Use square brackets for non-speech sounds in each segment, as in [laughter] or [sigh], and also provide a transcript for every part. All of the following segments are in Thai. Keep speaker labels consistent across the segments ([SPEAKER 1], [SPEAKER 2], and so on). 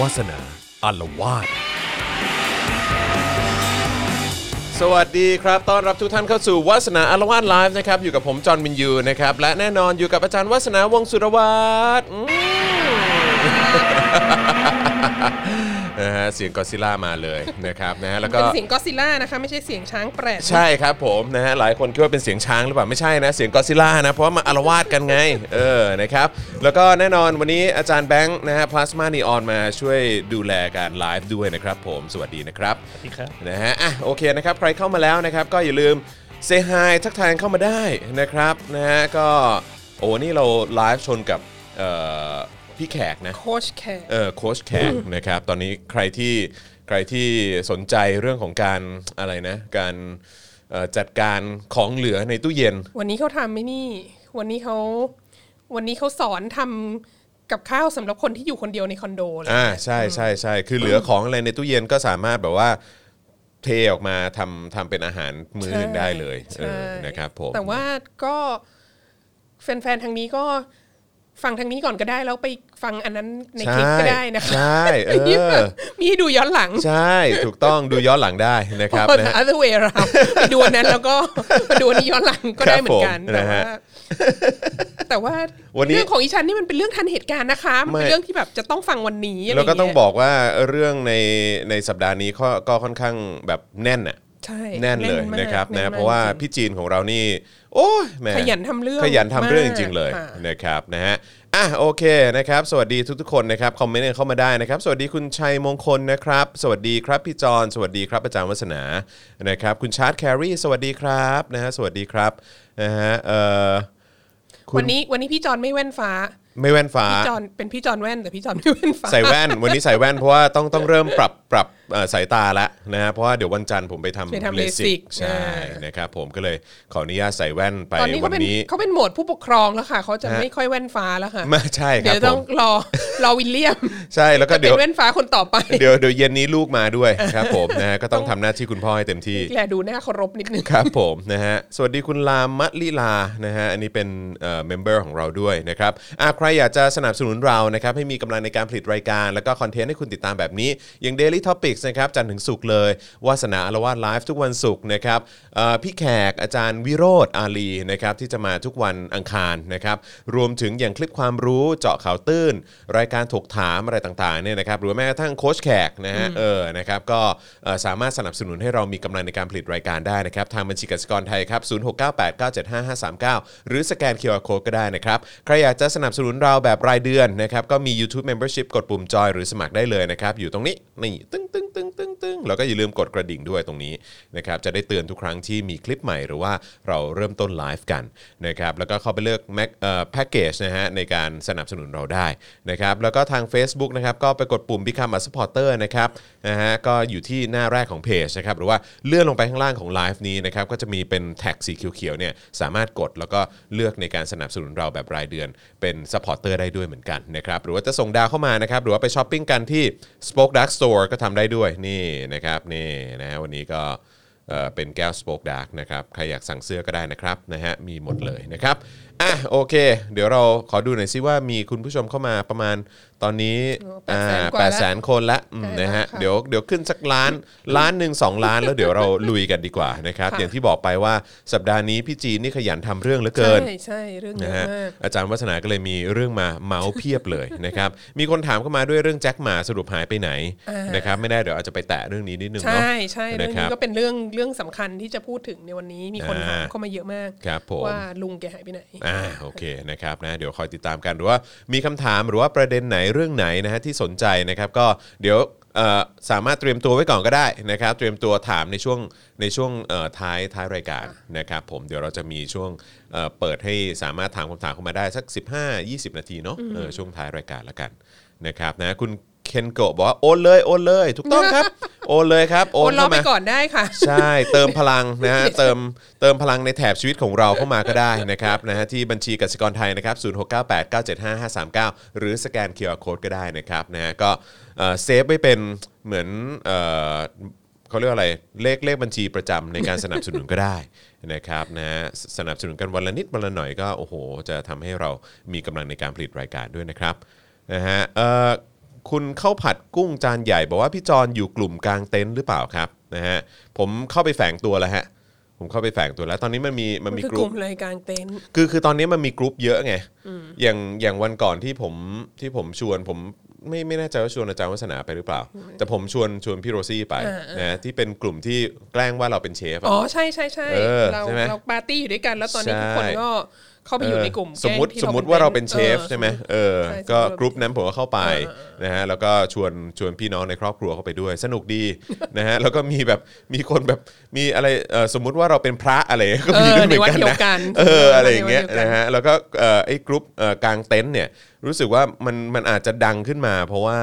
[SPEAKER 1] วาสนาอารวาสสวัสดีครับ ต้อนรับทุกท่านเข้าสู่วาสนาอารวาสไลฟ์นะครับ อยู่กับผม จอห์นวินยูนะครับ และแน่นอนอยู่กับอาจารย์วาสนาวงศ์สุรวัตร [laughs] อืม นะฮะเสียงกอดซิลล่ามาเลยนะครับนะฮะแล้วก็
[SPEAKER 2] เป็นเสียงก็อดซิลล่านะคะ ไม่ใช่เสียงช้างแปรต
[SPEAKER 1] ใช่ครับผมนะฮะหลายคนคิดว่าเป็นเสียงช้างหรือเปล่าไม่ใช่นะเสียงกอดซิลล่านะเพราะว่ามาอารวาสกันไงเออนะครับแล้วก็แน่นอนวันนี้อาจารย์แบงค์นะฮะพลาสมานีออนมาช่วยดูแลการไลฟ์ด้วยนะครับผมสวัสดีนะครับสวัสดีครับนะฮะอ่ะโอเคนะครับใครเข้ามาแล้วนะครับก็อย่าลืมเซฮายทักทายเข้ามาได้นะครับนะฮะก็โอ้นี่เราไลฟ์ชนกับเอ่อพี่แขกนะ
[SPEAKER 2] โค้ชแขก
[SPEAKER 1] เออโค้ชแขกนะครับตอนนี้ใครที่ใครที่สนใจเรื่องของการอะไรนะการเอ่อจัดการของเหลือในตู้เย็น
[SPEAKER 2] วันนี้เขาทำไหม่นี่ วันนี้เขาวันนี้เขาสอนทำกับข้าวสำหรับคนที่อยู่คนเดียวในคอนโดเลย
[SPEAKER 1] อ่าใช่ใช่ใช่คือเหลือของอะไรในตู้เย็นก็สามารถแบบว่าเทออกมาทำทำเป็นอาหารมื้อหนึงได้เลย
[SPEAKER 2] ใช่
[SPEAKER 1] เออนะครับผม
[SPEAKER 2] แต่ว่าก็แฟนๆทางนี้ก็ฟังทางนี้ก่อนก็ได้ แล้วไปฟังอันนั้นในคลิปก็ได้นะคะ
[SPEAKER 1] ใช่เออ
[SPEAKER 2] มีให้ดูย้อนหลัง
[SPEAKER 1] ใช่ถูกต้องดูย้อนหลังได้นะครับ
[SPEAKER 2] คน
[SPEAKER 1] นะฮะ
[SPEAKER 2] other way around ไปดูอันนั้นแล้วก็ [laughs] มาดูอันนี้ย้อนหลังก็ได้เหมือนกัน
[SPEAKER 1] ครับผม
[SPEAKER 2] แต่
[SPEAKER 1] นะ
[SPEAKER 2] ว่า
[SPEAKER 1] ฮะ
[SPEAKER 2] แต่ว่า
[SPEAKER 1] วันนี้
[SPEAKER 2] เรื่องของอีชันนี่มันเป็นเรื่องทันเหตุการณ์นะคะมันเป็
[SPEAKER 1] ไม่
[SPEAKER 2] นเรื่องที่แบบจะต้องฟังวันนี้ะไร
[SPEAKER 1] แล้วก็ต้อง
[SPEAKER 2] เย
[SPEAKER 1] บอกว่าเรื่องในในสัปดาห์นี้ก็ก็ค่อนข้างแบบแน่นอ่ะ
[SPEAKER 2] ใช่
[SPEAKER 1] แน่นเลย
[SPEAKER 2] มาก
[SPEAKER 1] นะครับนะ
[SPEAKER 2] แมก
[SPEAKER 1] เพราะว่า
[SPEAKER 2] จง
[SPEAKER 1] พี่จีนของเรานี่ โอ้ยแหม่
[SPEAKER 2] ขยันทำเรื่อง
[SPEAKER 1] ขยันทำเรื่องจ
[SPEAKER 2] มาก
[SPEAKER 1] ริง ๆ เลย
[SPEAKER 2] ค่ะ
[SPEAKER 1] นะครับนะฮะอ่ะโอเคนะครับ สวัสดีทุกๆคนนะครับคอมเมนต์กันเข้ามาได้นะครับ สวัสดีคุณชัยมงคลนะครับ สวัสดีครับพี่จอนสวัสดีครับอาจารย์วัฒนานะครับคุณชาร์ตแครีสวัสดีครับนะฮะสวัสดีครับนะฮะเอ่อคุณ
[SPEAKER 2] วันนี้วันนี้พี่จอนไม่แว่นฟ้า
[SPEAKER 1] ไม่แว่นฟ้า
[SPEAKER 2] พี่จอนเป็นพี่จอนแว่นแต่พี่จอนไม่แว่นฟ้า
[SPEAKER 1] ใส่แว่นวันนี้ใส่แว่นเพราะว่าต้องต้องเริ่มปรับปรับเอ่อสายตาละนะฮะเพราะว่าเดี๋ยววันจันทร์ผมไปทำ
[SPEAKER 2] ไปทำ LASIK
[SPEAKER 1] ใช่
[SPEAKER 2] อ่าน
[SPEAKER 1] นะครับผมก็เลยขออนุญาตใส่แว่นไป
[SPEAKER 2] ตอนนี้
[SPEAKER 1] วัน
[SPEAKER 2] เขาเป็น
[SPEAKER 1] นี้
[SPEAKER 2] เขาเป็นโหมดผู้ปกครองแล้วค่ะเขาจะ
[SPEAKER 1] ฮะ
[SPEAKER 2] ไม่ค่อยแว่นฟ้าแล้วค่ะ
[SPEAKER 1] ไม่ใช่ค
[SPEAKER 2] เดี๋
[SPEAKER 1] รับ
[SPEAKER 2] ยว
[SPEAKER 1] ผ
[SPEAKER 2] ต้อง
[SPEAKER 1] ม
[SPEAKER 2] รอ [laughs] รอวิลเลียม
[SPEAKER 1] ใช่แล้วก็
[SPEAKER 2] จะเป็
[SPEAKER 1] เดี๋ย
[SPEAKER 2] น
[SPEAKER 1] ว
[SPEAKER 2] แว่นฟ้าคนต่อไป
[SPEAKER 1] เดี๋ยวเดี๋ยวเย็นนี้ลูกมาด้วยครับผมนะฮะก็ต้องทำหน้าที่คุณพ่อให้เต็มที่
[SPEAKER 2] แลดูหน้าเคารพนิดนึง
[SPEAKER 1] ครับผม [laughs] นะฮะสวัสดีคุณลามะลิลานะฮะอันนี้เป็นเอ่อเมมเบอร์ของเราด้วยนะครับอ่ะใครอยากจะสนับสนุนเรานะครับให้มีกำลังในการผลิตรายการ แล้วก็คอนเทนต์ให้คุณติดตามแบบนี้ อย่าง Daily Topics นะครับจันทร์ถึงศุกร์เลยวาสนาอารวาสไลฟ์ทุกวันศุกร์นะครับเอ่อพี่แขกอาจารย์วิโรธอาลีนะครับที่จะมาทุกวันอังคารนะครับรวมถึงอย่างคลิปความรู้เจาะข่าวตื้น รายการถกถามอะไรต่างๆเนี่ยนะครับหรือว่าแม้กระทั่งโค้ชแขกนะฮะเออนะครับก็เอ่อสามารถสนับสนุนให้เรามีกำลังในการผลิตรายการได้นะครับ ทางบัญชีกสิกรไทยครับ 0698975539 หรือสแกน QR Code ก็ได้นะครับ ใครอยากจะสนับสนุนเราแบบรายเดือนนะครับ ก็มี YouTube Membership กดปุ่มจอยหรือสมัครได้เลยนะครับ อยู่ตรงนี้ นี่ตึ้งตึ้งตึ้งตึ้งตึ้งแล้วก็อย่าลืมกดกระดิ่งด้วยตรงนี้นะครับ จะได้เตือนทุกครั้งที่มีคลิปใหม่หรือว่าเราเริ่มต้นไลฟ์กันนะครับ แล้วก็เข้าไปเลือกแม็กเอ่อแพ็กเกจนะฮะในการสนับสนุนเราได้นะครับ แล้วก็ทาง Facebook นะครับก็ไปกดปุ่ม Become a supporter นะครับนะฮะก็อยู่ที่หน้าแรกของเพจนะครับหรือว่าเลื่อนลงไปข้างล่างของไลฟ์นี้นะครับก็จะมีเป็นแท็กสีเขียวๆเนี่ยสามารถกดแล้วก็เลือกในการสนับสนุนเราแบบรายเดือนเป็นซัพพอร์เตอร์ได้ด้วยเหมือนกันนะครับหรือว่าจะส่งดาวเข้ามานะครับหรือว่าไปช้อปปิ้งกันที่ Spoke Dark Store ก็ทำได้ด้วยนี่นะครับนี่นะฮะวันนี้ก็ เอ่อเป็นแก้วสป o อ e ดาร์กนะครับ ใครอยากสั่งเสื้อก็ได้นะครับนะฮะมีหมดเลยนะครับ อ่ะโอเค เดี๋ยวเราขอดูหน่อยซิว่ามีคุณผู้ชมเข้ามาประมาณตอนนี้
[SPEAKER 2] โอ้
[SPEAKER 1] อ่า
[SPEAKER 2] 800,000กว่า
[SPEAKER 1] แปดแสนคนละอืม
[SPEAKER 2] ใกล้แล้ว
[SPEAKER 1] นะฮะ
[SPEAKER 2] ค่ะ
[SPEAKER 1] เดี๋ยวเดี๋ยวขึ้นสักล้านล้านหนึ่งสองล้านแล้วเดี๋ยวเราลุยกันดีกว่า [laughs] นะครับ
[SPEAKER 2] ค่ะ
[SPEAKER 1] อย่างที่บอกไปว่าสัปดาห์นี้พี่จีนนี่ขยันทำเรื่องเหลือเกิน
[SPEAKER 2] ใช่ใช่เรื่องเย
[SPEAKER 1] นะ
[SPEAKER 2] อะ
[SPEAKER 1] ฮะ
[SPEAKER 2] มาก
[SPEAKER 1] อาจารย์วัฒนาก็เลยมีเรื่อง
[SPEAKER 2] [laughs]
[SPEAKER 1] มาเมาส์เพียบเลย [laughs] นะครับมีคนถามเข้ามาด้วยเรื่องแจ็คหมาสรุปหายไปไหน
[SPEAKER 2] อ่าน
[SPEAKER 1] นะครับไม่ได้เดี๋ยวอาจจะไปแตะเรื่องนี้นิดนึงเนาะ
[SPEAKER 2] ใช่ใช่เรื่อง
[SPEAKER 1] นะครับ
[SPEAKER 2] นี้ก็เป็นเรื่องเรื่องสำคัญที่จะพูดถึงในวันนี้มีคนถาม
[SPEAKER 1] อ่า
[SPEAKER 2] เข้ามาเยอะมาก
[SPEAKER 1] ครับผม
[SPEAKER 2] ว่าลุงแกหายไปไหน
[SPEAKER 1] อ่าโอเคนะครับนะเดี๋ยวคอยติดตามกันหรือว่ามีคำถามหรือว่าประเด็นไหนเรื่องไหนนะฮะที่สนใจนะครับก็เดี๋ยวเอ่อสามารถเตรียมตัวไว้ก่อนก็ได้นะครับ เตรียมตัวถามในช่วงในช่วงเอ่อท้ายท้ายรายการนะครับผมเดี๋ยวเราจะมีช่วงเอ่อเปิดให้สามารถถามคำถามเข้ามาได้สัก 15 20 นาทีเนาะเออช่วงท้ายรายการละกันนะครับนะคุณเคนโกะบอกว่าโอนเลยโอนเลย ถูกต้องครับ โอนเลยครับโอ
[SPEAKER 2] โอน นรอ
[SPEAKER 1] เข้า
[SPEAKER 2] ไป
[SPEAKER 1] มา
[SPEAKER 2] ก่อนได้ค่ะ
[SPEAKER 1] ใช่เติมพลังนะฮะเติมเติมพลังในแถบชีวิตของเราเข้ามาก็ได้นะครับนะฮะที่บัญชีกสิกรไทยนะครับ0698975539 หรือสแกน QR Code ก็ได้นะครับนะฮะก็เอ่อเซฟไว้เป็นเหมือนเอ่อเขาเรียกว่าอะไรเลขเลขบัญชีประจำในการสนับสนุนก็ได้นะครับนะฮะสนับสนุนกันวันละนิดวันละหน่อยก็โอ้โห จะทำให้เรามีกำลังในการผลิตรายการด้วยนะครับนะฮะเอ่อ คุณข้าวผัดกุ้งจานใหญ่ บอกว่าพี่จอนอยู่กลุ่มกลางเต็นท์หรือเปล่าครับนะฮะผมเข้าไปแฝงตัวแล้วฮะผมเข้าไปแฝงตัวแล้ว ตอนนี้มันมีมันมี
[SPEAKER 2] คือก ก
[SPEAKER 1] ลุ่
[SPEAKER 2] ลุ่
[SPEAKER 1] ม
[SPEAKER 2] มเลยกลางเต็นท์
[SPEAKER 1] คือคือตอนนี้มันมีกรุ๊ปเยอะไง อย่างอย่างวันก่อนที่ผมที่ผมชวนผมไม่ไม่แน่ใจว่าชวนอาจารย์วัฒนาไปหรือเปล่า แต่ผมชวนชวนพี่โรซี่ไปนะที่เป็นกลุ่มที่แกล้งว่าเราเป็นเชฟอะ
[SPEAKER 2] อ๋อใช่ใช่ใช่
[SPEAKER 1] เออ
[SPEAKER 2] เรา
[SPEAKER 1] ใช่ไหม
[SPEAKER 2] เราปาร์ตี้อยู่ด้วยกันแล้วตอนนี้
[SPEAKER 1] ใช่
[SPEAKER 2] ทุกคนก็เข้าไปอยู่ในกลุ่ม
[SPEAKER 1] สมมติ
[SPEAKER 2] แก๊งที่
[SPEAKER 1] สมมติว่าเราเป็นเชฟ
[SPEAKER 2] ออ
[SPEAKER 1] ใช่ไหมเออ
[SPEAKER 2] ใช่
[SPEAKER 1] ก็
[SPEAKER 2] สมมุติเราเป็น
[SPEAKER 1] กรุ๊ปนั้นผมก็เข้าไปนะฮะแล้วก็ชวนชวนพี่น้องในครอบครัวเข้าไปด้วย สนุกดี นะฮะแล้วก็มีแบบมีคนแบบมีอะไรเอ่อสมมุติว่าเราเป็นพระอะไร [laughs] ก็มี
[SPEAKER 2] เออ
[SPEAKER 1] ด้วยเหมือน
[SPEAKER 2] ใน
[SPEAKER 1] กัน
[SPEAKER 2] วัดเดีย
[SPEAKER 1] นะ
[SPEAKER 2] วกัน
[SPEAKER 1] เอออะไรอย่างเงี้ย
[SPEAKER 2] ในวัดเดียวกัน
[SPEAKER 1] นะฮะแล้วก็เอ่อไอ้กรุ๊ปเอ่อกลางเต็นท์เนี่ยรู้สึกว่ามันมันอาจจะดังขึ้นมา เพราะว่า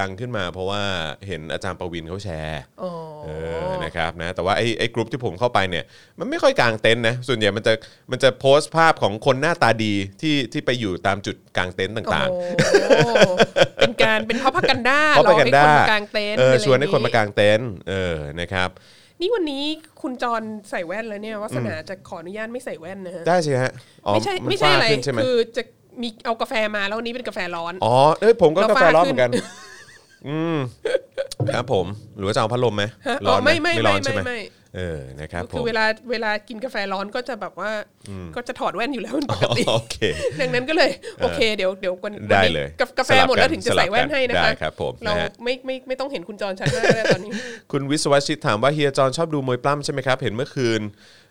[SPEAKER 1] ดังขึ้นมา เพราะว่าเห็นอาจารย์ประวินเขาแชร์
[SPEAKER 2] อ๋อ
[SPEAKER 1] เออ นะครับ นะ แต่ว่าไอ้ ไอ้กลุ่มที่ผมเข้าไปเนี่ย มันไม่ค่อยกางเต็นท์นะ ส่วนใหญ่มันจะ มันจะโพสต์ภาพของคนหน้าตาดีที่ ที่ไปอยู่ตามจุดกางเต็นท์ต่าง
[SPEAKER 2] โอ้โหเป็นการเป็นเพราะพักกันด้า
[SPEAKER 1] ๆ เพราะไปกันได้
[SPEAKER 2] หลอให้คนมากางเต็น
[SPEAKER 1] เออ
[SPEAKER 2] ท์ะไร
[SPEAKER 1] ชวนให้คนมากางเต็นท์ เออ นะครับ
[SPEAKER 2] นี่วันนี้คุณจรใส่แว่นแล้วเนี่ยวัสนาจะขออนุญาตไม่ใส่แว่นนะฮะ
[SPEAKER 1] ได้สิฮะอ๋อน
[SPEAKER 2] ไม่ใช่
[SPEAKER 1] น
[SPEAKER 2] ไม่ใช่อะไร
[SPEAKER 1] ฟ้าขึ้นใช่ไหม
[SPEAKER 2] คือจะมีเอากาแฟมาแล้ววันนี้เป็นกาแฟร้อน
[SPEAKER 1] อ๋อ เอ้ย ผมก็
[SPEAKER 2] เรา
[SPEAKER 1] กาแฟ
[SPEAKER 2] ฟ้า
[SPEAKER 1] ร้อน
[SPEAKER 2] ขึ้
[SPEAKER 1] เห
[SPEAKER 2] น
[SPEAKER 1] มือนกัน อืม ครับผม หรือว่าจะเอาพัดลมไหม
[SPEAKER 2] ฮะ
[SPEAKER 1] ร้อนห
[SPEAKER 2] ไม่ไม่
[SPEAKER 1] ไม่ร้
[SPEAKER 2] ไม่
[SPEAKER 1] อนใช่
[SPEAKER 2] ไม่
[SPEAKER 1] ไหม
[SPEAKER 2] ไม่
[SPEAKER 1] เออ นะครับผ
[SPEAKER 2] คือ
[SPEAKER 1] ม
[SPEAKER 2] เวลาเวลากินกาแฟร้อนก็จะแบบว่าก็จะถอดแว่นอยู่แล้วเป็นปกติ
[SPEAKER 1] โอเค
[SPEAKER 2] ดังนั้นก็เลย โอเคเดี๋ยวเดี๋ยววัน
[SPEAKER 1] ได้เลย
[SPEAKER 2] วันนี้กาแฟหมดแล้วถึงจะใส่แว่นให้นะ
[SPEAKER 1] สลับกั
[SPEAKER 2] คะ
[SPEAKER 1] ได้ครับผม
[SPEAKER 2] เรา
[SPEAKER 1] นะฮะ
[SPEAKER 2] ไม่ไม่ไม่ต้องเห็นคุณจรชัดมากเลยตอนนี้
[SPEAKER 1] คุณวิศวชิตถามว่าเฮียจอนชอบดูมวยปล้ำใช่ไหมครับ เห็นเมื่อคืน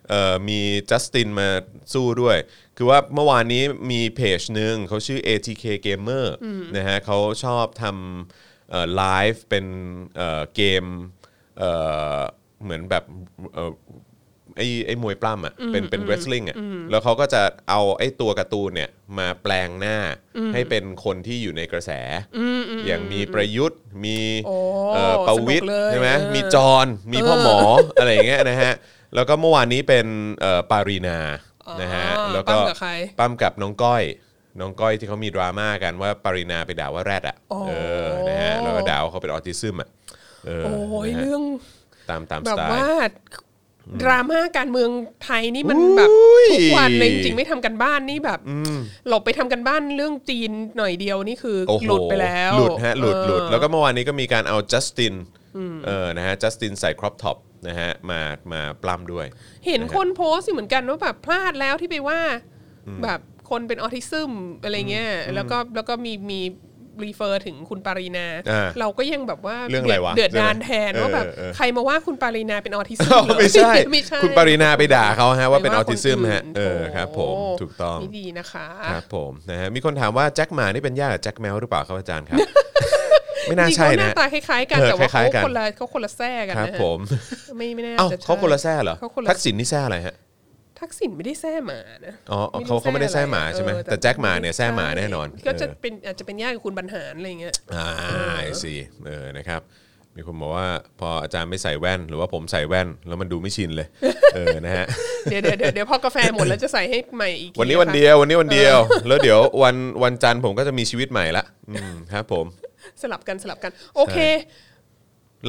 [SPEAKER 1] เอ่อมีจัสตินมาสู้ด้วย คือว่าเมื่อวานนี้มีเพจหนึ่งเขาชื่อ ATK Gamer นะฮะเขาชอบทำเอ่อไลฟ์เป็นเอ่อเกมเอ่อเหมือนแบบเอ่อไอ้ไอ้มวยปล้ำอ่ะเป็นเป็นเรสลิงอ่ะแล้วเขาก็จะเอาไอ้ตัวการ์ตูนเนี่ยมาแปลงหน้าให้เป็นคนที่อยู่ในกระแส อย่างมีประยุทธ์มี
[SPEAKER 2] โอ้
[SPEAKER 1] เอ่อประวิท
[SPEAKER 2] ส
[SPEAKER 1] ย์
[SPEAKER 2] นุกเลย
[SPEAKER 1] ใช่ไหม
[SPEAKER 2] เออ
[SPEAKER 1] มีจอ จอนมีพ่อหมออะไรอย่างเงี้ยนะฮะ แล้วก็เมื่อวานนี้เป็นเอ่อปารีนานะฮะ
[SPEAKER 2] อ๋อ
[SPEAKER 1] แล้วก็
[SPEAKER 2] ปั้มกับใคร
[SPEAKER 1] ปั้มกับน้องก้อย น้องก้อยที่เขามีดราม่ากันว่าปารีนาไปด่าว่าแรดอ่ะ
[SPEAKER 2] อ๋อ
[SPEAKER 1] เออนะฮะแล้วก็ด่าว่าเขาเป็นออทิซึมอ่ะเออ
[SPEAKER 2] โอ้ย
[SPEAKER 1] นะฮะ
[SPEAKER 2] เรื่อง
[SPEAKER 1] ตามตาม
[SPEAKER 2] แบ
[SPEAKER 1] ส
[SPEAKER 2] บ
[SPEAKER 1] ไตล์
[SPEAKER 2] ว่าดราม่าการเมืองไทยนี่มันแบบ
[SPEAKER 1] อุ้ย
[SPEAKER 2] ทุกวันเลยจริงๆไม่ทำกันบ้านนี่แบบหลบไปทำกันบ้านเรื่องจีนหน่อยเดียวนี่คือ
[SPEAKER 1] โอ้โ
[SPEAKER 2] หลุดไปแล้ว
[SPEAKER 1] หลุดฮะหลุดหลุด
[SPEAKER 2] เออ
[SPEAKER 1] แล้วก็เมื่อวานนี้ก็มีการเอาจัสตินเออนะฮะจัสตินใส่ครอปท็อปนะฮะมามาปล้ำด้วย
[SPEAKER 2] เห็นคนโพสต์อยู่เหมือนกันว่าแบบพลาดแล้วที่ไปว่า แบบคนเป็นออทิซึมอะไรเงี้ยแล้วก็แล้วก็มีมีรีเฟอร์ถึงคุณปารีนา
[SPEAKER 1] อ่า
[SPEAKER 2] เราก็ยังแบบว่า
[SPEAKER 1] เรื่องอะไรวะ
[SPEAKER 2] เดือด
[SPEAKER 1] เรื่อง
[SPEAKER 2] ดา
[SPEAKER 1] อะไร
[SPEAKER 2] นแทนว่าแบบ
[SPEAKER 1] เออเออ
[SPEAKER 2] ใครมาว่าคุณปารีนาเป็นออทิซึม
[SPEAKER 1] อ้าว
[SPEAKER 2] เหรอ
[SPEAKER 1] [laughs] ไม่ใช่
[SPEAKER 2] ไม่ใช่
[SPEAKER 1] คุณปารีนาไปด่าเขาฮะว่าเป็นออ
[SPEAKER 2] ไว่า
[SPEAKER 1] ทิซึม
[SPEAKER 2] ค
[SPEAKER 1] ฮะ
[SPEAKER 2] นน
[SPEAKER 1] เออครับผม
[SPEAKER 2] โอ้
[SPEAKER 1] ถูกต้อง
[SPEAKER 2] นี่ดีนะคะ
[SPEAKER 1] ครับผมนะฮะมีคนถามว่าแจ็คหมานี่เป็นญาติกับแจ็คแมวหรือเปล่าครับอาจาร
[SPEAKER 2] [laughs]
[SPEAKER 1] ย์ครับ ไม่น่า
[SPEAKER 2] จริงๆ
[SPEAKER 1] ใช่
[SPEAKER 2] เขาห
[SPEAKER 1] นะ
[SPEAKER 2] น้าตาคล้ายๆกัน
[SPEAKER 1] เออ
[SPEAKER 2] แต่ว่า
[SPEAKER 1] คล้า
[SPEAKER 2] เขา
[SPEAKER 1] ยๆกัน
[SPEAKER 2] คนละเขาคนละแทร่กัน
[SPEAKER 1] ครับ
[SPEAKER 2] นะ
[SPEAKER 1] ผ
[SPEAKER 2] ฮะ
[SPEAKER 1] ม
[SPEAKER 2] ไม่ไม่น่า
[SPEAKER 1] เอ้า
[SPEAKER 2] จะใช่
[SPEAKER 1] เขาคนละแซ่เหรอ
[SPEAKER 2] เขาคนละ
[SPEAKER 1] ทักษิณนี่แซ่อะไรฮะ
[SPEAKER 2] ทักษิณไม่ได้แทร่หมานะ
[SPEAKER 1] อ๋อเขาเขาไม่ได้แซ่หมาใช่ไหม
[SPEAKER 2] เออ
[SPEAKER 1] แต่แจ็คหมาเนี่ยแซ่หมาแน่นอน
[SPEAKER 2] ก็จะ
[SPEAKER 1] เออ
[SPEAKER 2] เป็นอาจจะเป็นญาติกับคุณบรรหารอะไรอย่างเงี้ย
[SPEAKER 1] อ่าไอซีเออนะครับ มีคนบอกว่าพออาจารย์ไม่ใส่แว่น หรือว่าผมใส่แว่นแล้วมันดูไม่ชินเลย เออนะฮะ
[SPEAKER 2] เดี๋ยวเดี๋ยวเดี๋ยวเดี๋ยวพอกาแฟหมดแล้วจะใส่ให้ใหม่อีกที
[SPEAKER 1] วันนี้วันะ เดียววันนี้วันเดียว แล้วเดี๋ยววันวันจันทร์ผมก็จะมีชีวิตใหม่ละอืมครับผม
[SPEAKER 2] สลับกันสลับกัน โอเค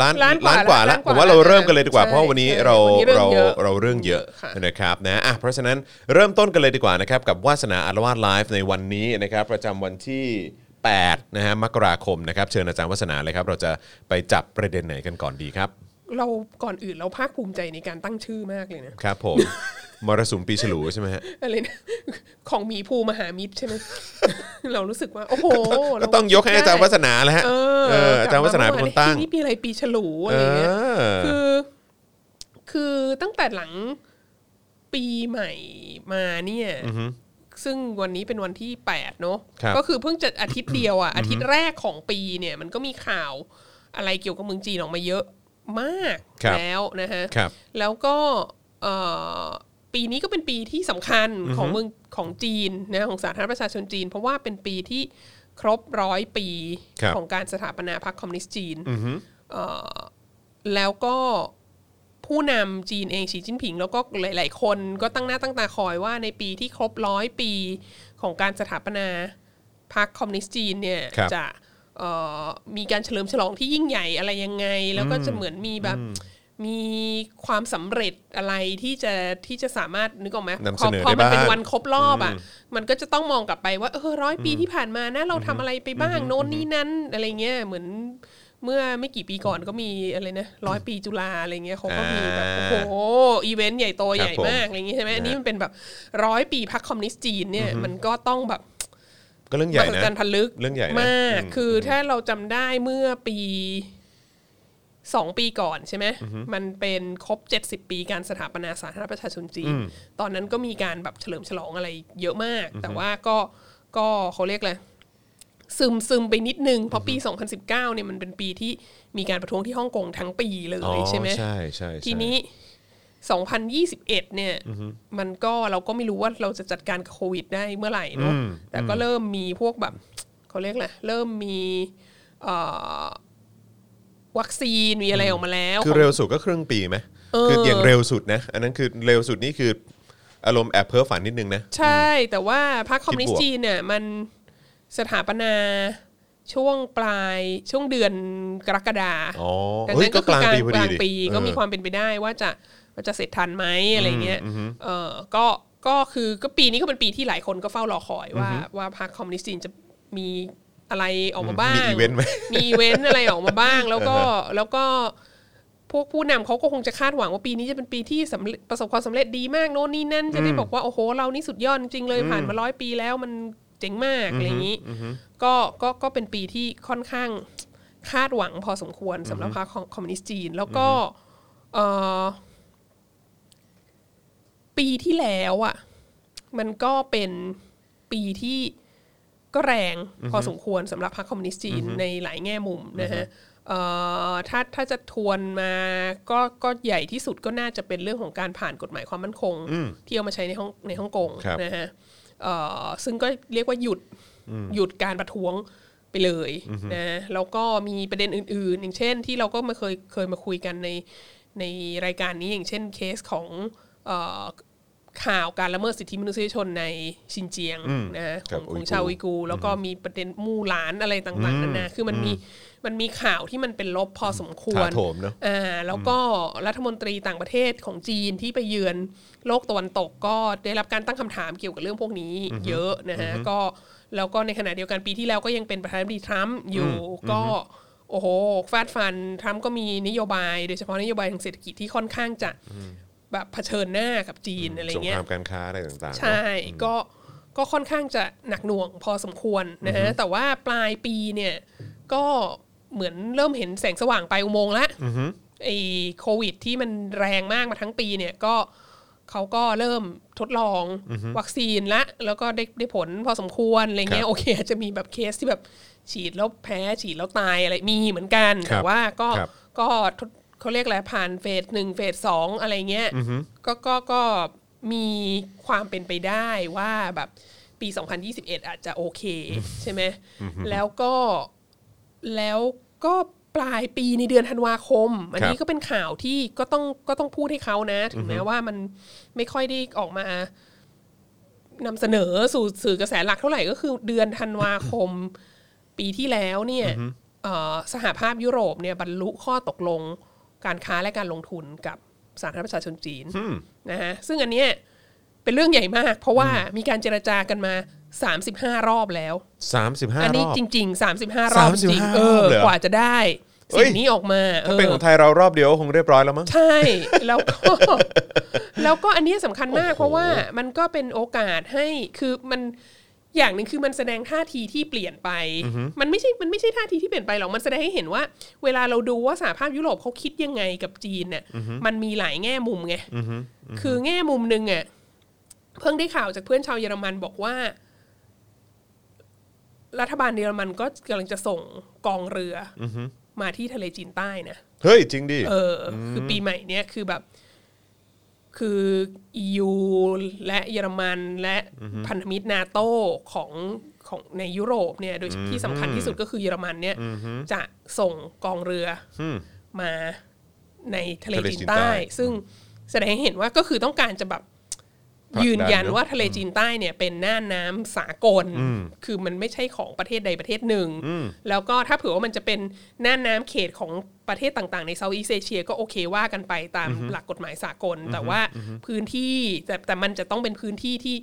[SPEAKER 1] ล้าน
[SPEAKER 2] ล้านกว่า
[SPEAKER 1] ล้านกว่า
[SPEAKER 2] ล้า
[SPEAKER 1] ละ
[SPEAKER 2] นก
[SPEAKER 1] ผ
[SPEAKER 2] ว่าม
[SPEAKER 1] ว่าเราเริ่มกันเลยดีกว่า
[SPEAKER 2] ใช่
[SPEAKER 1] เพราะวันนี้
[SPEAKER 2] ใช่
[SPEAKER 1] เรา
[SPEAKER 2] วันนี้เรื่อง
[SPEAKER 1] เรา
[SPEAKER 2] เยอะ
[SPEAKER 1] เราเรื่องเยอะ
[SPEAKER 2] ค่ะ
[SPEAKER 1] นะครับนะอ่ะเพราะฉะนั้นเริ่มต้นกันเลยดีกว่านะครับกับวาสนาอารวาสไลฟ์ในวันนี้นะครับประจำวันที่ 8 นะฮะมกราคมนะครับเชิญอาจารย์วัสนาเลยครับ เราจะไปจับประเด็นไหนกันก่อนดีครับ
[SPEAKER 2] เราก่อนอื่นเราภาคภูมิใจในการตั้งชื่อมากเลยนะครับ
[SPEAKER 1] ผม
[SPEAKER 2] [laughs]
[SPEAKER 1] มรสุมปีฉลูใช่ไหมฮะ
[SPEAKER 2] อะไรนะของหมีภูมหามิตรใช่ไหม [laughs] เรารู้สึกว่าโอ้โห
[SPEAKER 1] ก็ต้องยกให้อาจารย์วัสนาแล้วฮะ
[SPEAKER 2] เอ
[SPEAKER 1] เอออาจารย์วัสนาเป็นคนตั้ง
[SPEAKER 2] นี่ปีอะไรปีฉลูอะ
[SPEAKER 1] เอ
[SPEAKER 2] ไร [laughs] อย่างเงี้ย
[SPEAKER 1] อ
[SPEAKER 2] คือ คือตั้งแต่หลังปีใหม่มาเนี่ย ซึ่งวันนี้เป็นวันที่ 8 เนอะ
[SPEAKER 1] ครับ
[SPEAKER 2] ก็คือเพิ่งจะอาทิตย์เดียวอ่ะ อาทิตย์แรกของปีเนี่ย มันก็มีข่าวอะไรเกี่ยวกับเมืองจีนออกมาเยอะมากแล้วนะฮะ
[SPEAKER 1] ครับ
[SPEAKER 2] แล้วก็เอ่อปีนี้ก็เป็นปีที่สำคัญของเมืองของจีนนะของสาธารณประชาชนจีน เพราะว่าเป็นปีที่ครบร้อยปี
[SPEAKER 1] ครับ
[SPEAKER 2] ของการสถาปนาพรรคคอมมิวนิสต์จีนเอ่อแล้วก็ผู้นำจีนเองสีจิ้นผิง แล้วก็หลาย ๆ คนก็ตั้งหน้าตั้งตาคอยว่าในปีที่ครบร้อยปีของการสถาปนาพรรคคอมมิวนิสต์จีนเนี่ย
[SPEAKER 1] ครับ
[SPEAKER 2] จะเอ่อมีการเฉลิมฉลองที่ยิ่งใหญ่อะไรยังไง แล้วก็จะเหมือนมีแบบ มีความสำเร็จอะไรที่จะที่จะสามารถนึกออกไหม
[SPEAKER 1] นำเส
[SPEAKER 2] พอน
[SPEAKER 1] อ
[SPEAKER 2] พอมัน
[SPEAKER 1] ได้บ้าง
[SPEAKER 2] เป็นวันครบรอบอ่ะมันก็จะต้องมองกลับไปว่าเออร้อยปีที่ผ่านมานะเราทำอะไรไปบ้างโน่นนี่นั่นอะไรเงี้ยเหมือนเมื่อไม่กี่ปีก่อนก็มีอะไรนะร้อยปีจุฬาอะไรเงี้ยเขาก็มีแบบ
[SPEAKER 1] อ่า
[SPEAKER 2] โอ้โหอีเวนต์ใหญ่โต
[SPEAKER 1] ครับ
[SPEAKER 2] ใหญ่มาก
[SPEAKER 1] ผม
[SPEAKER 2] อะไรเงี้ยใช่ไหมอันนี้
[SPEAKER 1] นะ
[SPEAKER 2] มันเป็นแบบร้อยปีพรรคคอมมิวนิสต์จีนเนี่ยมันก็ต้องแบบ
[SPEAKER 1] ก็เรื่องใหญ่
[SPEAKER 2] มหั
[SPEAKER 1] นะ
[SPEAKER 2] ศจรรย์พันลึก
[SPEAKER 1] เรื่องใหญ่นะ
[SPEAKER 2] มาก
[SPEAKER 1] อืม
[SPEAKER 2] คือถ้าเราจำได้เมื่อปีสองปีก่อนใช่ไหมมันเป็นครบเจ็ดสิบปีการสถาปนาสาธารณรัฐประชาชนจีน ตอนนั้นก็มีการแบบเฉลิมฉลองอะไรเยอะมาก แต่ว่าก็ก็เขาเรียกอะไรซึมซึมไปนิดนึง เพราะปี 2019เนี่ยมันเป็นปีที่มีการประท้วงที่ฮ่องกงทั้งปีเล
[SPEAKER 1] อ๋อย
[SPEAKER 2] ใช่ไหม
[SPEAKER 1] ใช่ใช่ใช่
[SPEAKER 2] ทีนี้ 2021 เนี่ย มันก็เราก็ไม่รู้ว่าเราจะจัดการกับโควิดได้เมื่อไหร่เนอะแต่ก็เริ่มมีพวกแบบ เขาเรียกอะไรเริ่มมีเอ่อวัคซีนมีอะไรออกมาแล้ว
[SPEAKER 1] คือเร็วสุดก็ครึ่งปีไหม
[SPEAKER 2] เออ
[SPEAKER 1] คืออย่างเร็วสุดนะ อันนั้นคือเร็วสุดนี่คืออารมณ์แอบเพ้อฝันนิดนึงนะ
[SPEAKER 2] ใช่ แต่ว่าพรรคคอมมิวนิส
[SPEAKER 1] คิดบวก
[SPEAKER 2] ต์จีนเนี่ยมันสถาปนาช่วงปลายช่วงเดือนกรกฎา
[SPEAKER 1] อ๋อ
[SPEAKER 2] ดัง
[SPEAKER 1] เฮ้ย
[SPEAKER 2] นั้น
[SPEAKER 1] ก็ก
[SPEAKER 2] ก็คือ
[SPEAKER 1] ลาง
[SPEAKER 2] กลาง
[SPEAKER 1] ปีพอก ดี
[SPEAKER 2] ลาง
[SPEAKER 1] ดิ
[SPEAKER 2] ปีก็มี
[SPEAKER 1] เออ
[SPEAKER 2] ความเป็นไปได้ว่าจะว่าจะเสร็จทันไหมอะไรเงี้ยเออก็ก็คือก็ปีนี้ก็เป็นปีที่หลายคนก็เฝ้ารอคอยว่าว่าพรรคคอมมิวนิสต์จีนจะมีอะไรออกมาบ้าง
[SPEAKER 1] มีอีเวนต์ไหม
[SPEAKER 2] [laughs] มีอีเวนต์อะไรออกมาบ้าง แล้วก็แล้วก็พวกผู้นำเขาก็คงจะคาดหวังว่าปีนี้จะเป็นปีที่สำเร็จประสบความสำเร็จดีมากโน่นนี่นั่นจะได้บอกว่าโอ้โห เรานี่สุดยอดจริงเลยผ่านมาร้อยปีแล้วมันเจ๋งมากอะไรอย่างนี้ก็ก็ก็เป็นปีที่ค่อนข้าง คาดหวังพอสมควรสำหรับพรรคคอมมิวนิสต์จีน แล้วก็เอ่อปีที่แล้วอ่ะ มันก็เป็นปีที่ก็แรงพอสมควรสำหรับพรรคคอมมิวนิสต์จีนในหลายแง่มุมนะฮะเอ่อถ้าถ้าจะทวนมาก็ก็ใหญ่ที่สุดก็น่าจะเป็นเรื่องของการผ่านกฎหมายความมั่นคง ที่เอามาใช้ในฮ่องในฮ่องกง
[SPEAKER 1] ครับ
[SPEAKER 2] นะฮะเอ่อซึ่งก็เรียกว่าหยุด หยุดการประท้วงไปเลยนะแล้วก็มีประเด็นอื่น ๆ อย่างเช่น ที่เราก็มาเคยเคยมาคุยกันในในรายการนี้อย่างเช่นเคสของเอ่อข่าวการละเมิดสิทธิมนุษยชนในชินเจียงนะ
[SPEAKER 1] ค
[SPEAKER 2] ข
[SPEAKER 1] รับ
[SPEAKER 2] องของ
[SPEAKER 1] อุยกูร์
[SPEAKER 2] ชาวอุยกูร์แล้วก็มีประเด็นมู่หลานอะไรต่างๆนานาคือมันมีมันมีข่าวที่มันเป็นลบพอสมคว
[SPEAKER 1] ถาร โถมเนาะ
[SPEAKER 2] อ่าแล้วก็รัฐมนตรีต่างประเทศของจีนที่ไปเยือนโลกตะวันตกก็ได้รับการตั้งคำถามเกี่ยวกับเรื่องพวกนี้เยอะนะฮะก็แล้วก็ในขณะเดียวกันปีที่แล้วก็ยังเป็นประธานาธิบดีทรัมป์อยู่ก็โอ้โหฟาดฟันทรัมป์ก็มีนโยบาย โดยเฉพาะนโยบายทางเศรษฐกิจที่ค่อนข้างจะแบบเผชิญหน้ากับจีนอะไร
[SPEAKER 1] สงค
[SPEAKER 2] เงี้ย
[SPEAKER 1] รามการค้าอะไรต่างๆเนอะ
[SPEAKER 2] ใช่ ก็ ก็ค่อนข้างจะหนักหน่วงพอสมควรนะฮะ แต่ว่าปลายปีเนี่ย ก็เหมือนเริ่มเห็นแสงสว่างไปลายอุโมงค์ละไอ้โควิดที่มันแรงมากมาทั้งปีเนี่ยก็เขาก็เริ่มทดลองวัคซีนละ แล้วก็ได้ได้ผลพอสมควรอะไรเงี้
[SPEAKER 1] ครับ
[SPEAKER 2] ยโอเคอาจจะมีแบบเคสที่แบบฉีดแล้วแพ้ฉีดแล้วตายอะไรมีเหมือนกัน
[SPEAKER 1] ครั
[SPEAKER 2] แต่
[SPEAKER 1] บ
[SPEAKER 2] ว่าก็
[SPEAKER 1] ครับ
[SPEAKER 2] ก็ทดเขาเรียกอะไรผ่านเฟสหนึ่งเฟสสองอะไรเงี้ยก็ก็ก็มีความเป็นไปได้ว่าแบบปี 2021 อาจจะโอเค ใช่ไหมแล้วก็แล้วก็ปลายปีในเดือนธันวาคม อัน
[SPEAKER 1] ครับ
[SPEAKER 2] นี้ก็เป็นข่าวที่ก็ต้องก็ต้องพูดให้เขานะ ถึงแม้ว่ามันไม่ค่อยได้ออกมานำเสนอสู่สื่อกระแสหลักเท่าไหร่ก็คือเดือนธันวาคม [coughs] ปีที่แล้วเนี่ยเอ่อสหภาพยุโรปเนี่ยบรรลุข้อตกลงการค้าและการลงทุนกับสาธารณรัฐประชาชนจีนนะฮะซึ่งอันเนี้ยเป็นเรื่องใหญ่มาก เพราะว่ามีการเจรจากันมา 35 รอบแล้ว
[SPEAKER 1] สามสิบห้า
[SPEAKER 2] อัน
[SPEAKER 1] ร
[SPEAKER 2] นี้
[SPEAKER 1] อบ
[SPEAKER 2] จริง ๆ 35 รอบจริง
[SPEAKER 1] 35
[SPEAKER 2] เออ
[SPEAKER 1] รอบเลยเหรอก
[SPEAKER 2] ว่าจะได้
[SPEAKER 1] เฮ้ย
[SPEAKER 2] สิ่งนี้ออกมาเอ
[SPEAKER 1] ถ้า
[SPEAKER 2] อ
[SPEAKER 1] เป็นของไทยเรารอบเดียวก็คงเรียบร้อยแล้วมั้ง
[SPEAKER 2] ใช่ แล้วก็ [laughs] แล้วก็อันนี้สำคัญมาก เพราะว่ามันก็เป็นโอกาสให้คือมันอย่างหนึ่งคือมันแสดงท่าทีที่เปลี่ยนไป มันไม่ใช่มันไม่ใช่ท่าทีที่เปลี่ยนไปหรอกมันแสดงให้เห็นว่า เวลาเราดูว่าสหภาพยุโรปเขาคิดยังไงกับจีนเนี่ยมันมีหลายแง่มุมไงคือแง่มุมหนึ่งอ่ะเพิ่งได้ข่าวจากเพื่อนชาวเยอรมันบอกว่า รัฐบาลเยอรมันก็กำลังจะส่งกองเรืออมาที่ทะเลจีนใต้นะ
[SPEAKER 1] เฮ้ย จริงดิ
[SPEAKER 2] เอออคือปีใหม่เนี้ยคือแบบ คือ EU และเยอรมันและพันธมิตรนาโตของของในยุโรปเนี่ย โดยที่สำคัญที่สุดก็คือเยอรมันเนี่ย จะส่งกองเรืออมาในทะเล
[SPEAKER 1] ทะเล
[SPEAKER 2] จีน
[SPEAKER 1] จีนใต้
[SPEAKER 2] ใต้ ซึ่งแสดงให้เห็นว่าก็คือต้องการจะแบบ
[SPEAKER 1] ผลักดัน
[SPEAKER 2] ยืนยัน
[SPEAKER 1] เนอะ
[SPEAKER 2] ว่าทะเลจีนใต้เนี่ยเป็นหน้าน้ำสากล คือมันไม่ใช่ของประเทศใดประเทศหนึ่ง แล้วก็ถ้าเผื่อว่ามันจะเป็นหน้าน้ำเขตของประเทศต่างๆ ในเซาท์อีสเอเชียก็โอเคว่ากันไปตามหลักกฎหมายสากล แต่ว่าพื้นที่แต่แต่มันจะต้องเป็นพื้นที่ที่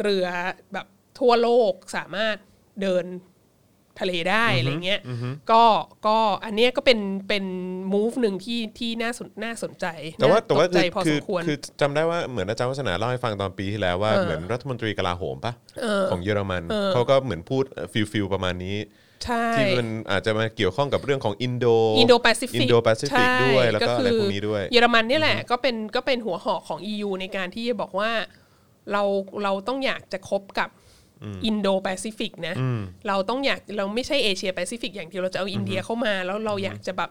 [SPEAKER 2] เรือแบบทั่วโลกสามารถเดิน ทะเลได้อะไรเงี้ย ก็ก็อันเนี้ยก็เป็นเป็น move หนึ่งที่ที่น่าสนน่าสนใจ
[SPEAKER 1] แต่ว่า
[SPEAKER 2] น่
[SPEAKER 1] แต่ว่า
[SPEAKER 2] ตก
[SPEAKER 1] คื
[SPEAKER 2] ใจ
[SPEAKER 1] อ
[SPEAKER 2] พอ
[SPEAKER 1] คื
[SPEAKER 2] ส
[SPEAKER 1] อ
[SPEAKER 2] มควร
[SPEAKER 1] คือจำได้ว่าเหมือนอาจารย์วัฒนาเล่าให้ฟังตอนปีที่แล้วว่า
[SPEAKER 2] เออ
[SPEAKER 1] เหมือนรัฐมนตรีกลาโหมปะ
[SPEAKER 2] เออ
[SPEAKER 1] ของเยอรมัน
[SPEAKER 2] เออ
[SPEAKER 1] เขาก็เหมือนพูดฟิลฟิลประมาณนี้
[SPEAKER 2] ใช่
[SPEAKER 1] ที่มันอาจจะมาเกี่ยวข้องกับเรื่องของอินโด
[SPEAKER 2] อินโดแปซิฟิก
[SPEAKER 1] อินโดแปซิฟิกด้วยแล้วก็อะไรพวกนี้ด้วย
[SPEAKER 2] เยอรมันเนี่ยแหละก็เป็นก็เป็นหัวหอกของ EU ในการที่จะบอกว่าเราเราต้องอยากจะคบกับอินโดแปซิฟิกนะ เราต้องอยากเราไม่ใช่เอเชียแปซิฟิกอย่างเดียวเราจะเอาอินเดียเข้ามา แล้วเราอยากจะแบบ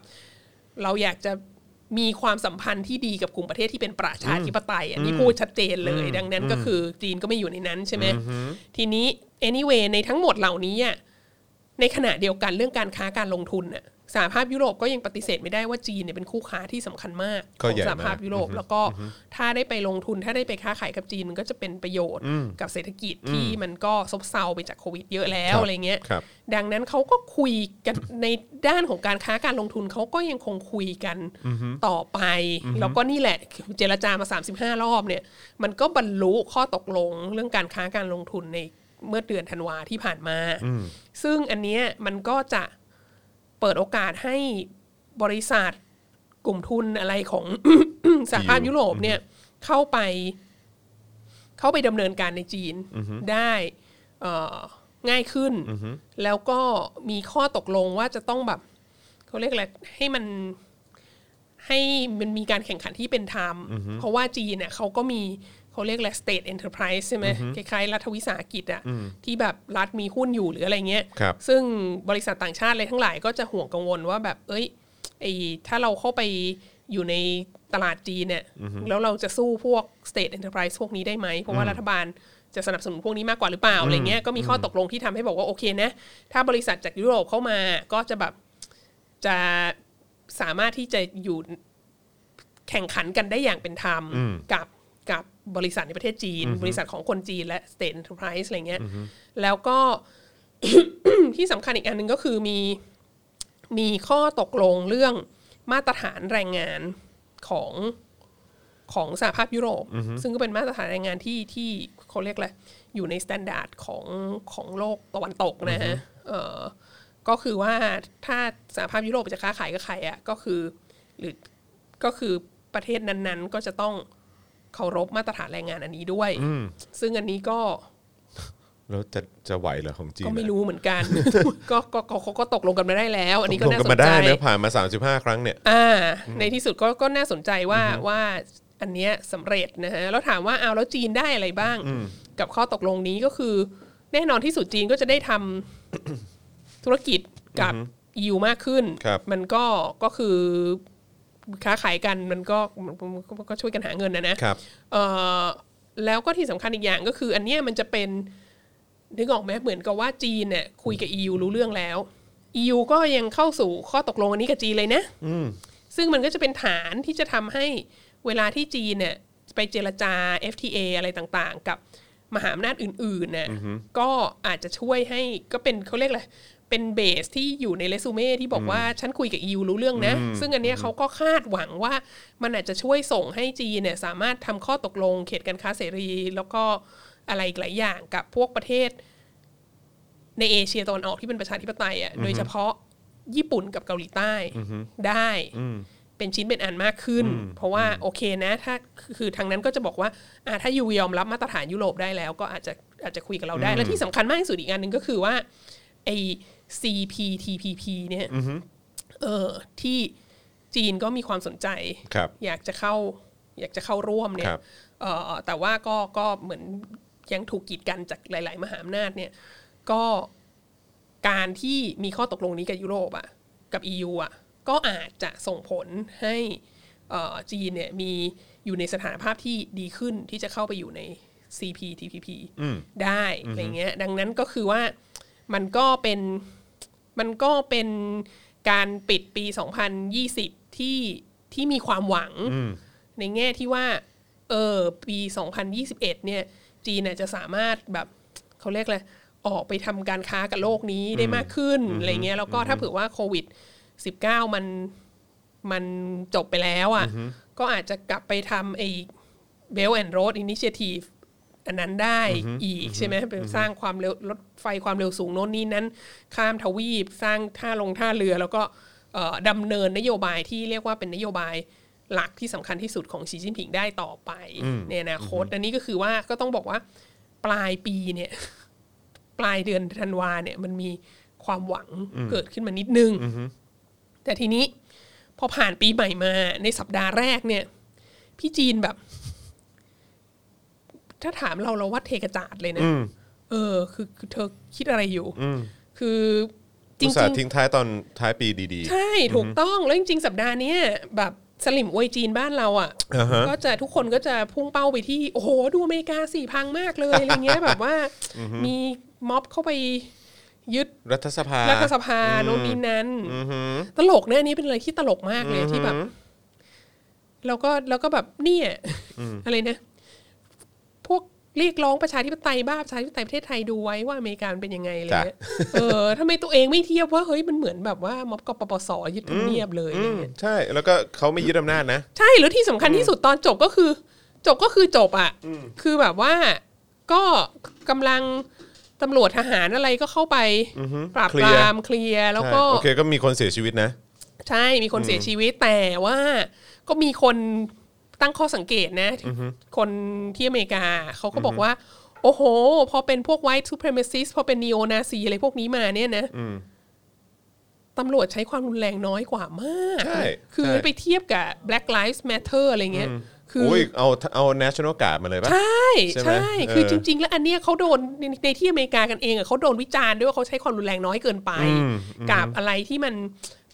[SPEAKER 2] เราอยากจะมีความสัมพันธ์ที่ดีกับกลุ่มประเทศที่เป็นประชาธิปไตย อันนี้พูดชัดเจนเลย ดังนั้นก็คือจีนก็ไม่อยู่ในนั้นใช่ไหมทีนี้ anyway ในทั้งหมดเหล่านี้อะในขณะเดียวกันเรื่องการค้าการลงทุนน่ะสหภาพยุโรปก็ยังปฏิเสธไม่ได้ว่าจีนเนี่ยเป็นคู่ค้าที่สำคัญมาก
[SPEAKER 1] ก็
[SPEAKER 2] ของ
[SPEAKER 1] ใหญ่
[SPEAKER 2] ส
[SPEAKER 1] มาก
[SPEAKER 2] หภาพยุโรป แล้วก็ถ้าได้ไปลงทุนถ้าได้ไปค้าขายกับจีนมันก็จะเป็นประโยชน์กับเศรษฐกิจที่มันก็ซบเซาไปจากโควิดเยอะแล้วอะไรเงี้ย
[SPEAKER 1] ครับ
[SPEAKER 2] ดังนั้นเขาก็คุยกันในด้านของการค้าการลงทุนเขาก็ยังคงคุยกันต่อไป แล้วก็นี่แหละเจรจามา 35 รอบเนี่ย มันก็บรรลุข้อตกลงเรื่องการค้าการลงทุนในเมื่อเดือนธันวาที่ผ่านมา ซึ่งอันเนี้ยมันก็จะเปิดโอกาสให้บริษัทกลุ่มทุนอะไรของ [coughs] สหภาพยุโรปเนี่ยเข้าไป เข้าไปดำเนินการในจีนได้เอ่อง่ายขึ้น แล้วก็มีข้อตกลงว่าจะต้องแบบเขาเรียกอะไรให้มันให้มันมีการแข่งขันที่เป็นธรรม เพราะว่าจีนเนี่ยเขาก็มีเขาเรียกอะไร state enterprise ใช่ไหมคล้ายๆรัฐวิสาหกิจอะที่แบบรัฐมีหุ้นอยู่หรืออะไรเงี้ย
[SPEAKER 1] ครับ
[SPEAKER 2] ซึ่งบริษัทต่างชาติอะไรทั้งหลายก็จะห่วงกังวลว่าแบบ เอ้ยไอถ้าเราเข้าไปอยู่ในตลาดจีนเนี่ย แล้วเราจะสู้พวก state enterprise พวกนี้ได้ไหม เพราะว่ารัฐบาลจะสนับสนุนพวกนี้มากกว่าหรือเปล่าอะไรเงี้ย ก็มีข้อตกลงที่ทำให้บอกว่าโอเคนะ ถ้าบริษัทจากยุโรปเข้ามาก็จะแบบจะสามารถที่จะอยู่ แข่งขันกันได้อย่างเป็นธรรมกับกับบริษัทในประเทศจีน บริษัทของคนจีนและ state enterprise อะไรเงี้ย แล้วก็ [coughs] ที่สำคัญอีกอันหนึ่งก็คือมีมีข้อตกลงเรื่องมาตรฐานแรงงานของของสหภาพยุโรป ซึ่งก็เป็นมาตรฐานแรงงานที่ที่เขาเรียกอะไรอยู่ในสแตนดาร์ดของของโลกตะวันตกนะฮะเอ่อก็คือว่าถ้าสหภาพยุโรปจะค้าขายกับใครอ่ะก็คือหรือ ก็คือประเทศนั้นๆ ก็จะต้องเคารพมาตรฐานแรงงานอันนี้ด้วย ซึ่งอันนี้ก็
[SPEAKER 1] แล้วจะจะไหวเหรอของจีน
[SPEAKER 2] ก็
[SPEAKER 1] อะ
[SPEAKER 2] ไม่รู้เหมือน
[SPEAKER 1] [laughs]
[SPEAKER 2] กัน ก็ก็ก็เขาก็ตกลงกันมาได้แล้ว อันนี้
[SPEAKER 1] ต
[SPEAKER 2] ก็
[SPEAKER 1] ลง
[SPEAKER 2] น่า
[SPEAKER 1] กัน
[SPEAKER 2] ส
[SPEAKER 1] มาน
[SPEAKER 2] ใจ
[SPEAKER 1] ได้นะผ่านมา 35 ครั้งเนี่ย
[SPEAKER 2] อ่า ในที่สุดก็ก็น่าสนใจว่าว่าอันเนี้ยสำเร็จนะฮะแล้วถามว่าเอาแล้วจีนได้อะไรบ้าง กับข้อตกลงนี้ก็คือ แน่นอนที่สุดจีนก็จะได้ทำ [coughs] ธุรกิจกับยูมากขึ้น
[SPEAKER 1] ครับ
[SPEAKER 2] มันก็ก็คือค้าขายกันมันก็มันก็มันก็ช่วยกันหาเงินนะนะ
[SPEAKER 1] ครับ
[SPEAKER 2] เอ่อแล้วก็ที่สำคัญอีกอย่างก็คือ อันเนี้ยมันจะเป็นนึกออกไหมเหมือนกับว่าจีนเนี่ยคุยกับ EU รู้เรื่องแล้ว EU ก็ยังเข้าสู่ข้อตกลงอันนี้กับจีนเลยนะซึ่งมันก็จะเป็นฐานที่จะทำให้เวลาที่จีนเนี่ยไปเจรจา FTA อะไรต่างๆ กับมหาอำนาจอื่นๆน่ะก็อาจจะช่วยให้ก็เป็นเขาเรียกอะไรเป็นเบสที่อยู่ในเรซูเม่ที่บอกว่าฉันคุยกับ EU รู้เรื่องนะ ซึ่งอันเนี้ยเขาก็คาดหวังว่ามันอาจจะช่วยส่งให้จีนเนี่ยสามารถทำข้อตกลงเขตการค้าเสรี แล้วก็อะไรอีกหลายอย่างกับพวกประเทศ ในเอเชียตะวันออกที่เป็นประชาธิปไตยอ่ะโดยเฉพาะญี่ปุ่นกับเกาหลีใต้ได้เป็นชิ้นเป็นอันมากขึ้น เพราะว่าโอเคนะ ถ้าคือคือทางนั้นก็จะบอกว่าอ่ะถ้ายูยอมรับมาตรฐานยุโรปได้แล้ว ก็อาจจะอาจจะคุยกับเราได้ และที่สำคัญมากที่สุดอีกอันหนึ่งก็คือว่าไอ้ CPTPP เนี่ยเออที่จีนก็มีความสนใจ
[SPEAKER 1] ครับ
[SPEAKER 2] อยากจะเข้าอยากจะเข้าร่วมเนี่
[SPEAKER 1] ค
[SPEAKER 2] ย
[SPEAKER 1] รับ
[SPEAKER 2] เอ่อแต่ว่าก็ก็เหมือนยังถูกกีดกันจากหลาย ๆ มหาอำนาจเนี่ย ก็การที่มีข้อตกลงนี้กับยุโรปอะกับ EU อะก็อาจจะส่งผลให้เอ่อจีนเนี่ยมีอยู่ในสถานภาพที่ดีขึ้นที่จะเข้าไปอยู่ใน CPTPP ได้อะไรเงี้ยดังนั้นก็คือว่ามันก็เป็น มันก็เป็นการปิดปี 2020 ที่ที่มีความหวัง ในแง่ที่ว่า เออ ปี 2021 เนี่ย จีนน่ะจะสามารถแบบเขาเรียกอะไรออกไปทำการค้ากับโลกนี้ได้มากขึ้นอะไรเงี้ยแล้วก็ถ้าเผื่อว่าโควิด 19 มันมันจบไปแล้วอะ่ะก็อาจจะกลับไปทำไอ้ Belt and Road Initiative อันนั้นได้อีกใช่ไหมเป็นสร้างความเร็วรถไฟความเร็วสูงโน่นนี่นั้น ข้ามทวีปสร้างท่าลงท่าเรือ แล้วก็เอ่อดำเนินนโยบายที่เรียกว่าเป็นนโยบายหลักที่สำคัญที่สุดของสีจิ้นผิงได้ต่อไปในอนาคตอันนี้ก็คือว่าก็ต้องบอกว่าปลายปีเนี่ย ปลายเดือนธันวาเนี่ยมันมีความหวังเกิดขึ้นมานิดนึง แต่ทีนี้พอผ่านปีใหม่มาในสัปดาห์แรกเนี่ย พี่จีนแบบ ถ้าถามเราเราว่าเทกระจาดเลยนะ เออ คือคือเธอคิดอะไรอยู่ คือจริ
[SPEAKER 1] อุตส่าห์
[SPEAKER 2] ง ๆ
[SPEAKER 1] ทิ้งท้ายตอนท้ายปีดี
[SPEAKER 2] ใช่ถูกต้องแล้วจริงๆสัปดาห์เนี้ยแบบสลิมอวยจีนบ้านเราอ่ะ
[SPEAKER 1] อ่าฮะ
[SPEAKER 2] ก็จะทุกคนก็จะพุ่งเป้าไปที่ โอ้โห ดูอเมริกาสี่พังมากเลยอะไรเงี้ยแบบว่ามีม็อบเข้าไปยึด
[SPEAKER 1] ๆ รัฐสภา
[SPEAKER 2] รัฐสภาโน่นนี้นั้น ตลกนะอันนี้เป็นอะไรที่ตลกมากเลยที่แบบแล้วก็แล้วก็แบบเนี่ยอะไรนะ พวกเรียกร้องประชาธิปไตยบ้าประชาธิปไตยประเทศไทยดูไว้ว่าอเมริกามันเป็นยังไงอะไรเลยเออทำไมตัวเองไม่เทียบว่าเฮ้ยมันเหมือนแบบว่าม็อบกปปสยึดทำเนียบเลยอะไรเงี้ย
[SPEAKER 1] ใช่ แล้วก็เขาไม่ยึดอำนาจนะ
[SPEAKER 2] ใช่แล้วที่สำคัญที่สุดตอนจบก็คือ จบก็คือจบอ่ะคือแบบว่าก็กำลังตำรวจทหารอะไรก็เข้าไปปราบ
[SPEAKER 1] เคลี
[SPEAKER 2] ป
[SPEAKER 1] ยร์
[SPEAKER 2] รามเคลียร์แล้วก็
[SPEAKER 1] ใช่โอเคก็มีคนเสียชีวิตนะ
[SPEAKER 2] ใช่มีคนเสียชีวิตแต่ว่าก็มีคนตั้งข้อสังเกตนะ คนที่อเมริกาเขาก็บอกว่า โอ้โห พอเป็นพวก white supremacist พอเป็น neo nazi อะไรพวกนี้มาเนี่ยนะตำรวจใช้ความรุนแรงน้อยกว่ามาก
[SPEAKER 1] ใช่
[SPEAKER 2] คือ
[SPEAKER 1] ใช่
[SPEAKER 2] ไปเทียบกับ black lives matter อะไรเงี้ย คือ
[SPEAKER 1] โอ้ยเอาเอา national guard มาเลยปะ
[SPEAKER 2] ใช่
[SPEAKER 1] ใช่ไหม
[SPEAKER 2] ใช่ คือ
[SPEAKER 1] เออ
[SPEAKER 2] จริง ๆ แล้วอันเนี้ยเขาโดนในในที่อเมริกากันเองอะเขาโดนวิจารณ์ด้วยว่าเขาใช้ความรุนแรงน้อยเกินไป กับอะไรที่มัน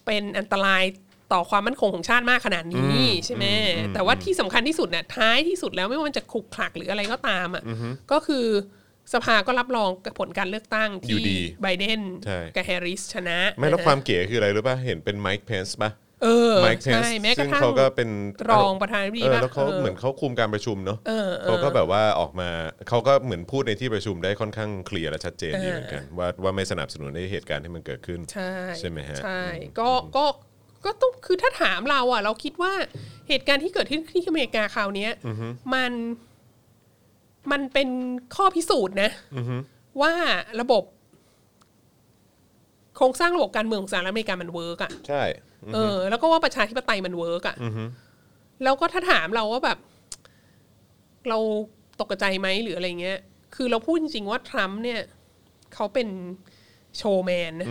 [SPEAKER 2] เป็นอันตรายต่อความมั่นคงของชาติมากขนาดนี้ใช่ไหมแต่ว่าที่สำคัญที่สุดเนี่ยท้ายที่สุดแล้วไม่ว่ามันจะขลุกขลักหรืออะไรก็ตามอ่ะก็คือสภาก็รับรองผลการเลือกตั้ง
[SPEAKER 1] อยู่
[SPEAKER 2] ที่
[SPEAKER 1] ดี
[SPEAKER 2] ไบเดน
[SPEAKER 1] ใช่
[SPEAKER 2] กับแฮร์ริสชนะ
[SPEAKER 1] ไม่แล้ว
[SPEAKER 2] นะ
[SPEAKER 1] ความเก๋คืออะไรรู้ป่ะ เห็นเป็นไมค์เพนส์ป่ะ
[SPEAKER 2] เออ
[SPEAKER 1] ไมค์เพน
[SPEAKER 2] ใช่
[SPEAKER 1] ส์
[SPEAKER 2] แม้ก
[SPEAKER 1] ซึ่
[SPEAKER 2] ระ
[SPEAKER 1] ง
[SPEAKER 2] ทั่ง
[SPEAKER 1] เขาก็เป็น
[SPEAKER 2] รองประธานาธิบดี
[SPEAKER 1] เออ
[SPEAKER 2] ป่ะ
[SPEAKER 1] แล้วเขา
[SPEAKER 2] เออ
[SPEAKER 1] เหมือนเขาคุมการประชุมเนาะ
[SPEAKER 2] เออเออ
[SPEAKER 1] เขาก็แบบว่าออกมาเขาก็เหมือนพูดในที่ประชุมได้ค่อนข้างเคลียร์และชัดเจนดีเหมือนกันว่าว่าไม่สนับสนุนในเหตุการณ์ที่มันเกิดขึ้น
[SPEAKER 2] ใช่
[SPEAKER 1] ใช่ไหมฮะ
[SPEAKER 2] ใช่ก็ก็ก็ต้องคือถ้าถามเราอ่ะ เราคิดว่าเหตุการณ์ที่เกิดขึ้นที่อเมริกาคราวเนี้ยมันมันเป็นข้อพิสูจน์นะว่าระบบ โครงสร้างระบบการเมืองของสหรัฐอเมริกามันเวิร์กอ่ะ
[SPEAKER 1] ใช่
[SPEAKER 2] เออแล้วก็ว่าประชาธิปไตยมันเวิร์กอ่ะแล้วก็ถ้าถามเราว่าแบบ เราตกใจไหมหรืออะไรเงี้ย คือเราพูดจริง ๆ ว่าทรัมป์เนี่ย เขาเป็นโชว์แมนนะ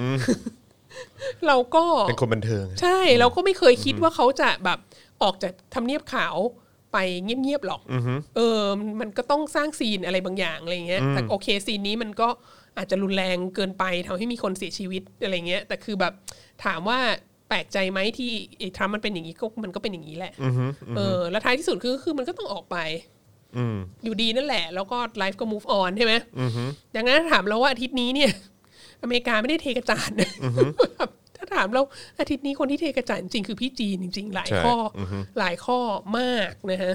[SPEAKER 2] เราก็
[SPEAKER 1] เป็นคนบันเทิง
[SPEAKER 2] ใช่เราก็ไม่เคยคิดว่าเขาจะแบบออกจากทำเนียบขาวไปเงียบๆหรอกเออ มันก็ต้องสร้างซีนอะไรบางอย่างอะไรเงี้ยแต่โอเคซีนนี้มันก็อาจจะรุนแรงเกินไปทำให้มีคนเสียชีวิตอะไรเงี้ย แต่คือแบบถามว่าแปลกใจไหมที่ไอ้ทรัมป์มันเป็นอย่างนี้ก็มันก็เป็นอย่างนี้แหละเออแล้วท้ายที่สุดคือคือมันก็ต้องออกไป อยู่ดีนั่นแหละ แล้วก็ไลฟ์ก็ move on ใช่ไหมดังนั้นถามเราว่าอาทิตย์นี้เนี่ย อเมริกาไม่ได้เทกระจาดนะถ้าถามเราอาทิตย์นี้คนที่เทกระจาดจริงๆคือพี่จีนจริง ๆ หลาย
[SPEAKER 1] ใช่
[SPEAKER 2] ข้ออหลายข้อมากนะฮะ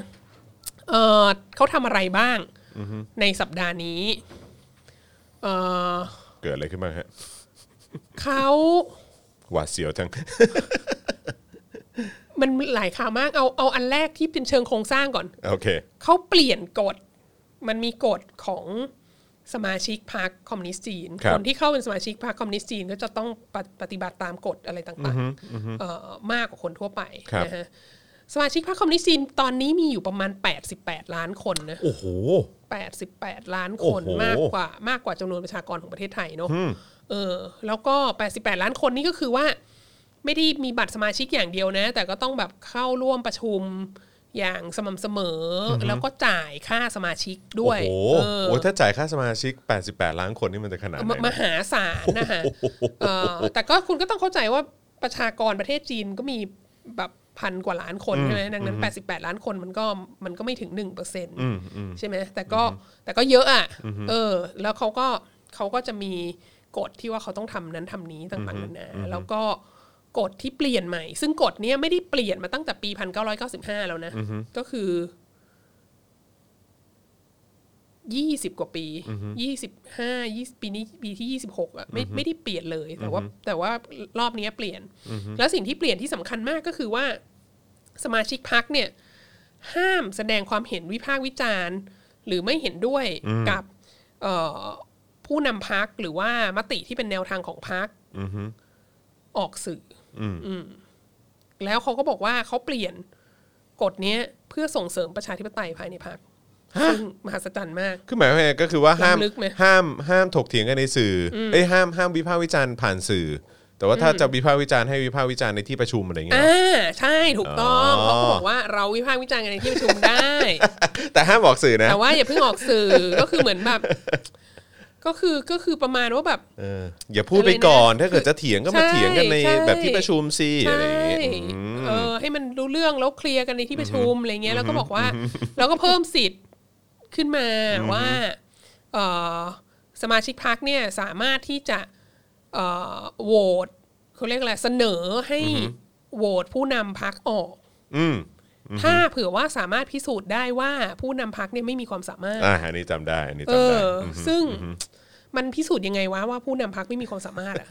[SPEAKER 2] เออเขาทำอะไรบ้างในสัปดาห์นี้เออ
[SPEAKER 1] เกิดอะไรขึ้นบ้างฮะ
[SPEAKER 2] เขา
[SPEAKER 1] หวาดเสียวจัง [laughs]
[SPEAKER 2] มันหลายข่าวมากเอาเอาอันแรกที่เป็นเชิงโครงสร้างก่อน
[SPEAKER 1] โอเค
[SPEAKER 2] เขาเปลี่ยนกฎ มันมีกฎของสมาชิกพรรคคอมมิวนิสต์จีน
[SPEAKER 1] ครับ
[SPEAKER 2] คนที่เข้าเป็นสมาชิกพรรคคอมมิวนิสต์จีนก็จะต้องปฏิปฏิบัติตามกฎอะไรต่างๆเอ่อมากกว่าคนทั่วไปนะฮะ สมาชิกพรรคคอมมิวนิสต์จีนตอนนี้มีอยู่ประมาณ 88 ล้านคนนะ
[SPEAKER 1] โอ้โห
[SPEAKER 2] 88 ล้านคน
[SPEAKER 1] โอ้โห
[SPEAKER 2] มากกว่ามากกว่าจำนวนประชากรของประเทศไทยเนอะเออ แล้วก็ 88 ล้านคนนี่ก็คือว่า ไม่ได้มีบัตรสมาชิกอย่างเดียวนะ แต่ก็ต้องแบบเข้าร่วมประชุมอย่างสม่ำเสมอ แล้วก็จ่ายค่าสมาชิก
[SPEAKER 1] โอ้
[SPEAKER 2] ด้วย
[SPEAKER 1] โห
[SPEAKER 2] เออ
[SPEAKER 1] โอ้ยถ้าจ่ายค่าสมาชิก 88 ล้านคนนี่มันจะขนาดไหน
[SPEAKER 2] มม
[SPEAKER 1] นะ
[SPEAKER 2] หาศาลนะคะเออแต่ก็คุณก็ต้องเข้าใจว่าประชากรประเทศจีนก็มีแบบพันกว่าล้านคนใช่ไหมดังนั้น 88 ล้านคนมันก็มันก็ไม่ถึง1%เปอร์เซ็นต์ ใช่ไหมแต่ก็แต่ก็เยอะอ่ะเออ แล้วเขาก็เขาก็จะมีกฎที่ว่าเขาต้องทำนั้นทำนี้ต่างๆนานาแล้วก็กฎที่เปลี่ยนใหม่ ซึ่งกฎเนี้ยไม่ได้เปลี่ยนมาตั้งแต่ปี 1995 แล้วนะ ก็คือ ยี่สิบกว่าปียี่สิบห้ายี่ปีนี้ปีที่ยี่สิบหกอ่ะไม่ไม่ได้เปลี่ยนเลย แต่ว่าแต่ว่ารอบเนี้ยเปลี่ยน แล้วสิ่งที่เปลี่ยนที่สำคัญมากก็คือว่า สมาชิกพักเนี่ย ห้ามแสดงความเห็นวิพากษ์วิจารณ์ หรือไม่เห็นด้วยกับเอ่อผู้นำพักหรือว่ามติที่เป็นแนวทางของพักออกสื่อออืมแล้วเขาก็บอกว่าเขาเปลี่ยนกฎเนี้ยเพื่อส่งเสริมประชาธิปไตยภายในพักซึ่งมหัศจรรย์มาก
[SPEAKER 1] คือหมายความว่าก็คือว่าห้าม
[SPEAKER 2] ล้ำลึกไหม
[SPEAKER 1] ห้ามห้ามถกเถียงกันในสื่ออเอ้ยห้ามห้ามวิพากษ์วิจารณ์ผ่านสื่อ แต่ว่าถ้าจะวิพากษ์วิจารณ์ให้วิพากษ์วิจารณ์ในที่ประชุมอะไรอย่างเงี้ย
[SPEAKER 2] อ่าใช่ถูกต้อง
[SPEAKER 1] อ๋อ
[SPEAKER 2] เขาก็บอกว่าเราวิพากษ์วิจารณ์กันในที่ประชุมได้
[SPEAKER 1] แต่ห้ามบอกสื่อนะ
[SPEAKER 2] [laughs] แต่ว่าอย่าเพิ่งออกสื่อก็คือเหมือนแบบ ก็คือก็คือประมาณว่าแบบ
[SPEAKER 1] เอออย่าพูดไปก่อนถ้าเกิดจะเถียงก็มา
[SPEAKER 2] ใช่
[SPEAKER 1] เถียงกันใน
[SPEAKER 2] ใช่
[SPEAKER 1] แบบที่ประชุมสิอะไร
[SPEAKER 2] ใช่
[SPEAKER 1] อย่างเงี้ยอืม
[SPEAKER 2] เออให้มันรู้เรื่องแล้วเคลียร์กันในที่ประชุมอะไรเงี้ยแล้วก็บอกว่าแล้วก็เพิ่มสิทธิ์ขึ้นมาว่าเออสมาชิกพักเนี่ยสามารถที่จะเอ่อโหวตเขาเรียกอะไรเสนอให้โหวตผู้นำพักออก
[SPEAKER 1] อืม
[SPEAKER 2] ถ้าเผื่อว่าสามารถพิสูจน์ได้ว่าผู้นำพักเนี่ยไม่มีความสามารถ
[SPEAKER 1] อ่าอันนี้จำได้อันนี้
[SPEAKER 2] เอ
[SPEAKER 1] จำได้
[SPEAKER 2] อ
[SPEAKER 1] ม
[SPEAKER 2] ซึ่งมันพิสูจน์ยังไงวะว่าผู้นำพักไม่มีความสามาร [laughs] ถอะ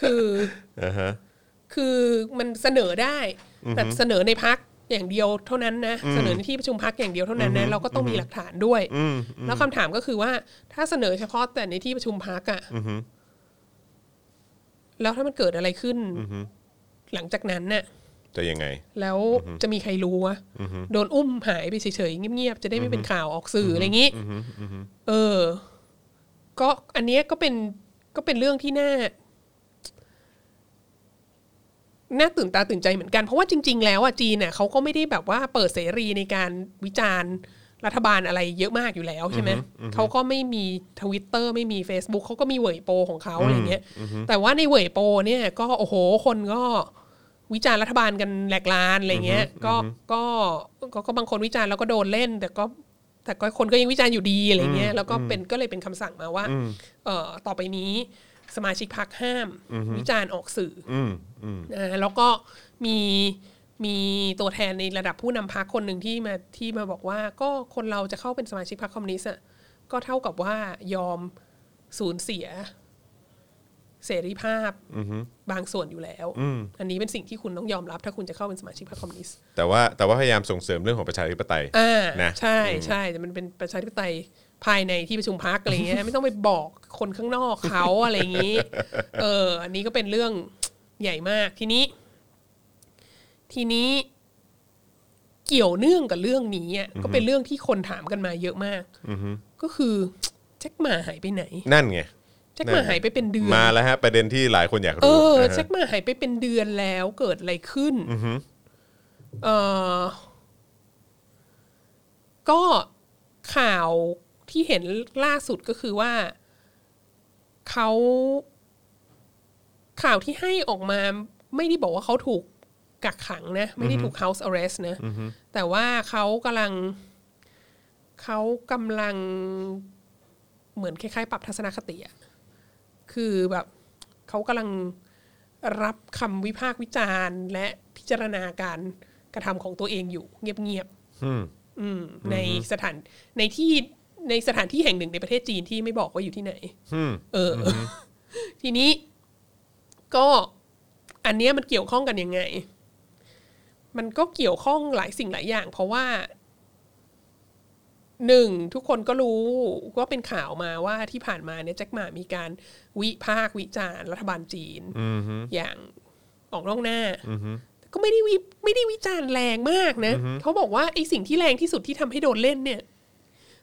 [SPEAKER 2] คือ
[SPEAKER 1] อ่าฮะ
[SPEAKER 2] คือมันเสนอได้แต่เสนอในพักอย่างเดียวเท่านั้นนะเสนอในที่ประชุมพักอย่างเดียวเท่านั้นนะเราก็ต้องมีหลักฐานด้วยแล้วคำถามก็คือว่า ถ้าเสนอเฉพาะแต่ในที่ประชุมพักอะแล้วถ้ามันเกิดอะไรขึ้นหลังจากนั้นน่ะ
[SPEAKER 1] จะยังไง
[SPEAKER 2] แล้วจะมีใครรู้วะโดนอุ้มหายไปเฉยๆเงียบๆจะได้ไม่เป็นข่าวออกสื่ออะไรอย่างนี้เออ ก็อันเนี้ยก็เป็นก็เป็นเรื่องที่น่าน่าตื่นตาตื่นใจเหมือนกัน เพราะว่าจริง ๆ แล้วอ่ะจีนเนี่ยเขาก็ไม่ได้แบบว่าเปิดเสรีในการวิจารณ์รัฐบาลอะไรเยอะมากอยู่แล้วใช่ไหมเขาก็ไม่มีทวิตเตอร์ไม่มี Facebook เขาก็มีเหวยโปของเขาอะไรเงี้ยแต่ว่าในเหวยโปเนี่ย ก็โอ้โหคนก็ วิจารณ์รัฐบาลกันแหลกลานอะไรเงี้ย ก็ก็ก็ก็บางคนวิจารณ์แล้วก็โดนเล่น แต่ก็แต่ก็คนก็ยังวิจารณ์อยู่ดีอะไรเงี้ยแล้วก็เป็นก็เลยเป็นคำสั่งมาว่าเอ่อต่อไปนี้สมาชิกพักห้าม วิจารณ์ออกสื่อ
[SPEAKER 1] อืมอืม
[SPEAKER 2] นะแล้วก็มีมีตัวแทนในระดับผู้นำพักคนหนึ่งที่มาที่มาบอกว่า ก็คนเราจะเข้าเป็นสมาชิกพรรคคอมมิวนิสต์อะก็เท่ากับว่ายอมสูญเสีย เสรีภาพบางส่วนอยู่แล้ว อันนี้เป็นสิ่งที่คุณต้องยอมรับ ถ้าคุณจะเข้าเป็นสมาชิกพรรคคอมมิวนิสต์
[SPEAKER 1] แต่ว่าแต่ว่าพยายามส่งเสริมเรื่องของประชาธิปไตย
[SPEAKER 2] อ่า
[SPEAKER 1] นะ
[SPEAKER 2] ใช่ใช่แต่มันเป็นประชาธิปไตยภายในที่ประชุมพักอะไรเงี้ย [laughs] ไม่ต้องไปบอกคนข้างนอกเขา อะไรอย่าง [laughs] นี้ เออ อันนี้ก็เป็นเรื่องใหญ่มากทีนี้ ทีนี้เกี่ยวเนื่องกับเรื่องนี้อะก็เป็นเรื่องที่คนถามกันมาเยอะมากก็คือแจ็คหมาหายไปไหน
[SPEAKER 1] นั่นไง
[SPEAKER 2] แจ็ค
[SPEAKER 1] นั่
[SPEAKER 2] หมาน หายไปเป็นเดือน
[SPEAKER 1] มาแล้วฮะประเด็นที่หลายคนอยาก
[SPEAKER 2] เอ
[SPEAKER 1] รู้
[SPEAKER 2] อ
[SPEAKER 1] นะฮะ
[SPEAKER 2] แจ็คมาหายไปเป็นเดือนแล้วเกิดอะไรขึ้นเออก็ข่าวที่เห็นล่าสุดก็คือว่าเขาข่าวที่ให้ออกมาไม่ได้บอกว่าเขาถูกกักขังนะ ไม่ได้ถูก house arrest นะ แต่ว่าเขากำลัง เขากำลังเหมือนคล้ายๆ ปรับทัศนคติอะคือแบบ เขากำลังรับคำวิพากษ์วิจารณ์ และพิจารณาการกระทำของตัวเองอยู่เงียบ
[SPEAKER 1] ม
[SPEAKER 2] ๆอืมในสถานในที่ในสถานที่แห่งหนึ่งในประเทศจีนที่ไม่บอกว่าอยู่ที่ไหน
[SPEAKER 1] อืม
[SPEAKER 2] เอออ [laughs] ทีนี้ก็อันเนี้ยมันเกี่ยวข้องกันยังไง มันก็เกี่ยวข้องหลายสิ่งหลายอย่าง เพราะว่าหนึ่งทุกคนก็รู้ว่าเป็นข่าวมาว่าที่ผ่านมาเนี่ยแจ็คหมามีการวิพากษ์วิจารณ์รัฐบาลจีน
[SPEAKER 1] อืม
[SPEAKER 2] อย่างออกนอกหน้าแต่ก็ไม่ได้วิไม่ได้วิจารณ์แรงมากนะ เขาบอกว่าไอ้สิ่งที่แรงที่สุดที่ทำให้โดนเล่นเนี่ย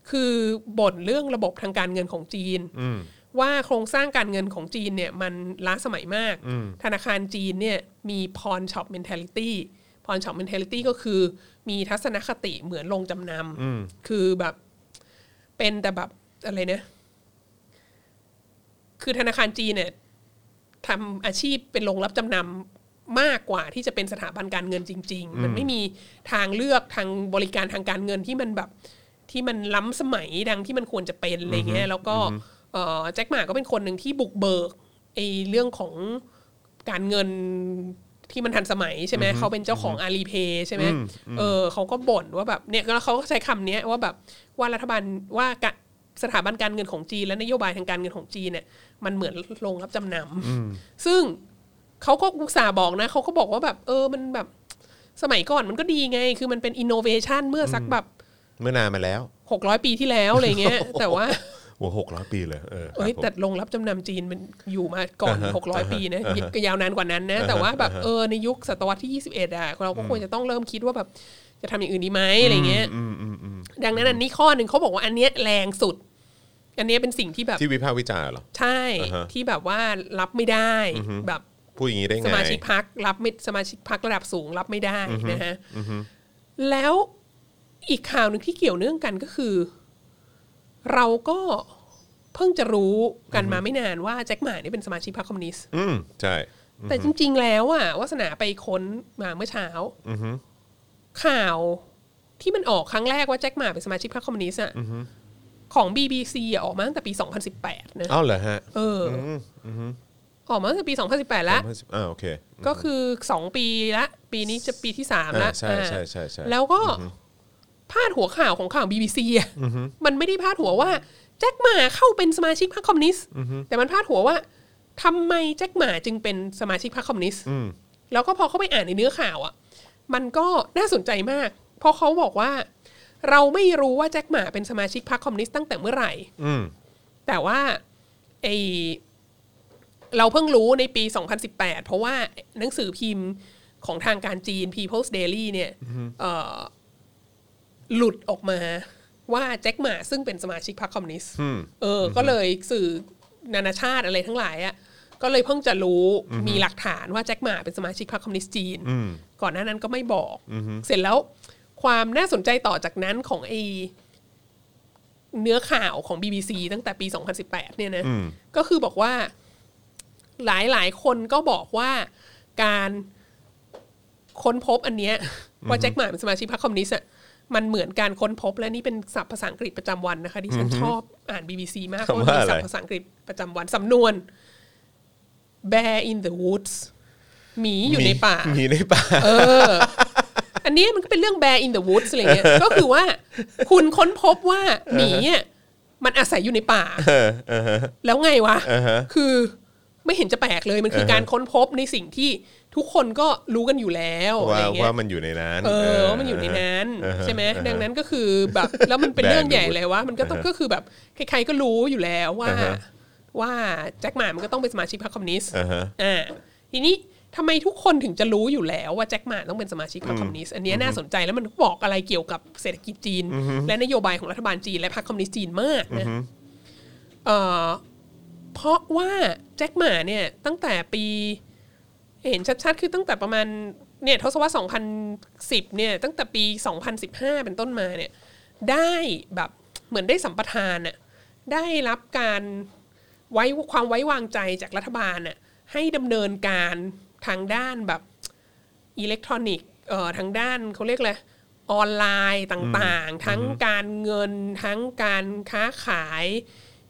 [SPEAKER 2] คือบ่นเรื่องระบบทางการเงินของจีน
[SPEAKER 1] อืม
[SPEAKER 2] ว่าโครงสร้างการเงินของจีนเนี่ย มันล้าสมัยมาก ธนาคารจีนเนี่ยมีพรช็อปเมนเทลิตี้พรช็อปเมนเทลิตี้ก็คือ มีทัศนคติเหมือนลงจำนำคือแบบเป็นแต่แบบอะไรนะ คือธนาคารจีนเนี่ยทำอาชีพเป็นโรงรับจำนำมากกว่าที่จะเป็นสถาบันการเงินจริง ๆ มันไม่มีทางเลือกทางบริการทางการเงินที่มันแบบที่มันล้ำสมัยดังที่มันควรจะเป็นอะไรเงี้ยแล้วก็เอ่อแจ็คหมาก็เป็นคนหนึ่งที่บุกเบิกไอ้เรื่องของการเงิน ที่มันทันสมัยใช่ไหมเขาเป็นเจ้าของอาลีเพย์ใช่ไหมเออเขาก็บ่นว่าแบบเนี่ยแล้วเขาก็ใช้คำเนี้ยว่าแบบว่ารัฐบาลว่ากะสถาบันการเงินของจีน และนโยบายทางการเงินของจีนเนี่ยมันเหมือนโรงรับจำนำซึ่งเขาก็อุตส่าห์บอกนะเขาก็บอกว่าแบบ เออมันแบบสมัยก่อนมันก็ดีไง คือมันเป็นอินโนเวชันเมื่อสักแบบ
[SPEAKER 1] เมื่อนานมาแล้ว
[SPEAKER 2] หกร้อยปีที่แล้วอะไรเงี้ย แต่ว่า
[SPEAKER 1] โอ้หกร้อยปีเลยเออครับ
[SPEAKER 2] เอ้ย
[SPEAKER 1] ผม
[SPEAKER 2] แต่โรงรับจำนำจีนมันอยู่มาก่อน
[SPEAKER 1] อ่าฮะ
[SPEAKER 2] 600 ปีนะ
[SPEAKER 1] อ่าฮะ
[SPEAKER 2] ก็ยาวนานกว่านั้นนะ แต่ว่าแบบ
[SPEAKER 1] อ่าฮะ
[SPEAKER 2] เออในยุคศตวรรษที่ 21อ่ะเราก็ควรจะต้องเริ่มคิดว่าแบบจะทำอย่างอื่นดีไหมอะไรเงี้ย
[SPEAKER 1] อืมอืมอืม
[SPEAKER 2] ดังนั้นอันนี้ข้อหนึ่งเขาบอกว่าอันเนี้ยแรงสุด อันเนี้ยเป็นสิ่งที่แบบ
[SPEAKER 1] ที่วิพากษ์วิจารณ์เหรอ
[SPEAKER 2] ใช่
[SPEAKER 1] อ่าฮะ
[SPEAKER 2] ที่แบบว่ารับไม่ได้แบบ
[SPEAKER 1] พูดอย่างนี้ได้ไง
[SPEAKER 2] สมาชิกพักรับไม่สมาชิกพักระดับสูงรับไม่ได้นะฮะแล้วอีกข่าวหนึ่งที่เกี่ยวเนื่องกันก็คือ เราก็เพิ่งจะรู้กันมาไม่นานว่าแจ็คหมาเนี่ยเป็นสมาชิกพรรคคอมมิวนิสต์
[SPEAKER 1] อืมใช่
[SPEAKER 2] แต่จริง ๆ แล้วอะวาสนาไปค้นมาเมื่อเช้า
[SPEAKER 1] อือฮึ
[SPEAKER 2] ข่าวที่มันออกครั้งแรกว่าแจ็คหมาเป็นสมาชิกพรรคคอมมิวนิสต์อะของ BBC อะออกมาตั้งแต่ปี 2018 นะ
[SPEAKER 1] เอ้าเหรอฮะ
[SPEAKER 2] เอออ
[SPEAKER 1] อืมอือฮึ
[SPEAKER 2] ออกมาตั้งแต่ปี 2018 แล้ว
[SPEAKER 1] 2010อ่าโอเค
[SPEAKER 2] ก็คือสองปีละปีนี้จะปีที่สาม
[SPEAKER 1] อ่า
[SPEAKER 2] ละ
[SPEAKER 1] ใช่ใช่ใช่ใช่
[SPEAKER 2] อ่าแล้วก็พาดหัวข่าวของข่าว BBC อ่ะมันไม่ได้พาดหัวว่า แจ็คหมาเข้าเป็นสมาชิกพรรคคอมมิวนิสต์แต่มันพาดหัวว่าทำไมแจ็คหมาจึงเป็นสมาชิกพรรคคอมมิวนิสต์
[SPEAKER 1] อืม
[SPEAKER 2] แล้วก็พอเข้าไปอ่านในเนื้อข่าวอ่ะ มันก็น่าสนใจมาก เพราะเขาบอกว่า เราไม่รู้ว่าแจ็คหมาเป็นสมาชิกพรรคคอมมิวนิสต์ตั้งแต่เมื่อไหร่
[SPEAKER 1] อืม
[SPEAKER 2] แต่ว่าไอเราเพิ่งรู้ในปี 2018 เพราะว่าหนังสือพิมพ์ของทางการจีน People's Daily เนี่ยเอ่อหลุดออกมาว่าแจ็คหมาซึ่งเป็นสมาชิกพรรคคอมมิวนิสต์
[SPEAKER 1] อืม
[SPEAKER 2] เอออก็เลยสื่อนานาชาติอะไรทั้งหลายอะ่ะก็เลยเพิ่งจะรู้มีหลักฐานว่าแจ็คหมาเป็นสมาชิกพรรคคอมมิวนิสต์จีน
[SPEAKER 1] อืม
[SPEAKER 2] ก่อนหน้านั้นก็ไม่บอก เสร็จแล้วความน่าสนใจต่อจากนั้นของไอเนื้อข่าวของ BBC ตั้งแต่ปี 2018 เนี่ยนะ
[SPEAKER 1] อืม
[SPEAKER 2] ก็คือบอกว่าหลายหลายๆคนก็บอกว่าการค้นพบอัน
[SPEAKER 1] [laughs]
[SPEAKER 2] เนี้ยว่าแจ็คหมาเป็นสมาชิกพรรคคอมมิวนิสต์อะมันเหมือนการค้นพบและนี่เป็นศัพท์ภาษาอังกฤษประจำวันนะคะที่ฉันชอบอ่าน BBC มากเพ
[SPEAKER 1] คำ
[SPEAKER 2] ราะ
[SPEAKER 1] ว่า
[SPEAKER 2] มันมี
[SPEAKER 1] อะไร
[SPEAKER 2] ศัพท์ภาษาอังกฤษประจำวันสำนวน bear in the woods หมีอยู่ในป่า
[SPEAKER 1] หมีในป่า
[SPEAKER 2] เออ อันนี้มันก็เป็นเรื่อง bear in the woods อะไรเงี้ย ก็คือว่าคุณค้นพบว่าหมีอ่ะมันอาศัยอยู่ในป่า
[SPEAKER 1] เออเออฮะ
[SPEAKER 2] แล้วไงวะ
[SPEAKER 1] อ่าฮะ
[SPEAKER 2] คือไม่เห็นจะแปลกเลย มันคือ
[SPEAKER 1] อ่าฮะ
[SPEAKER 2] การค้นพบในสิ่งที่ทุกคนก็รู้กันอยู่แล้วอะ
[SPEAKER 1] ว่า
[SPEAKER 2] ไรเงี้
[SPEAKER 1] ว่าย มันอยู่ในนั้น
[SPEAKER 2] เออว่ามันอยู่ในนั้นใช่ไหม
[SPEAKER 1] อ่าฮะ
[SPEAKER 2] ดังนั้นก็คือ
[SPEAKER 1] [laughs]
[SPEAKER 2] แบบแล้วมันเป็น
[SPEAKER 1] Bad
[SPEAKER 2] เรื่องใหญ่
[SPEAKER 1] news
[SPEAKER 2] เลยว่ามันก็ต้องก็คือแบบใครๆก็รู้อยู่แล้วว่า
[SPEAKER 1] อ่าฮะ
[SPEAKER 2] ว่าแจ็คหมามันก็ต้องเป็นสมาชิกพรรคคอมมิวนิสต์
[SPEAKER 1] อ่าฮะ
[SPEAKER 2] อ่าทีนี้ทำไมทุกคนถึงจะรู้อยู่แล้วว่าแจ็คหมาต้องเป็นสมาชิกพรรคคอมมิวนิสต์อันเนี้ยน่าสนใจแล้วมันบอกอะไรเกี่ยวกับเศรษฐกิจจีน และนโยบายของรัฐบาลจีนและพรรคคอมมิวนิสต์จีนมากนะเอ่อเพราะว่าแจ็คหมาเนี่ยตั้งแต่ปี เห็นชัดๆ คือตั้งแต่ประมาณเนี่ยทศวรรษ 2010 เนี่ย ตั้งแต่ปี 2015 เป็นต้นมาเนี่ย ได้แบบเหมือนได้สัมปทานน่ะได้รับการไว้ความไว้วางใจจากรัฐบาลน่ะให้ดำเนินการทางด้านแบบอิเล็กทรอนิกส์เอ่อทางด้านเขาเรียกอะไรออนไลน์ต่างๆ ทั้งการเงินทั้งการค้าขาย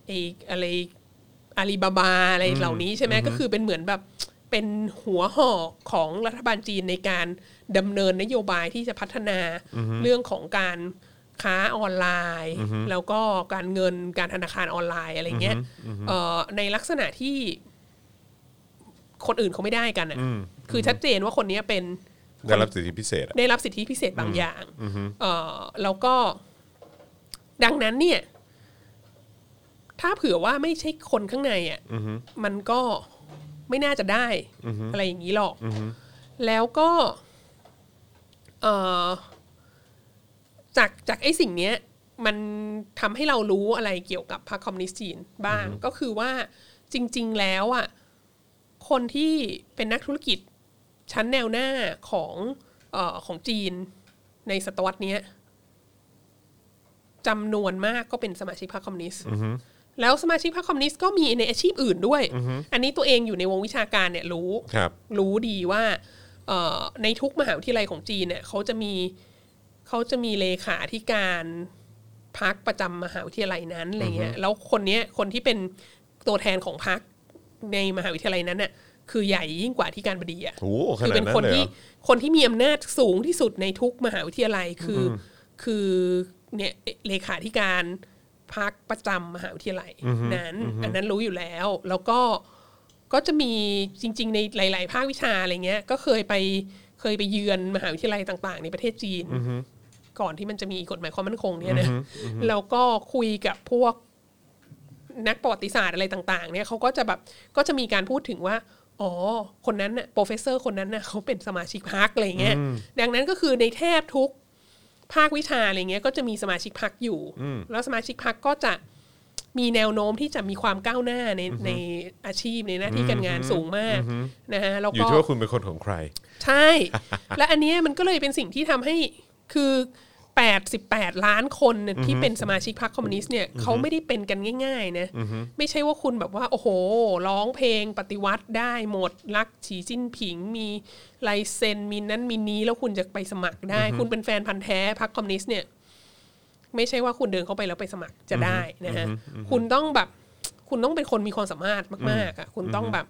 [SPEAKER 2] ไอ้อะไร อาลีบาบาอะไรเหล่านี้ใช่ไหมก็คือเป็นเหมือนแบบเป็นหัวหอกของรัฐบาลจีนในการดำเนินนโยบายที่จะพัฒนาเรื่องของการค้าออนไลน์ แล้วก็การเงินการธนาคารออนไลน์อะไรเงี้ยเอ่อในลักษณะที่คนอื่นเขาไม่ได้กันอ่ะคือชัดเจนว่าคนเนี้ยเป็น
[SPEAKER 1] ได้รับสิทธิพิเศษอะ
[SPEAKER 2] ได้รับสิทธิพิเศษบางอย่างเอ่อแล้วก็ดังนั้นเนี่ย ถ้าเผื่อว่าไม่ใช่คนข้างในอะ่ะมันก็ไม่น่าจะได้อะไรอย่างนี้หรอกแล้วก็เอ่อจากจากไอ้สิ่งเนี้ย มันทำให้เรารู้อะไรเกี่ยวกับพรรคคอมมิวนิสต์จีนบ้าง ก็คือว่าจริง ๆ แล้วอ่ะ คนที่เป็นนักธุรกิจชั้นแนวหน้าของเออของจีนในศตวรรษเนี้ยจำนวนมากก็เป็นสมาชิกพรรคคอมมิวนิสต์แล้วสมาชิกพรรคคอมมิวนิสต์ก็มีในอาชีพอื่นด้วย อันนี้ตัวเองอยู่ในวงวิชาการเนี่ยรู้
[SPEAKER 1] ครับ
[SPEAKER 2] รู้ดีว่าเอ่อในทุกมหาวิทยาลัยของจีนเนี่ยเขาจะมีเขาจะมีเลขาธิการพักประจำมหาวิทยาลัยนั้นอะไรเงี้ยแล้วคนเนี้ยคนที่เป็นตัวแทนของพักในมหาวิทยาลัยนั้นเนี่ย คือใหญ่ยิ่งกว่าที่การบดีอ่ะ
[SPEAKER 1] โอ้โหข
[SPEAKER 2] คือ
[SPEAKER 1] นาด
[SPEAKER 2] เป็น
[SPEAKER 1] นั้น
[SPEAKER 2] คน
[SPEAKER 1] เลยเหร
[SPEAKER 2] ที่
[SPEAKER 1] อ
[SPEAKER 2] คนที่มีอำนาจสูงที่สุดในทุกมหาวิทยาลัยคืออคือเนี่ยเลขาธิการพักประจำมหาวิทยาลัยนั้น อันนั้นรู้อยู่แล้ว แล้วก็ก็จะมีจริง ๆ ในหลาย ๆ ภาควิชาอะไรเงี้ย ก็เคยไปเคยไปเยือนมหาวิทยาลัยต่าง ๆ ในประเทศจีน ก่อนที่มันจะมีกฎหมายความมั่นคงเนี่ยนะแล้วก็คุยกับพวก นักประวัติศาสตร์อะไรต่าง ๆ เนี่ยเขาก็จะแบบก็จะมีการพูดถึงว่า อ๋อ คนนั้นน่ะโปรเฟสเซอร์คนนั้นน่ะเขาเป็นสมาชิกพักอะไรเงี้ยดังนั้นก็คือในแทบทุกภาควิชาอะไรเงี้ยก็จะมีสมาชิกพักอยู่ แล้วสมาชิกพักก็จะมีแนวโน้มที่จะมีความก้าวหน้าในในอาชีพในหน้าที่การงานสูงมากนะฮะแล้ว
[SPEAKER 1] อยู่
[SPEAKER 2] ก็
[SPEAKER 1] ที่ว่าคุณเป็นคนของใคร
[SPEAKER 2] ใช่ และอันเนี้ยมันก็เลยเป็นสิ่งที่ทำให้คือ 88 ล้านคนเนี่ยที่เป็นสมาชิกพรรคคอมมิวนิสต์เนี่ยเขาไม่ได้เป็นกันง่ายๆนะไม่ใช่ว่าคุณแบบว่า โอ้โห ร้องเพลงปฏิวัติได้หมด รักฉีจิ้นผิง มีลายเซ็นมีนั้นมีนี้แล้วคุณจะไปสมัครได้ คุณเป็นแฟนพันธ์แท้พรรคคอมมิวนิสต์เนี่ย ไม่ใช่ว่าคุณเดินเข้าไปแล้วไปสมัครจะได้นะฮะคุณต้องแบบ คุณต้องเป็นคนมีความสามารถมากๆอ่ะคุณต้องแบบ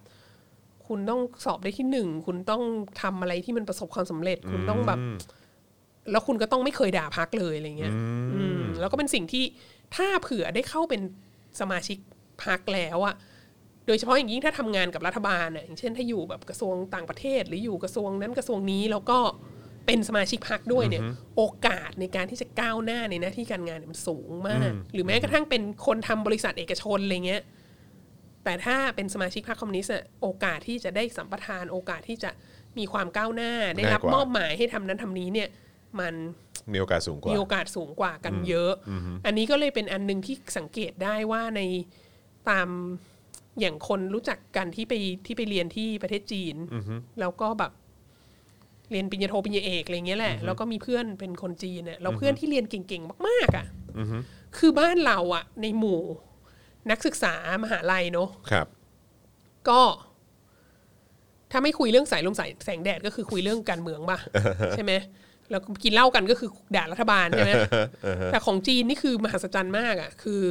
[SPEAKER 2] คุณต้องสอบได้ที่หนึ่ง คุณต้องทำอะไรที่มันประสบความสำเร็จ คุณต้องแบบ แล้วคุณก็ต้องไม่เคยด่าพักเลยอะไรเงี้ยอืมแล้วก็เป็นสิ่งที่ถ้าเผื่อได้เข้าเป็นสมาชิกพักแล้วอะโดยเฉพาะอย่างยิ่งถ้าทำงานกับรัฐบาลน่ะอย่างเช่นถ้าอยู่แบบกระทรวงต่างประเทศ หรืออยู่กระทรวงนั้นกระทรวงนี้แล้วก็เป็นสมาชิกพักด้วยเนี่ย โอกาสในการที่จะก้าวหน้าในหน้าที่การงานเนี่ยมันสูงมาก หรือแม้กระทั่งเป็นคนทำบริษัทเอกชนอะไรเงี้ย แต่ถ้าเป็นสมาชิกพรรคคอมมิวนิสต์อะโอกาสที่จะได้สัมปทานโอกาสที่จะมีความก้าวหน้า ได้รับ
[SPEAKER 1] ง่ายกว่า
[SPEAKER 2] มอบหมายให้ทำนั้นทำนี้เนี่ย มัน
[SPEAKER 1] มีโอกาสสูงกว่า
[SPEAKER 2] มีโอกาสสูงกว่ากันเยอะ อันนี้ก็เลยเป็นอันหนึ่งที่สังเกตได้ว่าในตามอย่างคนรู้จักกันที่ไปที่ไปเรียนที่ประเทศจีน แล้วก็แบบเรียนปริญญาโทปริญญาเอกอะไรเงี้ยแหละ แล้วก็มีเพื่อนเป็นคนจีนเนี่ยแล้วเพื่อนที่เรียนเก่งๆมาก ๆอ่ะคือบ้านเราอ่ะ ในหมู่นักศึกษามหาลัยเนาะ
[SPEAKER 1] ครับ
[SPEAKER 2] ก็ถ้าไม่คุยเรื่องสายลมสายแสงแดดก็คือคุยเรื่องการเมือง [laughs] ป่ะ ใช่ไหมแล้วกินเหล้ากันก็คือด่ารัฐบาลใช่ไหมแต่ของจีนนี่คือมหัศจรรย์มากอ่ะ คือ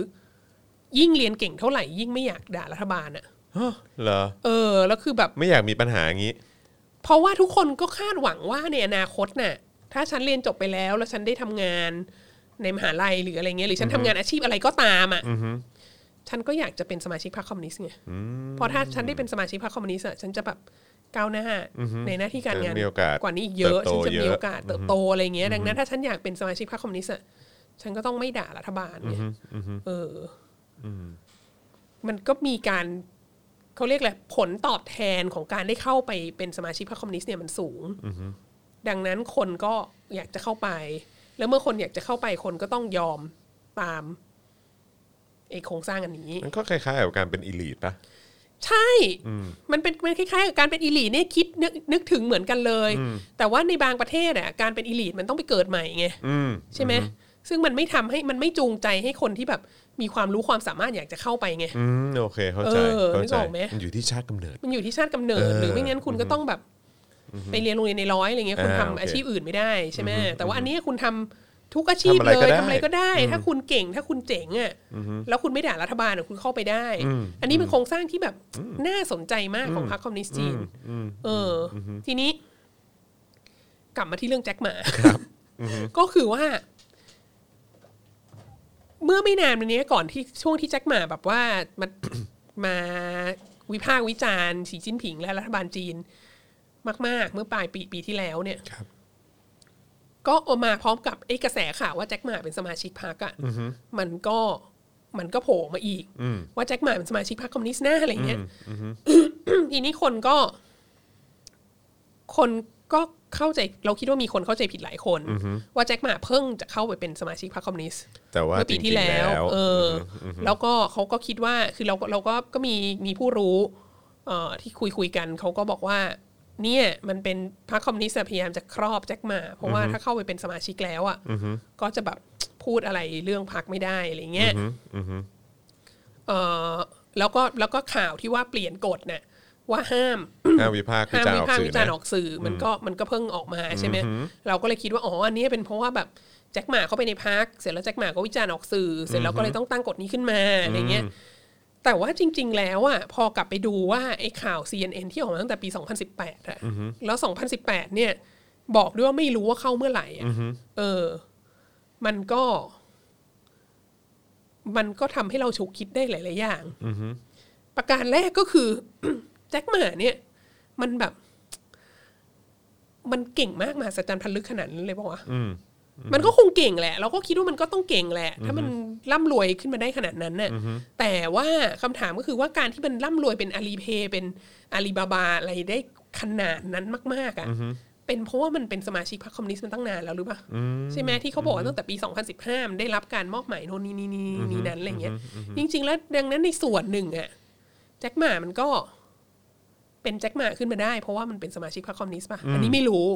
[SPEAKER 2] ยิ่งเรียนเก่งเท่าไหร่ยิ่งไม่อยากด่ารัฐบาลอ่ะ
[SPEAKER 1] เหรอ
[SPEAKER 2] เออ แล้วคือแบบ
[SPEAKER 1] ไม่อยากมีปัญหาอย่างนี้
[SPEAKER 2] เพราะว่าทุกคนก็คาดหวังว่าในอนาคตน่ะ ถ้าฉันเรียนจบไปแล้ว แล้วฉันได้ทำงานในมหาลัยหรืออะไรเงี้ยหรือฉันทำงานอาชีพอะไรก็ตามอ่ะฉันก็อยากจะเป็นสมาชิกพรรคคอมมิวนิสต์ไงเพราะถ้าฉันได้เป็นสมาชิกพรรคคอมมิวนิสต์อะฉันจะแบบก้าวหน้าในหน้าที่การงาน
[SPEAKER 1] ฉันมีโอกาส
[SPEAKER 2] ว่านี้อีกเยอะ
[SPEAKER 1] เติ
[SPEAKER 2] ฉัน
[SPEAKER 1] บโต
[SPEAKER 2] จะมี
[SPEAKER 1] เยอะ
[SPEAKER 2] โอกาสเติบโตอะไรเงี้ยดังนั้นถ้าฉันอยากเป็นสมาชิกพรรคคอมมิวนิสต์อะฉันก็ต้องไม่ด่ารัฐบาลไงเอออมันก็มีการ เขาเรียกแหละไรผลตอบแทนของการได้เข้าไปเป็นสมาชิกพรรคคอมมิวนิสต์เนี่ยมันสูง ดังนั้นคนก็อยากจะเข้าไป แล้วเมื่อคนอยากจะเข้าไปคนก็ต้องยอมตามไอโครงสร้างอันนี้
[SPEAKER 1] มันก็คล้ายๆกับการเป็นอีลีทปะ
[SPEAKER 2] ใช่ มันเป็นมันคล้ายๆกับการเป็นอีลีทเนี่ยคิดนึกนึกถึงเหมือนกันเลย แต่ว่าในบางประเทศอ่ะการเป็นอีลีทมันต้องไปเกิดใหม่ไง
[SPEAKER 1] อืม
[SPEAKER 2] ใช่ไหมซึ่งมันไม่ทำให้มันไม่จูงใจให้คนที่แบบมีความรู้ความสามารถอยากจะเข้าไปไง
[SPEAKER 1] อืม โอเค เข้าใจ
[SPEAKER 2] เออ
[SPEAKER 1] เข้าใจ
[SPEAKER 2] นึกออกไหม
[SPEAKER 1] มันอยู่ที่ชาติกำเนิด
[SPEAKER 2] มันอยู่ที่ชาติกำเนิด
[SPEAKER 1] เออ
[SPEAKER 2] หรือไม่งั้นคุณก็ต้องแบบ ไปเรียนโรงเรียนในร้อยอะไรเงี้ยคุณ
[SPEAKER 1] อ่า
[SPEAKER 2] ทำ
[SPEAKER 1] โอเค
[SPEAKER 2] อาชีพอื่นไม่ได้ใช่ไหมแต่ว่าอันเนี้ยคุณทำทุกอาชีพ
[SPEAKER 1] ทำอะไร
[SPEAKER 2] เล
[SPEAKER 1] ก็
[SPEAKER 2] ย
[SPEAKER 1] ได้
[SPEAKER 2] ทำอะไรก็ได้ ถ้าคุณเก่งถ้าคุณเจ๋งอ่ะแล้วคุณไม่ด่ารัฐบาลอะคุณเข้าไปได้ อันนี้เป็นโครงสร้างที่แบบน่าสนใจมากของพรรคคอมมิวนิสต์จีนเอออทีนี้ กลับมาที่เรื่องแจ็คหมา [laughs] ก็คือว่า เมื่อไม่นานมานี้ก่อนที่ช่วงที่แจ็คหมาแบบว่ามา [coughs] มาวิพากษ์วิจารณ์สีจิ้นผิงและรัฐบาลจีน มาก ๆ เมื่อปลายปีปีที่แล้วเนี่ย
[SPEAKER 1] ครับ
[SPEAKER 2] ก็ออกมาพร้อมกับไอ้กระแสข่าวว่าแจ็คหมาเป็นสมาชิกพรรคอ่ะมันก็มันก็โผล่มาอีก ว่าแจ็คหมาเป็นสมาชิกพรรคคอมมิวนิสต์นะอะไรเงี้ยทีนี้คนก็ คนก็เข้าใจเราคิดว่ามีคนเข้าใจผิดหลายคน ว่าแจ็คหมาเพิ่งจะเข้าไปเป็นสมาชิกพรรคคอมมิวนิสต์
[SPEAKER 1] แต่ว่า
[SPEAKER 2] เมื่อปี
[SPEAKER 1] จริ
[SPEAKER 2] ที่
[SPEAKER 1] งๆ
[SPEAKER 2] แล้ว เอออแล้วก็เขาก็คิดว่า คือเราก็เราก็ก็มีมีผู้รู้ เอ่อที่คุยคุยกัน เขาก็บอกว่า เนี่ยมันเป็นพรรคคอมมิวนิสต์อะพยายามจะครอบแจ็คหมา เพราะว่าถ้าเข้าไปเป็นสมาชิกแล้วอ่ะก็จะแบบพูดอะไรเรื่องพรรคไม่ได้อะไรเงี้ย เออแล้วก็แล้วก็ข่าวที่ว่าเปลี่ยนกฎเนี่ยว่าห้าม
[SPEAKER 1] ห้ามวิพากษ์วิ
[SPEAKER 2] ห้า
[SPEAKER 1] จาร
[SPEAKER 2] ม
[SPEAKER 1] ณ์ออก
[SPEAKER 2] วิพากษ์
[SPEAKER 1] สื่
[SPEAKER 2] วิ
[SPEAKER 1] อ
[SPEAKER 2] จารณ์อ
[SPEAKER 1] นะ
[SPEAKER 2] อกสื่อมันก็มันก็เพิ่งออกมาใช่ไหมเราก็เลยคิดว่าอ๋ออันนี้เป็นเพราะว่าแบบแจ็คหมาเข้าไปในพักเสร็จแล้วแจ็คหมาก็วิจารณ์ออกสื่อ เสร็จแล้วก็เลยต้องตั้งกฎนี้ขึ้นมาอะไรเงี้ย แต่ว่าจริง ๆ แล้วอ่ะพอกลับไปดูว่าไอ้ข่าว CNN ที่ออกมาตั้งแต่ปี 2018อะแล้ว 2018 เนี่ย บอกด้วยว่าไม่รู้ว่าเข้าเมื่อไหร่อะเออ มันก็ มันก็ทำให้เราฉุกคิดได้หลาย ๆ อย่าง ประการแรกก็คือ [coughs] แจ็คหมาเนี่ย มันแบบ มันเก่งมากมหาสัจจันพันลึกขนาดนั้นเลยปะวะ
[SPEAKER 1] อืม
[SPEAKER 2] มันก็คงเก่งแหละ เราก็คิดว่ามันก็ต้องเก่งแหละ ถ้ามันร่ำรวยขึ้นมาได้ขนาดนั้นน่ะแต่ว่าคำถามก็คือว่าการที่มันร่ำรวยเป็นอาลีเพย์เป็นอาลีบาบาอะไรได้ขนาดนั้นมาก ๆ อ่ะ เป็นเพราะว่ามันเป็นสมาชิกพรรคคอมมิวนิสต์มันตั้งนานแล้วหรือเปล่าใช่ไหมที่เขาบอกว่าตั้งแต่ปี 2015มันได้รับการมอบหมายโน่นนี่นี่นี่นี่นั้นอะไรเงี้ยจริง ๆ แล้วดังนั้นในส่วนหนึ่งอ่ะแจ็คหมามันก็ เป็นแจ็คหมาขึ้นมาได้ เพราะว่ามันเป็นสมาชิกพรรคคอมมิวนิสต์ป่ะอันนี้ไม่รู้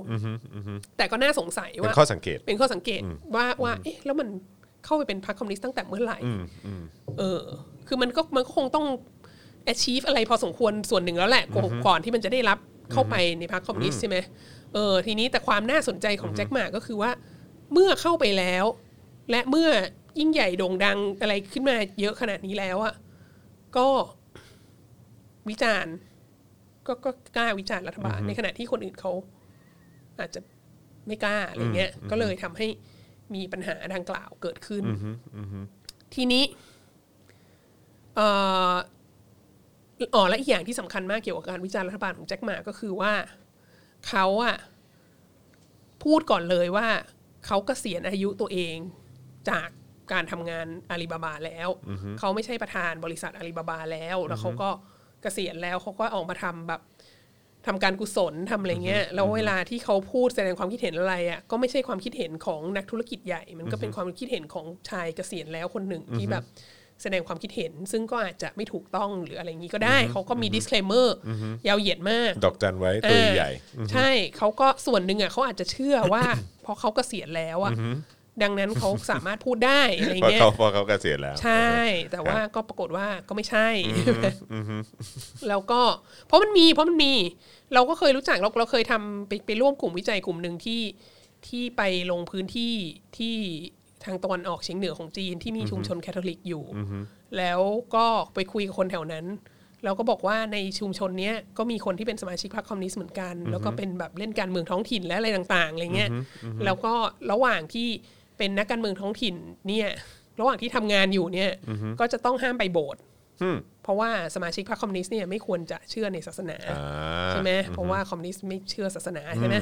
[SPEAKER 2] แต่ก็น่าสงสัย
[SPEAKER 1] เป็น
[SPEAKER 2] ว่า
[SPEAKER 1] ข้อสังเกต
[SPEAKER 2] เป็นข้อสังเกตว่าว่า เอ๊ะ แล้วมันเข้าไปเป็นพรรคคอมมิวนิสต์ตั้งแต่เมื่อไหร่
[SPEAKER 1] อืมอืม
[SPEAKER 2] เออ คือมันก็มันก็คงต้อง achieve อะไรพอสมควรส่วนหนึ่งแล้วแหละก่อนก่อนที่มันจะได้รับเข้าไปในพรรคคอมมิวนิสต์ใช่ไหมเออ ทีนี้แต่ความน่าสนใจของแจ็คหมาก็คือว่า เมื่อเข้าไปแล้ว และเมื่อยิ่งใหญ่โด่งดังอะไรขึ้นมาเยอะขนาดนี้แล้วอะก็วิจารณ์ ก็ก็กล้าวิจารณ์รัฐบาลในขณะที่คนอื่นเขา อาจจะไม่กล้าอะไรเงี้ย ก็เลยทำให้มีปัญหาดังกล่าวเกิดขึ้น ทีนี้เอ่ออ๋อและอีกอย่างที่สำคัญมากเกี่ยวกับการวิจารณ์รัฐบาลของแจ็คหมาก็คือว่าเขาอะพูดก่อนเลยว่าเขาเกษียณอายุตัวเองจากการทำงานอาลีบาบาแล้วเขาไม่ใช่ประธานบริษัทอาลีบาบาแล้ว แล้วเขาก็เกษียณแล้วเขาก็ออกมาทำแบบ ทำการกุศลทำอะไรเงี้ยแล้วเวลาที่เขาพูดแสดงความคิดเห็นอะไรอ่ะก็ไม่ใช่ความคิดเห็นของนักธุรกิจใหญ่ มันก็เป็นความคิดเห็นของชายเกษียณแล้วคนหนึ่งที่แบบแสดงความคิดเห็น ซึ่งก็อาจจะไม่ถูกต้องหรืออะไรอย่างนี้ก็ได้ เขาก็มี disclaimer ยาวเหยียดมาก
[SPEAKER 1] ดอกจันไว้ตัวใหญ่
[SPEAKER 2] อ่าใช่เขาก็ส่วนหนึ่งอ่ะเขาอาจจะเชื่อว่า [coughs] พอเขาเกษียณแล้วอ่ะดังนั้นเขาสามารถพูดได้อะไร
[SPEAKER 1] พอ
[SPEAKER 2] เงี้ย
[SPEAKER 1] เขาพอเขาเกษียณแล้ว
[SPEAKER 2] ใช่ แต่ว่าก็ปรากฏว่าก็ไม่ใช่แล้วก็เพราะมันมีเพราะมันมี เราก็เคยรู้จักเราเราเคยทำไปไปร่วมกลุ่มวิจัยกลุ่มหนึ่งที่ที่ไปลงพื้นที่ที่ทางตะวันออกเฉียงเหนือของจีนที่มีชุมชนแคทอลิกอยู่ แล้วก็ไปคุยกับคนแถวนั้น แล้วก็บอกว่าในชุมชนเนี้ยก็มีคนที่เป็นสมาชิกพรรคคอมมิวนิสต์เหมือนกัน แล้วก็เป็นแบบเล่นการเมืองท้องถิ่นและอะไรต่างๆอะไรเงี้ยแล้วก็ระหว่างที่เป็นนักการเมืองท้องถิ่นเนี่ย ระหว่างที่ทำงานอยู่เนี่ย ก็จะต้องห้ามไปโบสถ์
[SPEAKER 1] อืม
[SPEAKER 2] เพราะว่าสมาชิกพรรคคอมมิวนิสต์เนี่ยไม่ควรจะเชื่อในศาสนา
[SPEAKER 1] อ่า
[SPEAKER 2] ใช่ไหมเพราะว่าคอมมิวนิสต์ไม่เชื่อศาสนาใช่ไหม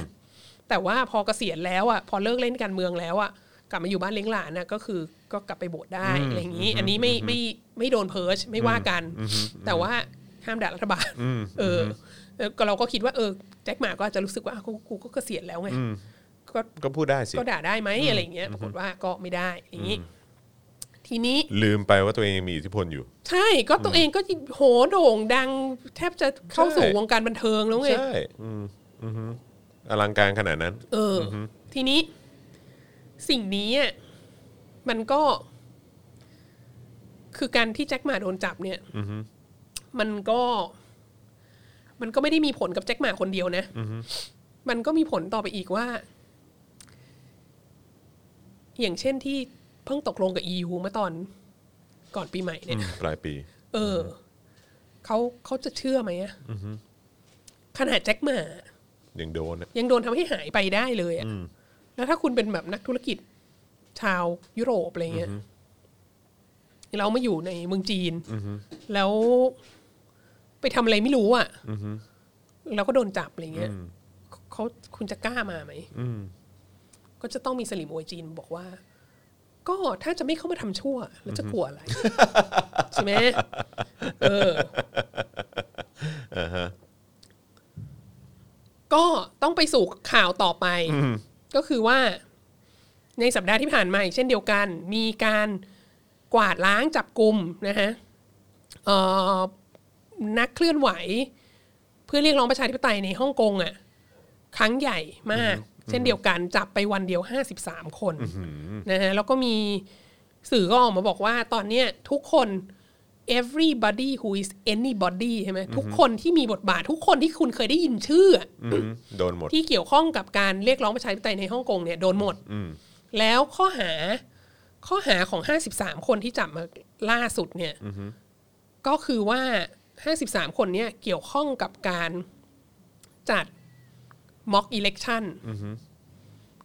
[SPEAKER 2] แต่ว่าพอเกษียณแล้วอ่ะพอเลิกเล่นการเมืองแล้วอ่ะกลับมาอยู่บ้านเลี้ยงหลานน่ะก็คือก็กลับไปโบสถ์ได้อะไรอย่างนี้ อันนี้ไม่ไม่ไม่โดนเพิร์ชไม่ว่ากัน แต่ว่าห้ามด่ารัฐบาลเออแล้วก็เราก็คิดว่าเออแจ็คหมาก็อาจจะรู้สึกว่าอ้าวกูกูก็เกษียณแล้วไงก็
[SPEAKER 1] ก็พูดได้สิ
[SPEAKER 2] ก็ด่าได้ไหมอะไรอย่างเงี้ยปรากฏว่าก็ไม่ได้อย่างนี้ ทีนี้
[SPEAKER 1] ลืมไปว่าตัวเองยังมีอิทธิพลอยู่
[SPEAKER 2] ใช่ก็ตัวเองก็โหโด่งดัง แทบจะเข้าสู่
[SPEAKER 1] ใช่
[SPEAKER 2] วงการบันเทิงแล้วไง
[SPEAKER 1] ใช่อืมอือฮึอลังการขนาดนั้น
[SPEAKER 2] เอออทีนี้สิ่งนี้อ่ะมันก็ คือการที่แจ็คหมาโดนจับเนี่ยมันก็ มันก็ไม่ได้มีผลกับแจ็คหมาคนเดียวนะมันก็มีผลต่อไปอีกว่า อย่างเช่นที่เพิ่งตกลงกับ EU เมื่อตอนก่อนปีใหม่เนี่ย
[SPEAKER 1] ปลายปี
[SPEAKER 2] เอออเขาเขาจะเชื่อไหมอะขนาดแจ็คหมา
[SPEAKER 1] ยังโดนอะ
[SPEAKER 2] ยังโดนทำให้หายไปได้เลยอะแล้วถ้าคุณเป็นแบบนักธุรกิจชาวยุโรปอะไรเงี้ย เรามาอยู่ในเมืองจีน แล้วไปทำอะไรไม่รู้อะแล้วก็โดนจับอะไรเงี้ยเขาคุณจะกล้ามาไหม ก็จะต้องมีสลิมโวยจีนบอกว่า ก็ถ้าจะไม่เข้ามาทำชั่ว แล้วจะกลัวอะไร ใช่ไหมเออ ก็ต้องไปสู่ข่าวต่อไป ก็คือว่า ในสัปดาห์ที่ผ่านมาอีกเช่นเดียวกัน มีการกวาดล้างจับกลุ่มนะฮะเอ่อนักเคลื่อนไหว เพื่อเรียกร้องประชาธิปไตยในฮ่องกงอ่ะ ครั้งใหญ่มาก เช่นเดียวกันจับไปวันเดียว 53 คนนะฮะแล้วก็มีสื่อก็ออกมาบอกว่าตอนเนี้ยทุกคน everybody who is anybody ใช่ไหมทุกคนที่มีบทบาททุกคนที่คุณเคยได้ยินชื่ออะ
[SPEAKER 1] อืมโดนหมด
[SPEAKER 2] ที่เกี่ยวข้องกับการเรียกร้องประชาธิปไตยในฮ่องกงเนี่ยโดนหมด แล้วข้อหาข้อหาของ 53 คนที่จับมาล่าสุดเนี่ย ก็คือว่า 53 คนเนี้ยเกี่ยวข้องกับการจัดม็อกอิเล็กชัน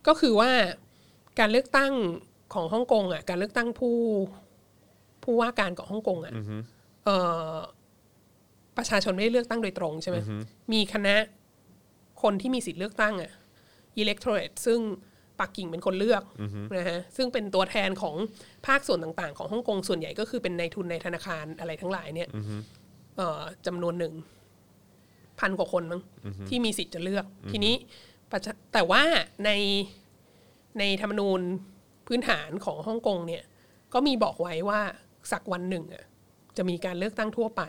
[SPEAKER 2] ก็คือว่าการเลือกตั้งของฮ่องกงอ่ะ การเลือกตั้งผู้ผู้ว่าการของฮ่องกงอ่ะเอ่อประชาชนไม่ได้เลือกตั้งโดยตรงใช่ไหมมีคณะคนที่มีสิทธิ์เลือกตั้งอ่ะ อิเล็กโทรเรตซึ่งปักกิ่งเป็นคนเลือกนะฮะซึ่งเป็นตัวแทนของภาคส่วนต่างๆ ของฮ่องกงส่วนใหญ่ก็คือเป็นนายทุนในธนาคารอะไรทั้งหลายเนี่ยเอ่อจำนวนหนึ่ง พันกว่าคนมั้งที่มีสิทธิ์จะเลือก ทีนี้ประชาแต่ว่าในในธรรมนูญพื้นฐานของฮ่องกงเนี่ย ก็มีบอกไว้ว่าสักวันหนึ่งอะจะมีการเลือกตั้งทั่วไป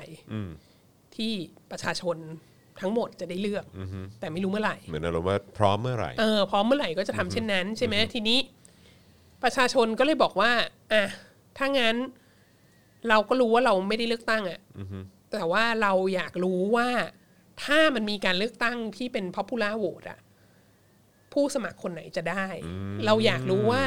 [SPEAKER 2] ที่ประชาชนทั้งหมดจะได้เลือกแต่ไม่รู้เมื่อไหร่
[SPEAKER 1] เหมือนอารมณ์ว่าพร้อมเมื่อไหร่
[SPEAKER 2] เออพร้อมเมื่อไหร่ก็จะทำเช่นนั้นใช่ไหมทีนี้ ประชาชนก็เลยบอกว่าอ่ะถ้างั้น เราก็รู้ว่าเราไม่ได้เลือกตั้งอะ่ะแต่ว่าเราอยากรู้ว่าถ้ามันมีการเลือกตั้งที่เป็น popular vote อะผู้สมัครคนไหนจะได้ เราอยากรู้ว่า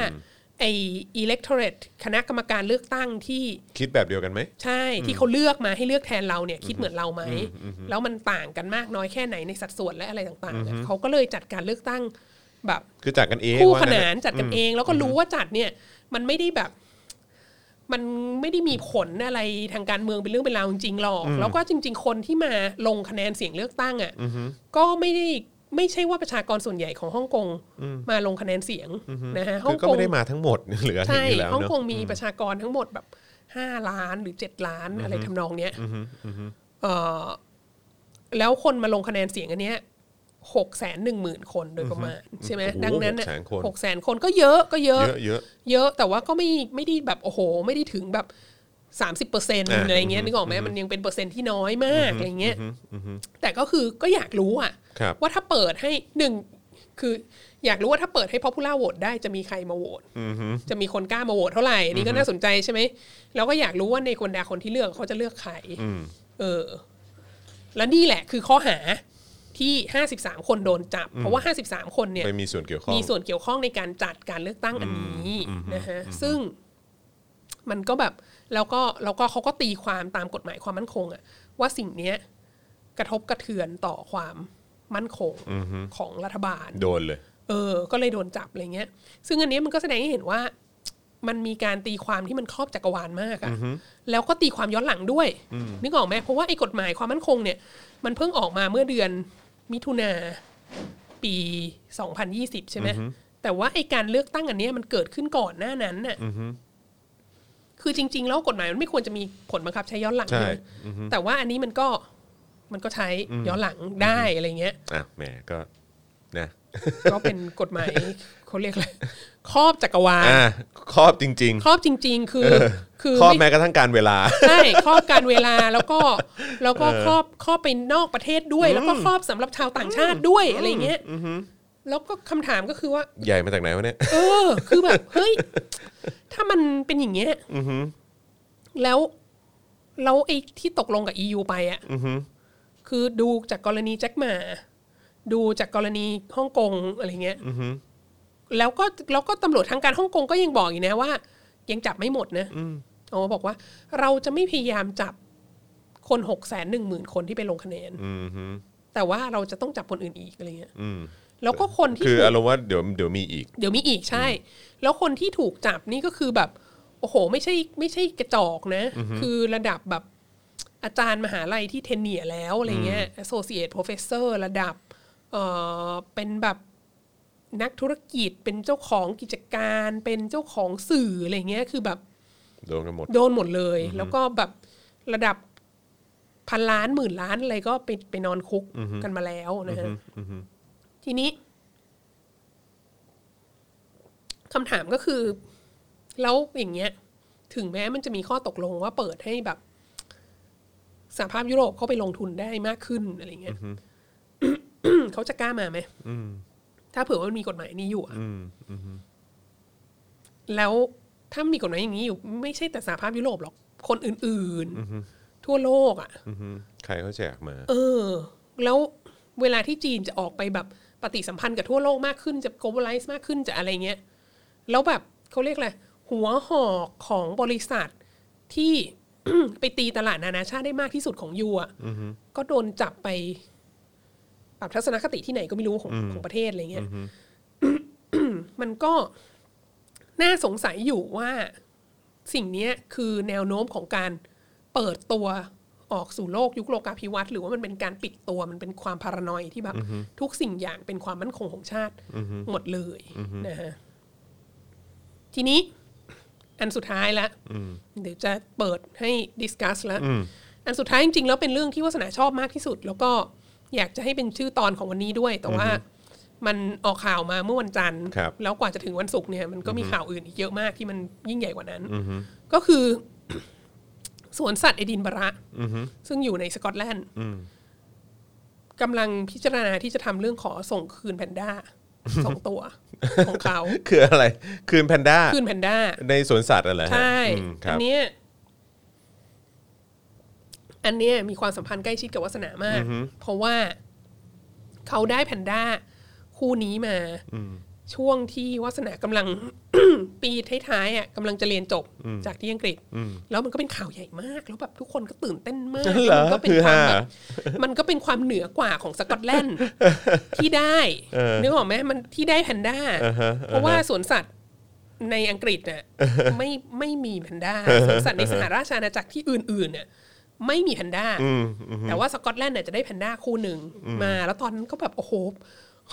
[SPEAKER 2] ไอ้ electorate คณะกรรมการเลือกตั้งที่
[SPEAKER 1] คิดแบบเดียวกันไหม
[SPEAKER 2] ใช่ที่เขาเลือกมาให้เลือกแทนเราเนี่ยคิดเหมือนเราไหมแล้วมันต่างกันมากน้อยแค่ไหนในสัดส่วนและอะไรต่างๆอะเขาก็เลยจัดการเลือกตั้งแบบ
[SPEAKER 1] คือจากกันเอง
[SPEAKER 2] คู่
[SPEAKER 1] ว่
[SPEAKER 2] ข
[SPEAKER 1] งั้ะ
[SPEAKER 2] นานจัดกันเอง แล้วก็รู้ว่าจัดเนี่ย มันไม่ได้แบบ มันไม่ได้มีผลอะไรทางการเมืองเป็นเรื่องเป็นราวจริงๆหรอก แล้วก็จริง ๆ คนที่มาลงคะแนนเสียงเลือกตั้งอ่ะก็ไม่ได้ไม่ใช่ว่าประชากรส่วนใหญ่ของฮ่องกงมาลงคะแนนเสียงนะฮะฮ่
[SPEAKER 1] คือ อง ก็
[SPEAKER 2] กง
[SPEAKER 1] ไม่ได้มาทั้งหมด [laughs] หรืออะไรอ
[SPEAKER 2] ใช่
[SPEAKER 1] ย่างนี้แล้ว
[SPEAKER 2] ฮ่อง
[SPEAKER 1] เนอะ
[SPEAKER 2] กงมีประชากรทั้งหมดแบบห้าล้านหรือเจ็ดล้านอะไรทำนองเนี้ยเอ่อแล้วคนมาลงคะแนนเสียงอันเนี้ยหกแสนหนึ่งหมื่นคนโดยประมาณใช่ไหม
[SPEAKER 1] โอ้โห
[SPEAKER 2] ดังนั้น
[SPEAKER 1] หกแสนคน
[SPEAKER 2] หกแสนคนก็เยอะก็เยอะ
[SPEAKER 1] เยอะเยอะ
[SPEAKER 2] เยอะแต่ว่าก็ไม่ไม่ได้แบบโอ้โห ไม่ได้ถึงแบบสามสิบเปอร์เซ็นต์
[SPEAKER 1] อ่า
[SPEAKER 2] อะไรเงี้
[SPEAKER 1] อื
[SPEAKER 2] ย
[SPEAKER 1] อฮึ
[SPEAKER 2] นึกออกไหมมันยังเป็นเปอร์เซ็นต์ที่น้อยมากอะไรเงี้ย
[SPEAKER 1] อือฮึอือฮึ
[SPEAKER 2] แต่ก็คือก็อยากรู้อะ
[SPEAKER 1] ครับ
[SPEAKER 2] ว่าถ้าเปิดให้หนึ่งคืออยากรู้ว่าถ้าเปิดให้ popular vote ได้จะมีใครมาโหวต
[SPEAKER 1] อือฮึ
[SPEAKER 2] จะมีคนกล้ามาโหวตเท่าไหร่อันนี่ก็น่าสนใจใช่ไหมเราก็อยากรู้ว่าในคนดาคนที่เลือกเขาจะเลือกใคร
[SPEAKER 1] อืม
[SPEAKER 2] เออ แล้วนี่แหละคือข้อหาที่ห้าสิบสามคนโดนจับ เพราะว่าห้าสิบสามคนเนี่ย
[SPEAKER 1] ไปมีส่วนเกี่ยวข้อง
[SPEAKER 2] มีส่วนเกี่ยวข้องในการจัดการเลือกตั้งอันนี้นะฮะซึ่งมันก็แบบแล้วก็แล้วก็เขาก็ตีความตามกฎหมายความมั่นคงอะว่าสิ่งเนี้ยกระทบกระเทือนต่อความมั่นคงของรัฐบาล
[SPEAKER 1] โดนเลย
[SPEAKER 2] เออ ก็เลยโดนจับอะไรเงี้ย ซึ่งอันเนี้ยมันก็แสดงให้เห็นว่า มันมีการตีความที่มันครอบจักรวาลมากอะแล้วก็ตีความย้อนหลังด้วย นึกออกไหมเพราะว่าไอ้กฎหมายความมั่นคงเนี่ย มันเพิ่งออกมาเมื่อเดือนมิถุนาปี 2020 ใช่ไหม แต่ว่าไอ้การเลือกตั้งอันเนี้ยมันเกิดขึ้นก่อนหน้านั้นน่ะ คือจริง ๆ แล้วกฎหมายมันไม่ควรจะมีผลบังคับใช้ย้อนหลัง
[SPEAKER 1] ใช่
[SPEAKER 2] ไหมแต่ว่าอันนี้มันก็มันก็ใช้ย้อนหลังได้อะไรเงี้ย
[SPEAKER 1] อ่ะแหมก็นะ
[SPEAKER 2] ก็เป็นกฎหมายเขาเรียกอะไรครอบจักรวาล
[SPEAKER 1] อ่ะครอบจริง
[SPEAKER 2] ครอบจริง ๆ คือ
[SPEAKER 1] ๆ
[SPEAKER 2] คือ
[SPEAKER 1] ครอบ
[SPEAKER 2] ไม่
[SPEAKER 1] แม้กระทั่งการเวลา
[SPEAKER 2] ใช่ครอบการเวลาแล้วก็แล้วก็ครอบครอบไปนอกประเทศด้วย แล้วก็ครอบสำหรับชาวต่างชาติด้วยอะไรเงี้ยแล้วก็คำถามก็คือว่า
[SPEAKER 1] ใหญ่มาจากไหนวะเนี่ย
[SPEAKER 2] เออ คือแบบ เฮ้ย ถ้ามันเป็นอย่างเงี้ยแล้วแล้วไอ้ที่ตกลงกับ EU ไปอะ่ะคือดูจากกรณีแจ็คหมา ดูจากกรณีฮ่องกงอะไรเงี้ยแล้วก็แล้วก็ตำรวจทางการฮ่องกงก็ยังบอกอีกนะว่า ยังจับไม่หมดนะอ๋อบอกว่า เราจะไม่พยายามจับคนหกแสนหนึ่งหมื่นคนที่ไปลงคะแนน
[SPEAKER 1] อือฮึ
[SPEAKER 2] แต่ว่าเราจะต้องจับคนอื่นอีกอะไรเงี้ย
[SPEAKER 1] อืม
[SPEAKER 2] แล้วก็คนที่
[SPEAKER 1] คือ
[SPEAKER 2] ถูก
[SPEAKER 1] อารมณ์ว่าเดี๋ยวเดี๋ยวมีอีก
[SPEAKER 2] เดี๋ยวมีอีกใช่ แล้วคนที่ถูกจับนี่ก็คือแบบ โอ้โห ไม่ใช่ไม่ใช่กระจอกนะ คือระดับแบบอาจารย์มหาลัยที่เทนเนียร์แล้วอะไรเงี้ย associate professor ระดับเออเป็นแบบนักธุรกิจเป็นเจ้าของกิจการ เป็นเจ้าของสื่ออะไรเงี้ย คือแบบ
[SPEAKER 1] โดนกันหมด
[SPEAKER 2] โดนหมดเลย แล้วก็แบบระดับพันล้านหมื่นล้านอะไรก็ไปไปนอนคุกกันมาแล้วนะฮะทีนี้คำถามก็คือ แล้วอย่างเงี้ย ถึงแม้มันจะมีข้อตกลงว่าเปิดให้แบบสหภาพยุโรปเข้าไปลงทุนได้มากขึ้นอะไรเงี้ย เขาจะกล้ามาไหมถ้าเผื่อว่ามันมีกฎหมายนี้อยู่อะ แล้วถ้ามีกฎหมายอย่างนี้อยู่ ไม่ใช่แต่สหภาพยุโรปหรอก คนอื่นๆ ทั่วโลกอ่ะ
[SPEAKER 1] อือฮึใครเขาแจกมา [laughs]
[SPEAKER 2] เออ แล้วเวลาที่จีนจะออกไปแบบปฏิสัมพันธ์กับทั่วโลกมากขึ้นจะ globalize มากขึ้นจะอะไรเงี้ย แล้วแบบเขาเรียกอะไรหัวหอกของบริษัทที่ [coughs] ไปตีตลาดนานาชาติได้มากที่สุดของยูอ่ะก็โดนจับไปปรับทัศนคติที่ไหนก็ไม่รู้ของของประเทศอะไรเงี้ย [coughs] มันก็น่าสงสัยอยู่ว่าสิ่งเนี้ยคือแนวโน้มของการเปิดตัวออกสู่โลกยุคโลกาภิวัตน์หรือว่ามันเป็นการปิดตัวมันเป็นความพารานอยที่แบบทุกสิ่งอย่างเป็นความมั่นคงของชาติหมดเลยนะฮะทีนี้ อันสุดท้ายละเดี๋ยวจะเปิดให้ดิสคัสละอันสุดท้ายจริงๆแล้วเป็นเรื่องที่วาสนาชอบมากที่สุด แล้วก็อยากจะให้เป็นชื่อตอนของวันนี้ด้วย แต่ว่ามันออกข่าวมาเมื่อวันจันทร์
[SPEAKER 1] ครับ
[SPEAKER 2] แล้วกว่าจะถึงวันศุกร์เนี่ยมันก็มีข่าวอื่นอีกเยอะมากที่มันยิ่งใหญ่กว่านั้น ก็คือ สวนสัตว์เอดินบะระซึ่งอยู่ในสกอตแลนด์กำลังพิจารณาที่จะทำเรื่องขอส่งคืนแพนด้าสองตัว ของเขา
[SPEAKER 1] คืออะไร คืนแพนด้า
[SPEAKER 2] คืนแพนด้า
[SPEAKER 1] ในสวนสัตว์อะไรอฮะ
[SPEAKER 2] ใช่
[SPEAKER 1] อืมค
[SPEAKER 2] อั
[SPEAKER 1] รับ
[SPEAKER 2] นเนี้ยอันเนี้ยมีความสัมพันธ์ใกล้ชิดกับวัสนามาก เพราะว่าเขาได้แพนด้าคู่นี้มาช่วงที่วัสนากำลัง [coughs] ปีท้ายๆอ่ะกำลังจะเรียนจบจากที่อังกฤษ แล้วมันก็เป็นข่าวใหญ่มาก แล้วแบบทุกคนก็ตื่น [laughs] เต้นมาก
[SPEAKER 1] เหรอ
[SPEAKER 2] มัก็เป็น
[SPEAKER 1] คือ
[SPEAKER 2] ความ
[SPEAKER 1] ฮา
[SPEAKER 2] แบบ [laughs] มันก็เป็นความเหนือกว่าของสกอตแล [laughs] นด์ ที่ได้นึกออกไหมมันที่ได้แพนด้าเพราะว่าสวนสัตว์ ในอังกฤษ [laughs] เนี่ยไม่ไม่มีแพนด้าสวนสัตว์ในสหราชอาณาจักรที่อื่นๆเนี่ยไม่มีแพนด้าแต่ว่าสกอตแลนด์เนี่ยจะได้แพนด้าคู่หนึ่งมา แล้วตอนนั้นก็แบบโอ้โห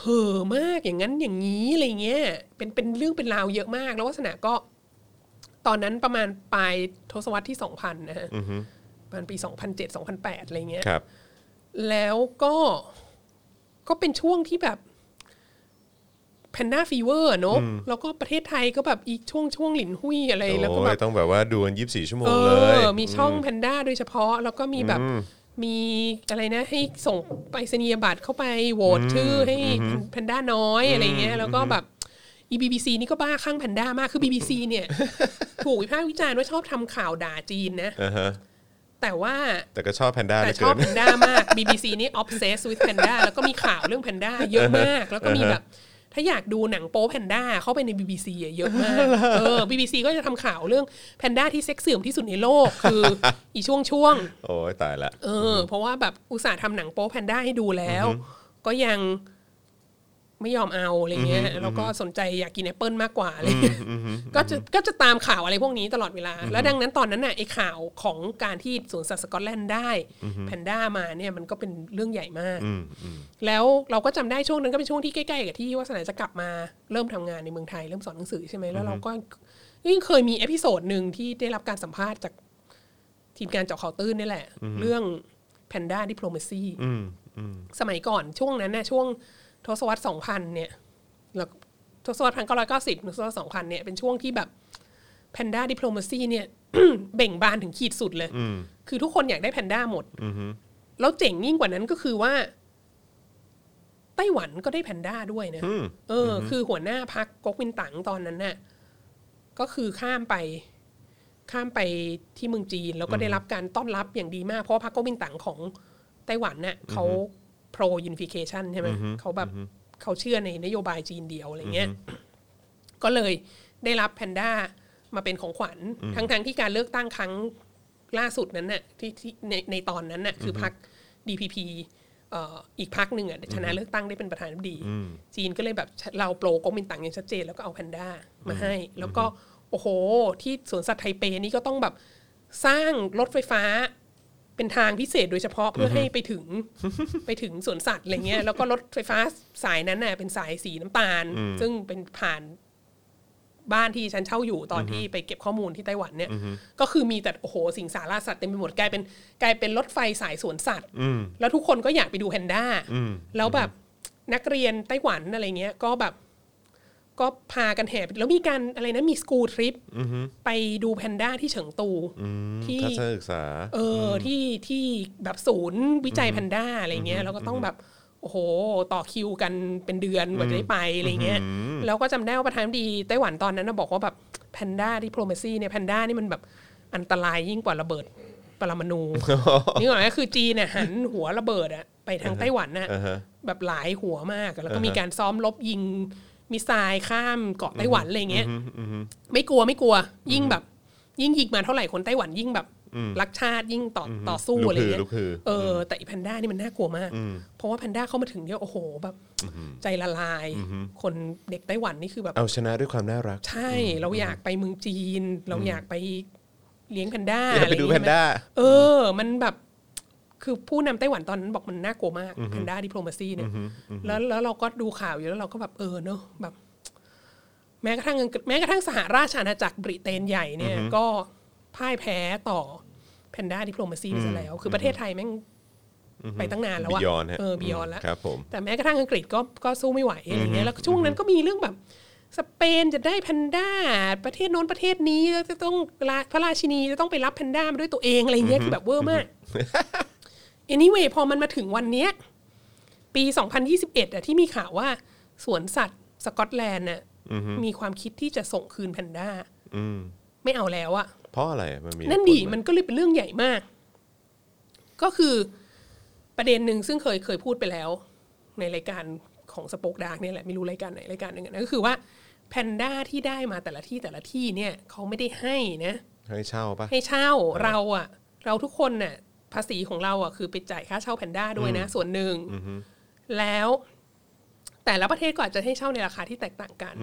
[SPEAKER 2] เห่อะมากอย่างนั้นอย่างนี้อะไรเงี้ยเป็นเป็นเรื่องเป็นราวเยอะมาก แล้ววัสนาก็ ตอนนั้นประมาณปลายทศวรรษที่สองพันนะฮะประมาณปีสองพันเจ็ดสองพันแปดอะไรเงี้ย
[SPEAKER 1] ครับ
[SPEAKER 2] แล้วก็ก็เป็นช่วงที่แบบแพนด้าฟีเวอร์เนอะแล้วก็ประเทศไทยก็แบบอีกช่วงช่วงหลินหุ้ยอะไรแล้วก็
[SPEAKER 1] โอ้
[SPEAKER 2] แบ
[SPEAKER 1] ย
[SPEAKER 2] บ
[SPEAKER 1] ต้องแบบว่าดูกันยีิบสี่ชั่วโมง
[SPEAKER 2] เอ
[SPEAKER 1] เลย
[SPEAKER 2] อมีช่องแพนด้าโดยเฉพาะ แล้วก็มีแบบมีอะไรนะ ให้ส่งไปสนียบัตรเข้าไปโหวตชื่อให้แพนด้าน้อยอะไรเงี้ยแล้วก็แบบอีบีบีซีนี่ก็บ้าข้างแพนด้ามากคือบีบีซี [laughs] เนี่ย ถูกวิพากษ์วิจารณ์ว่าชอบทำข่าวด่าจีนนะ
[SPEAKER 1] อ่าฮะ
[SPEAKER 2] แต่ว่า
[SPEAKER 1] แต่ก็ชอบแพนด้าเหลื
[SPEAKER 2] แต่
[SPEAKER 1] อ
[SPEAKER 2] ชอ
[SPEAKER 1] เกิ
[SPEAKER 2] บ
[SPEAKER 1] น
[SPEAKER 2] แพนด้ามาก BBC นี่ obsessed with panda แล้วก็มีข่าวเรื่องแพนด้าเยอะมาก แล้วก็มีแบบ ถ้าอยากดูหนังโป๊แพนด้าเข้าไปใน BBC อะเยอะมาก เออ BBC ก็จะทำข่าวเรื่องแพนด้าที่เซ็กซ์เสื่อมที่สุดในโลก คืออีช่วงช่วงๆ
[SPEAKER 1] โอ้ยตายละ
[SPEAKER 2] เออเพราะว่าแบบอุตส่าห์ทำหนังโป๊แพนด้าให้ดูแล้ว ก็ยังไม่ยอมเอาอะไรเงี้ยแล้วก็สนใจอยากกินแอปเปิลมากกว่าอะไรเงี้ย [laughs] ก็จะก็จะตามข่าวอะไรพวกนี้ตลอดเวลา แล้วดังนั้นตอนนั้นน่ะไอข่าวของการที่สวนสัตว์สกอตแลนด์ได้แพนด้ามาเนี่ยมันก็เป็นเรื่องใหญ่มาก แล้วเราก็จำได้ช่วงนั้นก็เป็นช่วงที่ใกล้ๆกับที่วาสนาจะกลับมาเริ่มทำงานในเมืองไทยเริ่มสอนหนังสือใช่ไหมแล้วเราก็ยิ่งเคยมีเอพิโซดหนึ่งที่ได้รับการสัมภาษณ์จาก ทีมงานเจาะข่าวตื้นนี่แหละ เรื่องแพนด้าดิปโลมาซีสมัยก่อนช่วงนั้นนะช่วงทศวรรษสองพันเนี่ยแล้วทศวรรษพันเก้าร้อยเก้าสิบทศวรรษสองพันเนี่ยเป็นช่วงที่แบบแพนด้าดิปโลมาซีเนี่ย [coughs] เบ่งบานถึงขีดสุดเลย คือทุกคนอยากได้แพนด้าหมดแล้วเจ๋งยิ่งกว่านั้นก็คือว่า ไต้หวันก็ได้แพนด้าด้วยนะเอออ คือหัวหน้าพักก๊กมินตั๋งตอนนั้นน่ะก็คือข้ามไป ข้ามไปที่เมืองจีน แล้วก็ได้รับการต้อนรับอย่างดีมาก เพราะว่าพรรคก๊กมินตั๋งของไต้หวันเนี่ยเขา pro unification ใช่ไหมเขาแบบเขาเชื่อในนโยบายจีนเดียวอะไรเงี้ยก็เลยได้รับแพนด้ามาเป็นของขวัญ ทั้งๆทที่การเลือกตั้งครั้งล่าสุดนั้นน่ะที่ที่ในในตอนนั้นน่ะคือพรรค DPP เอ่ออีกพรรคหนึ่งอ่ะชนะเลือกตั้งได้เป็นประธานาธิบดี จีนก็เลยแบบเราโปรก๊กมินตั๋งอย่างชัดเจนแล้วก็เอาแพนด้ามาให้ แล้วก็โอ้โห ที่สวนสัตว์ไทเปนี่ก็ต้องแบบสร้างรถไฟฟ้า เป็นทางพิเศษโดยเฉพาะเพื่อให้ไปถึง [laughs] ไปถึงสวนสัตว์อะไรเงี้ยแล้วก็รถไฟฟ้าสายนั้นน่ะเป็นสายสีน้ำตาล ซึ่งเป็นผ่านบ้านที่ฉันเช่าอยู่ตอนที่ไปเก็บข้อมูลที่ไต้หวันเนี่ยก็คือมีแต่โอ้โหสิ่งสาราสัตว์เต็มไปหมดกลายเป็นกลายเป็นรถไฟสายสวนสัตว์ แล้วทุกคนก็อยากไปดูแพนด้าแล้วแบบนักเรียนไต้หวันอะไรเงี้ยก็แบบ ก็พากันแห่ไปแล้วมีการอะไรนะมีสกูทริปไปดูแพนด้าที่เฉิงตูที่
[SPEAKER 1] ทัศนศึกษา
[SPEAKER 2] เอออที่ที่แบบศูนย์วิจัยแพนด้าอะไรเงี้ยแล้วก็ต้องแบบ โอ้โห ต่อคิวกันเป็นเดือนกว่าจะได้ไปอะไรเงี้ยแล้วก็จำได้ว่าประธานาธิบดีไต้หวันตอนนั้นนะบอกว่าแบบแพนด้าดิโพลมาซีเนี่ยแพนด้านี่มันแบบอันตรายยิ่งกว่าระเบิดปรมา [laughs] ณูนี่ก่อนนะคือจีนเนี่ยหันหัวระเบิดอะไปทางไต้หวันน่ะแบบหลายหัวมากแล้วก็มีการซ้อมรบยิงมิสไซล์ข้ามเกาะไต้หวันอะไรเงี้ย ไม่กลัวไม่กลัว ยิ่งแบบ ยิ่งยิงมาเท่าไหร่คนไต้หวันยิ่งแบบ รักชาติยิ่งต่ออต่อสู้
[SPEAKER 1] ลูก
[SPEAKER 2] อะไร
[SPEAKER 1] คือ
[SPEAKER 2] เงี้
[SPEAKER 1] ลู
[SPEAKER 2] ย
[SPEAKER 1] กคือ
[SPEAKER 2] เอออแต่อีแพนด้านี่มันน่ากลัวมาก เพราะว่าแพนด้าเข้ามาถึงเนี่ยโอ้โหแบบใจละลาย คนเด็กไต้หวันนี่คือแบบ
[SPEAKER 1] เอาชนะด้วยความน่ารัก
[SPEAKER 2] ใช่เราอยากไปเมืองจีน เราอยากไปเลี้ยงแพนด้า
[SPEAKER 1] อย่าไปดู
[SPEAKER 2] อะร
[SPEAKER 1] แพ
[SPEAKER 2] เงี้ย
[SPEAKER 1] นด้า
[SPEAKER 2] เออ มันแบบ คือผู้นำไต้หวันตอนนั้นบอกมันน่ากลัวมากแพนด้าดิโพรมาซีเนี่ยแล้วแล้วเราก็ดูข่าวอยู่แล้วเราก็แบบเออเนอะแบบ แม้กระทั่งอังกฤษแม้กระทั่งสหราชอาณาจักรบริเตนใหญ่เนี่ย ก็พ่ายแพ้ต่อแพนด้าดิโพรมาซีไปซะแล้ว คือประเทศไทยแม่งไปตั้งนานแล้วอะ
[SPEAKER 1] Beyond ฮะ
[SPEAKER 2] เออบียอนแล้ว
[SPEAKER 1] ครับผม
[SPEAKER 2] แต่แม้กระทั่งอังกฤษก็ก็สู้ไม่ไหวอะไรเงี้ยแล้วช่วงนั้นก็มีเรื่องแบบ สเปนจะได้แพนด้า ประเทศโน้นประเทศนี้แล้วจะต้องราพระราชินีจะต้องไปรับแพนด้ามาด้วยตัวเองอะไรเงี้ยคือแบบเวอร์มาก anyway พอมันมาถึงวันเนี้ย ปี 2021อะที่มีข่าวว่า สวนสัตว์สกอตแลนด์น่ะมีความคิดที่จะส่งคืนแพนด้าไม่เอาแล้วอะ
[SPEAKER 1] เพราะอะไรอะมันมี
[SPEAKER 2] นั่นดี
[SPEAKER 1] ผลไห
[SPEAKER 2] มันก็เลยเป็นเรื่องใหญ่มาก ก็คือประเด็นหนึ่งซึ่งเคยเคยพูดไปแล้ว ในรายการของสปอคดาร์กเนี่ยแหละไม่รู้รายการไหนรายการหนึ่งอะนะก็คือว่าแพนด้าที่ได้มาแต่ละที่แต่ละที่เนี่ยเขาไม่ได้ให้นะ
[SPEAKER 1] ให้เช่าปะ
[SPEAKER 2] ให้เช่าเราอะเราทุกคนน่ะภาษีของเราอะคือไปจ่ายค่าเช่าแพนด้าด้วยนะ ส่วนหนึ่งแล้ว แต่ละประเทศก็อาจจะให้เช่าในราคาที่แตกต่างกัน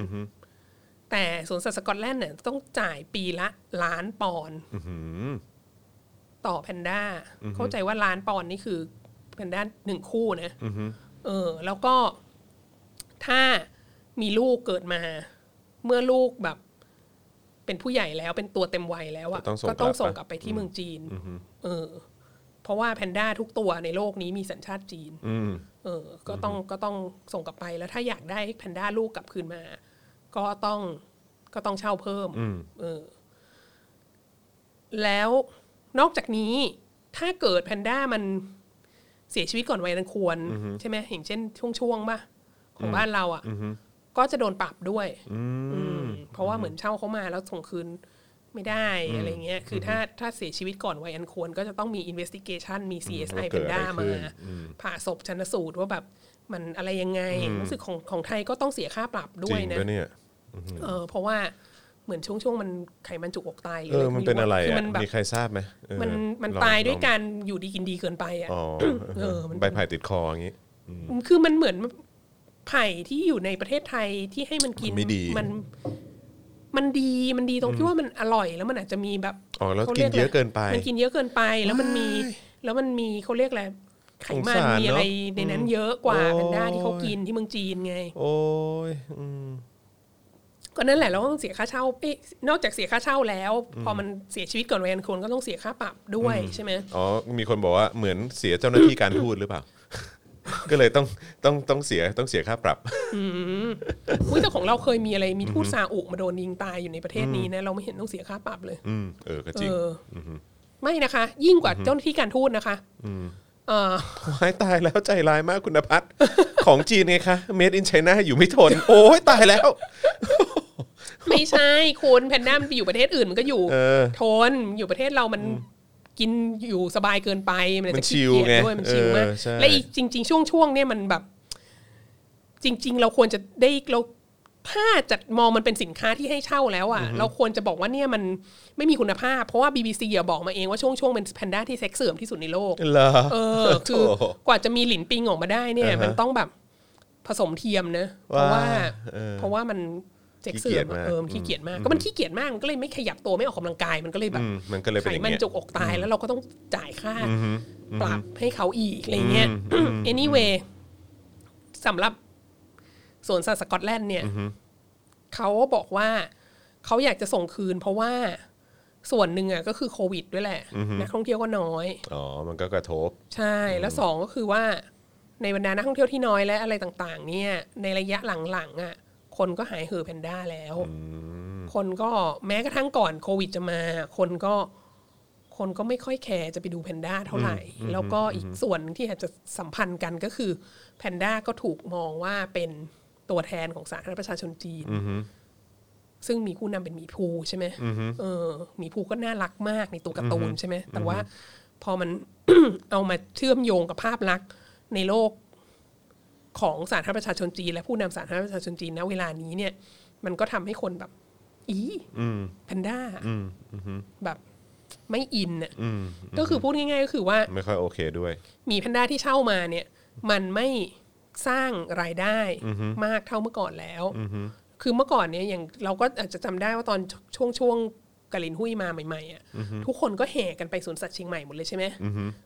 [SPEAKER 2] แต่สวนสัตว์สกอตแลนด์เนี่ยต้องจ่ายปีละล้านปอนด์ต่อแพนด้าเข้าใจว่าล้านปอนด์นี่คือแพนด้าหนึ่งคู่นะเออ แล้วก็ถ้ามีลูกเกิดมา เมื่อลูกแบบ เป็นผู้ใหญ่แล้วเป็นตัวเต็มวัยแล้วอะ
[SPEAKER 1] ก็ต้องส่ง
[SPEAKER 2] ก็ต้อ
[SPEAKER 1] กลั
[SPEAKER 2] ง
[SPEAKER 1] บ
[SPEAKER 2] ส่ง
[SPEAKER 1] ปะ
[SPEAKER 2] กลับไปที่เมืองจีนเออ เพราะว่าแพนด้าทุกตัวในโลกนี้มีสัญชาติจีน
[SPEAKER 1] อืม
[SPEAKER 2] เออ ก็ต้องก็ต้องส่งกลับไปแล้วถ้าอยากได้แพนด้าลูกกลับคืนมา ก็ต้องก็ต้องเช่าเพิ่ม
[SPEAKER 1] อืม
[SPEAKER 2] เออ แล้วนอกจากนี้ ถ้าเกิดแพนด้ามันเสียชีวิตก่อนวัยอันควร ใช่ไหมอย่างเช่นช่วงๆป่ะของบ้านเราอะ่ะก็จะโดนปรับด้วย อืมเพราะว่าเหมือนเช่าเขามาแล้วส่งคืนไม่ได้อะไรเงี้ย คือถ้าถ้าเสียชีวิตก่อนวัยอันควร ก็จะต้องมี investigation มี CSI
[SPEAKER 1] ว่าเกิดอะไร
[SPEAKER 2] Panda
[SPEAKER 1] ขึ้
[SPEAKER 2] มาน ผ่าศพชันสูตรว่าแบบมันอะไรยังไงรู้สึกของของไทยก็ต้องเสียค่าปรับด้
[SPEAKER 1] จ
[SPEAKER 2] ว
[SPEAKER 1] ริ
[SPEAKER 2] ย
[SPEAKER 1] ง
[SPEAKER 2] นะ
[SPEAKER 1] ปะเนี่ย
[SPEAKER 2] เออเพราะว่าเหมือนช่วงช่วงๆมันไขมันจุกอกตายห
[SPEAKER 1] เออ มัน
[SPEAKER 2] ก็
[SPEAKER 1] เป็นอะไร
[SPEAKER 2] คื
[SPEAKER 1] อ่ะ
[SPEAKER 2] มันแบบ
[SPEAKER 1] มีใครทราบไหมเออ
[SPEAKER 2] มันมัน
[SPEAKER 1] ลอง
[SPEAKER 2] ตายด้วย
[SPEAKER 1] ลอง
[SPEAKER 2] การอยู่ดีกินดีเกินไปอ่ะ
[SPEAKER 1] อ๋อ
[SPEAKER 2] เออมัน
[SPEAKER 1] ใบไผ่ติดคออย่างงี้
[SPEAKER 2] คือมันเหมือนไผ่ที่อยู่ในประเทศไทยที่ให้มันกิน
[SPEAKER 1] มันไม่ดี
[SPEAKER 2] นมันดีมันดีตรงที่ว่ามันอร่อยแล้วมันอาจจะมีแบบ
[SPEAKER 1] อ๋อแล้ว
[SPEAKER 2] ขา
[SPEAKER 1] กิน
[SPEAKER 2] รี
[SPEAKER 1] เยอะ
[SPEAKER 2] ไร
[SPEAKER 1] เกินไป
[SPEAKER 2] มันกินเยอะเกินไป แล้วมันมีแล้วมันมีเขาเรียกอะไรไขมัน
[SPEAKER 1] สงสาร
[SPEAKER 2] มีอะไร
[SPEAKER 1] เนอะ
[SPEAKER 2] ในนั้นเยอะกว่า
[SPEAKER 1] โอ้
[SPEAKER 2] แพ
[SPEAKER 1] ย
[SPEAKER 2] นด้าที่เขากินที่เมืองจีนไง
[SPEAKER 1] โอ้ยอืม
[SPEAKER 2] ก็นั่นแหละเราก็ต้องเสียค่าเช่าเอ๊ะนอกจากเสียค่าเช่าแล้ว พอมันเสียชีวิตก่อนวัยอันควรก็ต้องเสียค่าปรับด้วยใช่ไหม
[SPEAKER 1] อ๋อ มีคนบอกว่าเหมือนเสียเจ้าหน้าที่การทูตห
[SPEAKER 2] [laughs]
[SPEAKER 1] รือเปล่า ก็เลยต้องต้องต้องเสียต้องเสียค่าปรับ
[SPEAKER 2] [laughs] อุ้ยแต่ของเราเคยมีอะไรมีทูตซาอุมาโดนยิงตายอยู่ในประเทศนี้นะเราไม่เห็นต้องเสียค่าปรับเลย
[SPEAKER 1] อืม เออ ก็
[SPEAKER 2] เอ
[SPEAKER 1] จริง
[SPEAKER 2] ออไม่นะคะ ยิ่งกว่าเจ้าหน้าที่การทูตนะคะเออ
[SPEAKER 1] วายตายแล้วใจร้ายมากคุณพัฒน์ [laughs] ของจีนไงคะ made in China อยู่ไม่ทน โอ้ยตายแล้ว
[SPEAKER 2] ไม่ใช่คุณแพนด้ามันไปอยู่ประเทศอื่นมันก็อยู่
[SPEAKER 1] เออ
[SPEAKER 2] ทนอยู่ประเทศเรามันกินอยู่สบายเกินไป มันอาจ
[SPEAKER 1] มั
[SPEAKER 2] จะ
[SPEAKER 1] นชิล
[SPEAKER 2] ขี้เกียจ
[SPEAKER 1] ไง
[SPEAKER 2] ด้วยมันชิลมาก
[SPEAKER 1] เออใช่
[SPEAKER 2] และอีกจริง ๆ ช่วงช่วงๆเนี่ยมันแบบ จริง ๆ เราควรจะได้เราถ้าจัดมองมันเป็นสินค้าที่ให้เช่าแล้วอะ่ะ เราควรจะบอกว่าเนี่ยมันไม่มีคุณภาพ เพราะว่า BBC อ่ะบอกมาเองว่าช่วงช่วงๆเป็นแพนด้าที่เซ็กเสื่อมที่สุดในโลก
[SPEAKER 1] เหรอ
[SPEAKER 2] เออ คือ
[SPEAKER 1] โถ่
[SPEAKER 2] กว่าจะมีหลินปิงออกมาได้เนี่ย
[SPEAKER 1] อ่าฮะ
[SPEAKER 2] มันต้องแบบผสมเทียมนะ เพราะว่า
[SPEAKER 1] ว้าเออ
[SPEAKER 2] เพราะว่ามันเจ็กเสื่อมอะ
[SPEAKER 1] ขี้เกียจมาก
[SPEAKER 2] เออมันขี้เกียจมากก็มันขี้เกียจมากมันก็เลยไม่ขยับตัวไม่ออกกำลังกายมันก็เลยแบ
[SPEAKER 1] อื
[SPEAKER 2] บ
[SPEAKER 1] มมันก็เลย
[SPEAKER 2] ไข
[SPEAKER 1] เป็นอย่าง
[SPEAKER 2] มัน
[SPEAKER 1] เงี้ย
[SPEAKER 2] จุกอกตายแล้วเราก็ต้องจ่ายค่าปรับให้เขาอีกอะไรเงี้ย [coughs] anyway สำหรับสวนสัตว์สกอตแลนด์เนี่ยเขาบอกว่าเขาอยากจะส่งคืน เพราะว่าส่วนหนึ่งอะก็คือโควิดด้วยแหละนักท่องเที่ยวก็น้อย
[SPEAKER 1] อ๋อ มันก็กระทบ
[SPEAKER 2] ใช่แล้วสองก็คือว่าในบรรดานักท่องเที่ยวที่น้อยและอะไรต่างๆ เนี่ย ในระยะหลังๆอ่ะคนก็หายเหือะแพนด้าแล้ว คนก็แม้กระทั่งก่อนโควิดจะมา คนก็คนก็ไม่ค่อยแคร์จะไปดูแพนด้าเท่าไหร่ แล้วก็อีกส่วนหนึ่งที่อาจจะสัมพันธ์กันก็คือแพนด้าก็ถูกมองว่าเป็นตัวแทนของสาธารณประชาชนจีน ซึ่งมีผู้นำเป็นหมีภูใช่ไหมเออหมีภูก็น่ารักมากในตัวการ์ตูนใช่ไหมแต่ว่าพอมัน [coughs] เอามาเชื่อมโยงกับภาพลักษณ์ในโลกของสาธารณประชาชนจีน และผู้นำสาธารณประชาชนจีนณเวลานี้เนี่ย มันก็ทำให้คนแบบ อีแพนด้าแบบ ไม่อินอ่ะ
[SPEAKER 1] อืม
[SPEAKER 2] ก็คือพูดง่ายๆก็คือว่า
[SPEAKER 1] ไม่ค่อยโอเคด้วย
[SPEAKER 2] หมีแพนด้าที่เช่ามาเนี่ย มันไม่สร้างรายได้มากเท่าเมื่อก่อนแล้ว คือเมื่อก่อนเนี่ยอย่างเราก็อาจจะจำได้ว่าตอนช่วงช่วงกะลินหุ้ยมาใหม่ๆอ่ะทุกคนก็แห่กันไปสวนสัตว์เชียงใหม่หมดเลยใช่ไหม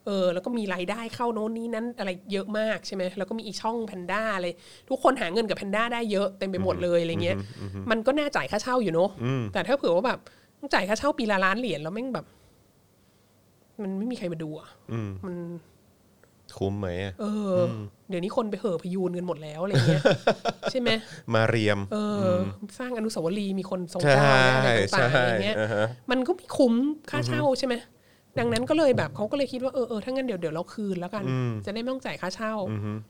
[SPEAKER 2] เออแล้วก็มีรายได้เข้าโน้นนี้นั้นอะไรเยอะมากใช่ไหมแล้วก็มีอีช่องแพนด้าอะไรทุกคนหาเงินกับแพนด้าได้เยอะเต็มไปหมดเลยอะไรเงี้ยมันก็น่าจ่ายค่าเช่าอยู่เนอะแต่ถ้าเผื่อว่าแบบต้องจ่ายค่าเช่าปีละล้านเหรียญแล้วแม่งแบบ มันไม่มีใครมาดูอ่ะมัน
[SPEAKER 1] คุ้มไหมอะ
[SPEAKER 2] เอออเดี๋ยวนี้คนไปเห่อพยูนกันหมดแล้วอะไร
[SPEAKER 1] [laughs]
[SPEAKER 2] เงี้ย ใช่ไหม
[SPEAKER 1] มาเรียม
[SPEAKER 2] เอออ สร้างอนุสาวรีย์มีคนทรง
[SPEAKER 1] ใช่
[SPEAKER 2] เจ้าอะไรต่างๆ
[SPEAKER 1] ใช่
[SPEAKER 2] อะไรเงี้ย
[SPEAKER 1] อ่าฮะ
[SPEAKER 2] มันก็ไมีคุ้มค่าเช่าใช่ไหมดังนั้นก็เลยแบบเขาก็เลยคิดว่าเออเออถ้างั้นเดี๋ยวเดี๋ยวเราคืนแล้วกัน จะได้ไม่ต้องจ่ายค่าเช่า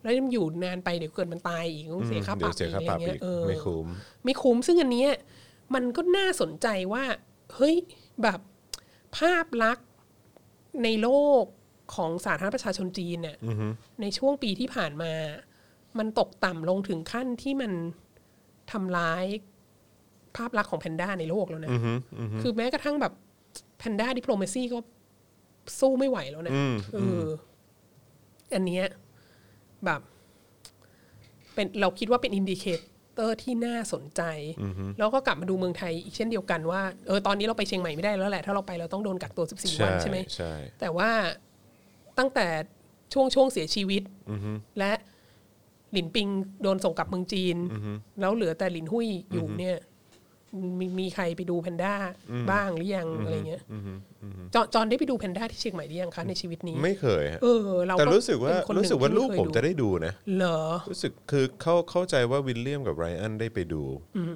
[SPEAKER 2] แล้วยังอยู่นานไปเดี๋ยวเกิดมันตายอีกต้องเสียค่าป
[SPEAKER 1] เดี๋ย
[SPEAKER 2] รับ
[SPEAKER 1] วเสีย
[SPEAKER 2] อีก
[SPEAKER 1] ค่า
[SPEAKER 2] อะ
[SPEAKER 1] ปรับ
[SPEAKER 2] ไรเงี้
[SPEAKER 1] อี
[SPEAKER 2] ย
[SPEAKER 1] ก
[SPEAKER 2] เออ
[SPEAKER 1] ไม่คุ้ม
[SPEAKER 2] ไม่คุ้มซึ่งอันเนี้ยมันก็น่าสนใจว่า เฮ้ยแบบภาพลักษณ์ในโลกของสาธารณประชาชนจีนเนี่ยในช่วงปีที่ผ่านมา มันตกต่ำลงถึงขั้นที่มันทำร้ายภาพลักษณ์ของแพนด้าในโลกแล้วนะ
[SPEAKER 1] อืมอืม
[SPEAKER 2] คือแม้กระทั่งแบบแพนด้าดิปโลเมซีก็สู้ไม่ไหวแล้วนะ
[SPEAKER 1] อืม
[SPEAKER 2] เอออันเนี้ยแบบ เป็นเราคิดว่าเป็นอินดิเคเตอร์ที่น่าสนใจ แล้วก็กลับมาดูเมืองไทยอีกเช่นเดียวกันว่าเออตอนนี้เราไปเชียงใหม่ไม่ได้แล้วแหละ ถ้าเราไปเราต้องโดนกักตัว 14 วันใช่ไหม
[SPEAKER 1] ใช่
[SPEAKER 2] แต่ว่าตั้งแต่ช่วงช่วงเสียชีวิตและหลินปิงโดนส่งกลับเมืองจีน แล้วเหลือแต่หลินหุยอยู่เนี่ย มีมีใครไปดูแพนด้าบ้างหรือยังอะไรเงี้ยจอจอนได้ไปดูแพนด้าที่เชียงใหม่หรือยังคะในชีวิตนี้
[SPEAKER 1] ไม่เคยฮะ
[SPEAKER 2] เออ เรา
[SPEAKER 1] แต่รู้สึกว่า
[SPEAKER 2] เป็นคนหนึ่ง
[SPEAKER 1] รู้สึกว่า
[SPEAKER 2] ที่
[SPEAKER 1] ลูก
[SPEAKER 2] ไเคย
[SPEAKER 1] ผมจะได้ดูนะ
[SPEAKER 2] เหรอ
[SPEAKER 1] รู้สึกคือเขาเข้าใจว่าวิลเลียมกับไรอันได้ไปดู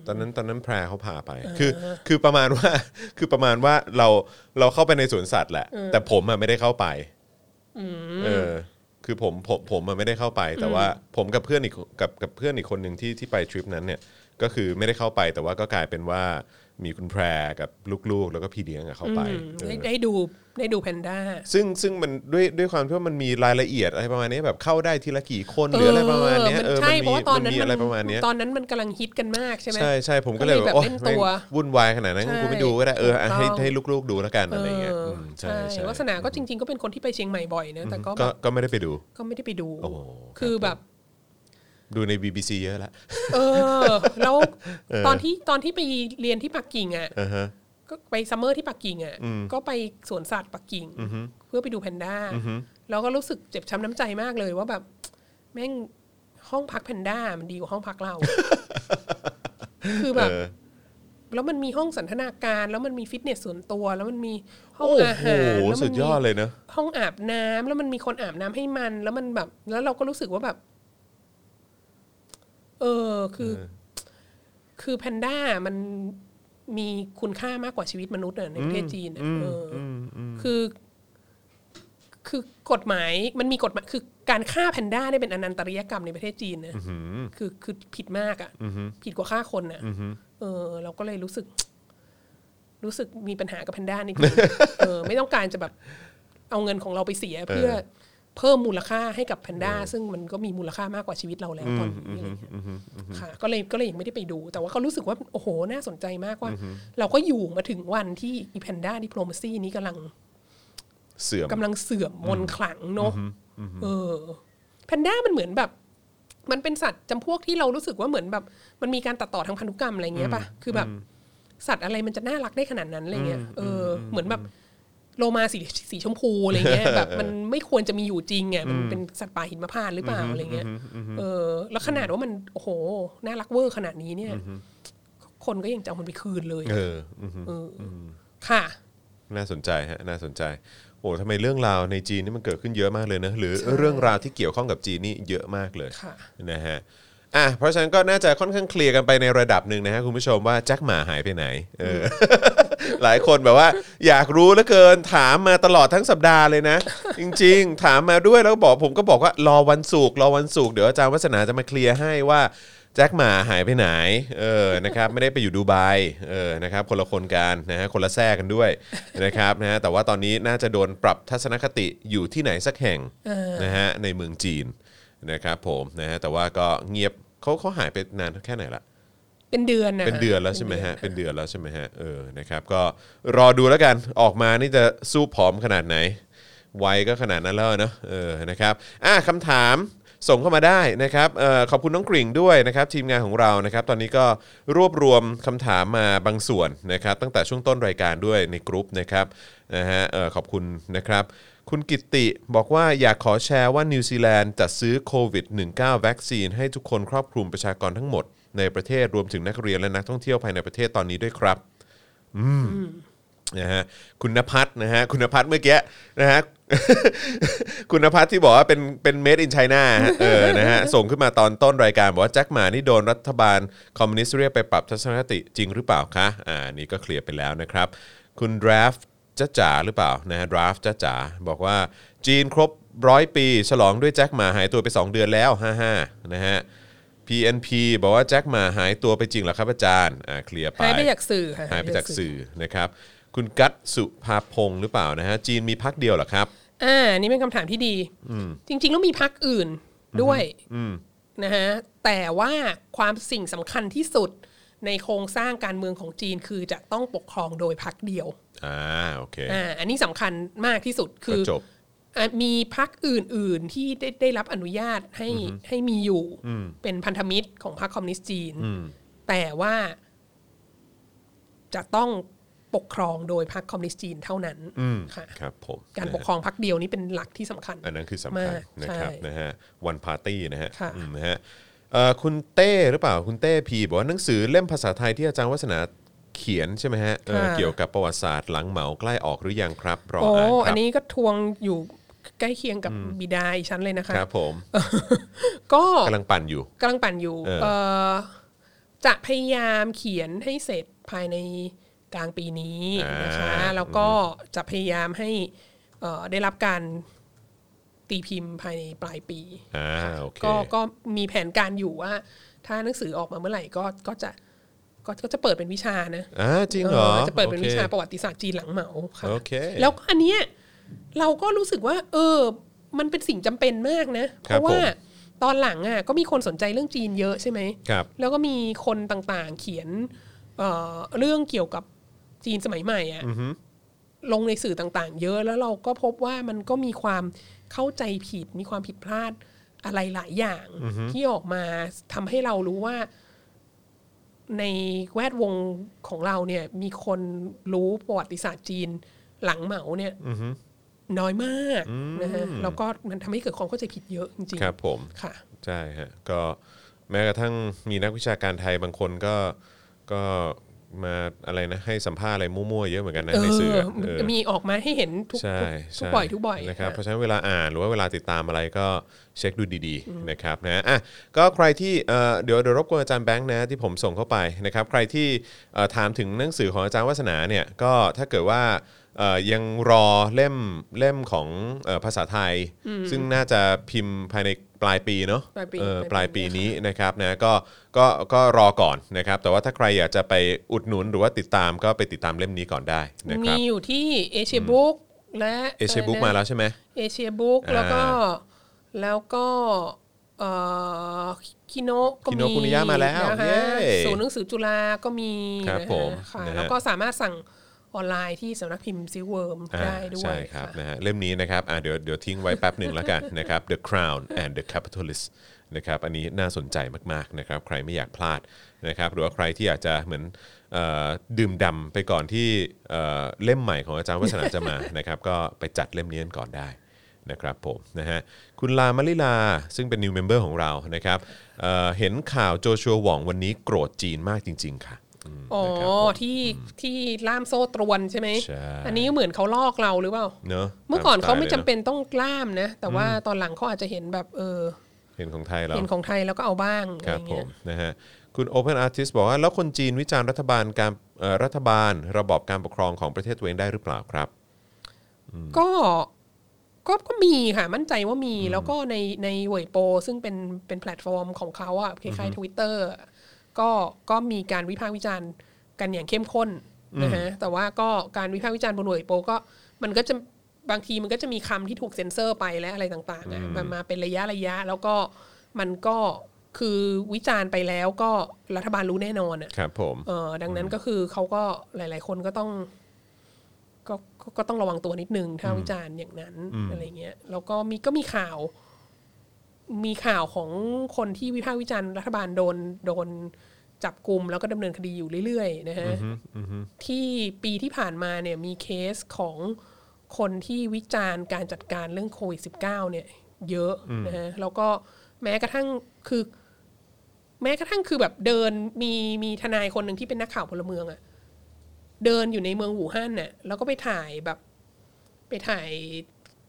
[SPEAKER 1] ตอนนั้นตอนนั้นแพรเขาพาไป คือคือประมาณว่า คือประมาณว่าเราเราเข้าไปในสวนสัตว์แหละ แต่ผมอะไม่ได้เข้าไปเออ คือผมผมผมอะไม่ได้เข้าไป แต่ว่าผมกับเพื่อนอีกกับกับเพื่อนอีกคนหนึ่งที่ที่ไปทริปนั้นเนี่ย ก็คือไม่ได้เข้าไปแต่ว่าก็กลายเป็นว่ามีคุณแพรกับลูกๆ แล้วก็พี่เลี้ยงอะเข้าไป
[SPEAKER 2] อืม
[SPEAKER 1] เออ
[SPEAKER 2] ได้ได้ดูได้ดูแพนด้า
[SPEAKER 1] ซึ่งซึ่งมันด้วยด้วยความที่ว่ามันมีรายละเอียดอะไรประมาณนี้แบบเข้าได้ทีละกี่คนหรืออะไรประมาณเนี้ย
[SPEAKER 2] เอ
[SPEAKER 1] เออ
[SPEAKER 2] อมันใช่
[SPEAKER 1] มันมี
[SPEAKER 2] เพราะว่าตอน
[SPEAKER 1] มัน
[SPEAKER 2] นั้น
[SPEAKER 1] มีอะไรประมาณเนี้ย
[SPEAKER 2] ตอนนั้นมันกำลังฮิตกันมากใช่ไหม
[SPEAKER 1] ใช่ใช่ผมก็เลยแบบโอ้
[SPEAKER 2] ก็เลยแบบเล่นตัว
[SPEAKER 1] วุ่นวายขนาดนั้นงั้นกูไม่ดูก็ได้เอออ่ะให้
[SPEAKER 2] ถูกต้อง
[SPEAKER 1] ให้ลูกๆดูแล้วกันอะไรเงี้ย
[SPEAKER 2] เออ
[SPEAKER 1] อืมใช่ใช่
[SPEAKER 2] ลักษณะก็จริง ๆ ก็เป็นคนที่ไปเชียงใหม่บ่อยนะแต่ก็แบ
[SPEAKER 1] ก็
[SPEAKER 2] บ
[SPEAKER 1] ก็ไม่ได้ไปดู
[SPEAKER 2] ก็ไม่ได้ไปดู
[SPEAKER 1] โอ้โห
[SPEAKER 2] คือแบบ
[SPEAKER 1] ดูใน BBC เยอะละ
[SPEAKER 2] เออ แล้วตอนที่ตอนที่ไปเรียนที่ปักกิ่งอ่ะ
[SPEAKER 1] อ่าฮะ
[SPEAKER 2] ก็ไปซัมเมอร์ที่ปักกิ่งอ่ะก็ไปสวนสัตว์ปักกิ่งเพื่อไปดูแพนด้าแล้วก็รู้สึกเจ็บช้ำน้ำใจมากเลยว่าแบบ แม่งห้องพักแพนด้ามันดีกว่าห้องพักเรา [laughs] คือแบบ
[SPEAKER 1] เออ
[SPEAKER 2] แล้วมันมีห้องสันทนาการ แล้วมันมีฟิตเนสส่วนตัว แล้วมันมีห้อง
[SPEAKER 1] โอ้
[SPEAKER 2] อา
[SPEAKER 1] โห
[SPEAKER 2] หารแล้ว
[SPEAKER 1] สุ
[SPEAKER 2] มัน
[SPEAKER 1] ด
[SPEAKER 2] มี
[SPEAKER 1] ยอดเลยเนอะ
[SPEAKER 2] ห้องอาบน้ำแล้วมันมีคนอาบน้ำให้มัน แล้วมันแบบ แล้วเราก็รู้สึกว่าแบบ เออคือ คือแพนด้ามันมีคุณค่ามากกว่าชีวิตมนุษย์อะในประเทศจีนอะเอออคือ คือกฎหมายมันมีกฎหมายคือการฆ่าแพนด้าได้เป็นอนันตริยกรรมในประเทศจีนนะคือคือผิดมากอะผิดกว่าฆ่าคนอะเออ เราก็เลยรู้สึก รู้สึกมีปัญหากับแพนด้านิด [laughs] นึง เออ ไม่ต้องการจะแบบเอาเงินของเราไปเสีย เพื่อเพิ่มมูลค่าให้กับแพนด้าซึ่งมันก็มีมูลค่ามากกว่าชีวิตเราแล้วตอนนี้อะไรเงี้ยค่ะ ก็เลยก็เลยยังไม่ได้ไปดู แต่ว่าก็รู้สึกว่าโอ้โหน่าสนใจมากว่า เราก็อยู่มาถึงวันที่อีแพนด้าดิโพลมาซีนี้กำลัง
[SPEAKER 1] เสื่อม
[SPEAKER 2] กำลังเสื่อมมนต์ขลังเนาะเออแพนด้ามันเหมือนแบบ มันเป็นสัตว์จำพวกที่เรารู้สึกว่าเหมือนแบบ มันมีการตัดต่อทางพันธุกรรมอะไรเงี้ยป่ะคือแบบ สัตว์อะไรมันจะน่ารักได้ขนาดนั้นอะไรเงี้ยเอออเหมือนแบบโลมาสีสีชมพูอะไรเงี้ย แบบมันไม่ควรจะมีอยู่จริงไงมันเป็นสัตว์ป่าหินมะพร้านต์หรือเปล่าอะไรเงี้ยเออ แล้วขนาดว่ามันโอ้โหน่ารักเวอร์ขนาดนี้เนี่ย คนก็ยังจะเอามันไปคืนเลย
[SPEAKER 1] เอออือฮึ
[SPEAKER 2] เอออค่ะ
[SPEAKER 1] น่าสนใจฮะน่าสนใจ โอ้ทำไมเรื่องราวในจีนนี่มันเกิดขึ้นเยอะมากเลยนะหรือเรื่องราวที่เกี่ยวข้องกับจีนนี่เยอะมากเลย
[SPEAKER 2] ค่ะ
[SPEAKER 1] นะฮะ อ่ะ เพราะฉะนั้นก็น่าจะค่อนข้างเคลียร์กันไปในระดับหนึ่งนะฮะคุณผู้ชมว่าแจ็คหมาหายไปไหน เออ หลายคนแบบว่า อยากรู้เหลือเกินถามมาตลอดทั้งสัปดาห์เลยนะ จริง ๆ ถามมาด้วยแล้วก็บอกผมก็บอกว่ารอวันศุกร์รอวันศุกร์เดี๋ยวอาจารย์วัฒนาจะมาเคลียร์ให้ว่าแจ็คหมาหายไปไหน เออ นะครับ ไม่ได้ไปอยู่ดูไบ เออ นะครับ คนละคนกันนะฮะ คนละแทรกกันด้วย นะครับนะฮะ แต่ว่าตอนนี้น่าจะโดนปรับทัศนคติอยู่ที่ไหนสักแห่งนะฮะ ในเมืองจีน นะครับผมนะฮะแต่ว่าก็เงียบเขาเขาหายไปนานแค่ไหนละ
[SPEAKER 2] เป็นเดือนนะ
[SPEAKER 1] เป็นเดือนแล้วใช่ไหมฮะ เป็นเดือนแล้วใช่ไหมฮะ เออ นะครับ ก็รอดูแล้วกัน ออกมานี่จะสู้ผอมขนาดไหน ไวยก็ขนาดนั้นแล้วเนอะเออ นะครับ อ่ะคำถามส่งเข้ามาได้นะครับ เออขอบคุณน้องกริ่งด้วยนะครับ ทีมงานของเรา นะครับ ตอนนี้ก็รวบรวมคำถามมาบางส่วนนะครับ ตั้งแต่ช่วงต้นรายการด้วยในกรุ๊ปนะครับ นะฮะ เออขอบคุณนะครับ คุณกิตติบอกว่าอยากขอแชร์ว่านิวซีแลนด์จัดซื้อโควิด -19 วัคซีนให้ทุกคนครอบคลุมประชากรทั้งหมด ในประเทศรวมถึงนักเรียนและนักท่องเที่ยวภายในประเทศตอนนี้ด้วยครับ อืมนะฮะคุณนภัสนะฮะคุณนภัสเมื่อกี้นะ [laughs] ฮะ คุณนภัสที่บอกว่าเป็นเป็นเมดอินไชน่า
[SPEAKER 2] [laughs]
[SPEAKER 1] เออนะฮะ ส่งขึ้นมาตอนต้นรายการ บอกว่าแจ็คหมานี่โดนรัฐบาลคอมมิวนิสต์เรียกไปปรับทัศนคติจริงหรือเปล่าคะอ่าอันนี่ก็เคลียร์ไปแล้วนะครับ คุณดราฟจ้าจ๋าหรือเปล่านะฮะดราฟจ้าจ๋าบอกว่าจีนครบร้อยปี ฉลองด้วยแจ็คหมาหายตัวไป 2 เดือนแล้วฮ่าๆนะฮะ PNP บอกว่าแจ็คหมาหายตัวไปจริงเหรอครับอาจารย์อ่าเคลียร์ไป
[SPEAKER 2] หายไปจากสื่อค่ะ
[SPEAKER 1] หายไปจากสื่อนะครับ คุณกัตสุภาพงศ์หรือเปล่านะฮะ จีนมีพักเดียวเหรอครับ
[SPEAKER 2] อ่านี่เป็นคำถามที่ดี จริง ๆ แล้วมีพักอื่นด้วยนะฮะแต่ว่าความสิ่งสำคัญที่สุดในโครงสร้างการเมืองของจีนคือจะต้องปกครองโดยพักเดียว
[SPEAKER 1] อ่า โอเค
[SPEAKER 2] อ่าอันนี้สำคัญมากที่สุดคือ
[SPEAKER 1] ก็จบ
[SPEAKER 2] อ่ะมีพักอื่น ๆ ที่ได้ได้รับอนุญาตให้ให้มีอยู่เป็นพันธมิตรของพรรคคอมมิวนิสต์จีน แต่ว่าจะต้องปกครองโดยพรรคคอมมิวนิสต์จีนเท่านั้นค่ะ
[SPEAKER 1] ครับผม
[SPEAKER 2] การปกครองพักเดียวนี้เป็นหลักที่สำคัญ
[SPEAKER 1] อันนั้นคือสำคัญ
[SPEAKER 2] มาก
[SPEAKER 1] นะครับ
[SPEAKER 2] ใช่
[SPEAKER 1] นะฮะวันพาร์ตี้นะฮะ
[SPEAKER 2] ค่ะ
[SPEAKER 1] อืมนะฮะเอ่อคุณเต้หรือเปล่าคุณเต้พีบอกว่าหนังสือเล่มภาษาไทยที่อาจารย์วัฒนาเขียนใช่ไหมฮะเออเกี่ยวกับประวัติศาสตร์หลังเหมาใกล้ออกหรือยังครับรอ
[SPEAKER 2] โอ้
[SPEAKER 1] อ่านครั
[SPEAKER 2] อัน
[SPEAKER 1] บ
[SPEAKER 2] นี้ก็ทวงอยู่ใกล้เคียงกับบิดาอีกชั้นเลยนะคะ
[SPEAKER 1] ครับผม
[SPEAKER 2] ก็
[SPEAKER 1] กำลังปั่นอยู่
[SPEAKER 2] กำลังปั่นอยู่
[SPEAKER 1] เออ
[SPEAKER 2] เอ่อจะพยายามเขียนให้เสร็จภายในกลางปีนี้นะคะ แล้วก็จะพยายามให้เอ่อได้รับการตีพิมพ์ภายในปลายปี
[SPEAKER 1] อ่าโอเค
[SPEAKER 2] ก็ก็มีแผนการอยู่ว่า ถ้าหนังสือออกมาเมื่อไหร่ก็ก็จะก็ก็จะเปิดเป็นวิชานะ
[SPEAKER 1] อ่าจริงเหรอ
[SPEAKER 2] เออจะเปิดเป็นวิชา
[SPEAKER 1] โอค
[SPEAKER 2] ประวัติศาสตร์จีนหลังเหมาค่ะ
[SPEAKER 1] โอเค
[SPEAKER 2] แล้วก็อันเนี้ยเราก็รู้สึกว่า เออ มันเป็นสิ่งจำเป็นมากนะ
[SPEAKER 1] ค
[SPEAKER 2] เพ
[SPEAKER 1] รับ
[SPEAKER 2] ราะว่า
[SPEAKER 1] ผม
[SPEAKER 2] ตอนหลังอ่ะก็มีคนสนใจเรื่องจีนเยอะใช่ไหม
[SPEAKER 1] ครับ
[SPEAKER 2] แล้วก็มีคนต่างๆ เขียนเอ่อเรื่องเกี่ยวกับจีนสมัยใหม่อะลงในสื่อต่างๆ เยอะแล้วเราก็พบว่ามันก็มีความเข้าใจผิด มีความผิดพลาดอะไรหลายอย่าง ที่ออกมาทำให้เรารู้ว่า ในแวดวงของเราเนี่ย มีคนรู้ประวัติศาสตร์จีนหลังเหมาเนี่ยน้อยมากนะฮะแล้วก็มันทำให้เกิดความเข้าใจผิดเยอะจริงๆ
[SPEAKER 1] ครับผม
[SPEAKER 2] ค่ะ
[SPEAKER 1] ใช่ฮะก็แม้กระทั่งมีนักวิชาการไทยบางคนก็ก็มาอะไรนะให้สัมภาษณ์อะไรมั่วๆเยอะเหมือนกันนะในสื่ออะเออ
[SPEAKER 2] มีออกมาให้เห็นทุก
[SPEAKER 1] ใช่
[SPEAKER 2] ทุก
[SPEAKER 1] ใช่
[SPEAKER 2] บ่อยทุกบ่อย
[SPEAKER 1] นะครับเพราะฉะนั้นเวลาอ่านหรือว่าเวลาติดตามอะไรก็เช็คดูดีๆนะครับนะอ่ะก็ใครที่เอ่อเดี๋ยวเดี๋ยวรบกวนอาจารย์แบงค์นะที่ผมส่งเข้าไปนะครับใครที่เอ่อถามถึงหนังสือของอาจารย์วัฒนาเนี่ยก็ถ้าเกิดว่าเอ่อยังรอเล่มเล่มของเอ่อภาษาไทย ซึ่งน่าจะพิมพ์ภายในปลายปีเนาะ
[SPEAKER 2] ปลายปี
[SPEAKER 1] เออป
[SPEAKER 2] ป
[SPEAKER 1] ลา
[SPEAKER 2] ลาย ยปี
[SPEAKER 1] ปีนี้นะครับนะก็ก็ก็รอก่อนนะครับ แต่ว่าถ้าใครอยากจะไปอุดหนุนหรือว่าติดตามก็ไปติดตามเล่มนี้ก่อนได้นะค
[SPEAKER 2] มี
[SPEAKER 1] รับ
[SPEAKER 2] อยู่ที่เอเชียบุ๊กและ
[SPEAKER 1] เอเชียบุ๊กมาแล้วใช่ไหม
[SPEAKER 2] เอเชียบุ๊ก
[SPEAKER 1] อ่า
[SPEAKER 2] แล้วก็แล้วก็เอ่อคิโนะก็
[SPEAKER 1] คิ
[SPEAKER 2] มี
[SPEAKER 1] โนคุนิยะมาแล้ว
[SPEAKER 2] นะคะ
[SPEAKER 1] เย้
[SPEAKER 2] ศูนย์หนังสือจุฬาก็มี
[SPEAKER 1] ครับ
[SPEAKER 2] นะฮะ
[SPEAKER 1] ผม
[SPEAKER 2] ค่ะ
[SPEAKER 1] นะฮะ
[SPEAKER 2] แล้วก็สามารถสั่งออนไลน์ที่สำนักพิมพ์ซิเวิร์ม
[SPEAKER 1] อ่า
[SPEAKER 2] ได้ด้วย
[SPEAKER 1] ใช่ครับ
[SPEAKER 2] ะ
[SPEAKER 1] นะฮะเล่มนี้นะครับอ่าเดี๋ยวเดี๋ยวทิ้งไว้แป๊บหนึ่งแล้วกันนะครับ The Crown and the Capitalist นะครับอันนี้น่าสนใจมากๆนะครับใครไม่อยากพลาดนะครับหรือว่าใครที่อยากจะเหมือนเอ่อดื่มดำไปก่อนที่เอ่อเล่มใหม่ของอาจารย์วัฒนาจะมา นะครับ [laughs] ก็ไปจัดเล่มนี้กันก่อนได้ นะครับผมนะฮะคุณลามลิลาซึ่งเป็น new member ของเรานะครับเอ่อเห็นข่าวโจชัวหว่องวันนี้โกรธจีนมากจริง ๆ ค่ะอืม
[SPEAKER 2] อ๋อ
[SPEAKER 1] นะครับผม
[SPEAKER 2] ที่ที่ล่ามโซ่ตรวนใช่ไหม
[SPEAKER 1] ใช่
[SPEAKER 2] อันนี้เหมือนเขาลอกเราหรือเปล่า
[SPEAKER 1] เนอะ
[SPEAKER 2] เมื่อก่อน
[SPEAKER 1] ตส
[SPEAKER 2] เขา
[SPEAKER 1] ตล์
[SPEAKER 2] ไม่
[SPEAKER 1] ลย
[SPEAKER 2] จำ
[SPEAKER 1] อะ
[SPEAKER 2] เป็นต้องล่ามนะ แต่ว่าตอนหลังเขาอาจจะเห็นแบบเออ
[SPEAKER 1] เห็นของไทยเรา
[SPEAKER 2] เห็นของไทยแล้วก็เอาบ้างอะ
[SPEAKER 1] ค
[SPEAKER 2] ไร
[SPEAKER 1] รับผ
[SPEAKER 2] เงี้
[SPEAKER 1] ม
[SPEAKER 2] ย
[SPEAKER 1] นะฮะคุณ Open Artist บอกว่า แล้วคนจีนวิจารณ์รัฐบาลการเอ่อรัฐบาล ระบอบการปกครองของประเทศตัวเองได้หรือเปล่าครับ
[SPEAKER 2] ก็ก็ก็มีค่ะ มั่นใจว่ามีแล้วก็ในในเวยโป ซึ่งเป็นเป็นแพลตฟอร์มของเขาอะคล้ายๆทวิตเตอร์ก็ก็มีการวิพากษ์วิจารณ์กันอย่างเข้มข้นนะฮะแต่ว่าก็การวิพากษ์วิจารณ์บนเวยโป ก็มันก็จะบางทีมันก็จะมีคำที่ถูกเซ็นเซอร์ไปและอะไรต่างๆอะมันมาเป็นระยะระยะ แล้วก็มันก็ คือวิจารณ์ไปแล้วก็รัฐบาลรู้แน่นอนอ่ะ
[SPEAKER 1] ครับผม
[SPEAKER 2] เออดังนั้นก็คือเขาก็หลาย ๆ คนก็ต้องก็ก็ก็ต้องระวังตัวนิดนึงถ้าวิจารณ์อย่างนั้นอะไรเงี้ยแล้วก็มีก็มีข่าว มีข่าวของคนที่วิพากษ์วิจารณ์รัฐบาลโดนโดนจับกลุ่มแล้วก็ดำเนินคดีอยู่เรื่อย ๆ นะฮะ ที่ปีที่ผ่านมาเนี่ยมีเคสของคนที่วิจารณ์การจัดการเรื่องโควิด -19 เนี่ย เยอะนะฮะแล้วก็แม้กระทั่งคือ แม้กระทั่งคือแบบเดินมีมีทนายคนหนึ่งที่เป็นนักข่าวพลเมืองอะเดินอยู่ในเมืองหูฮั่นเนี่ยแล้วก็ไปถ่ายแบบ ไปถ่าย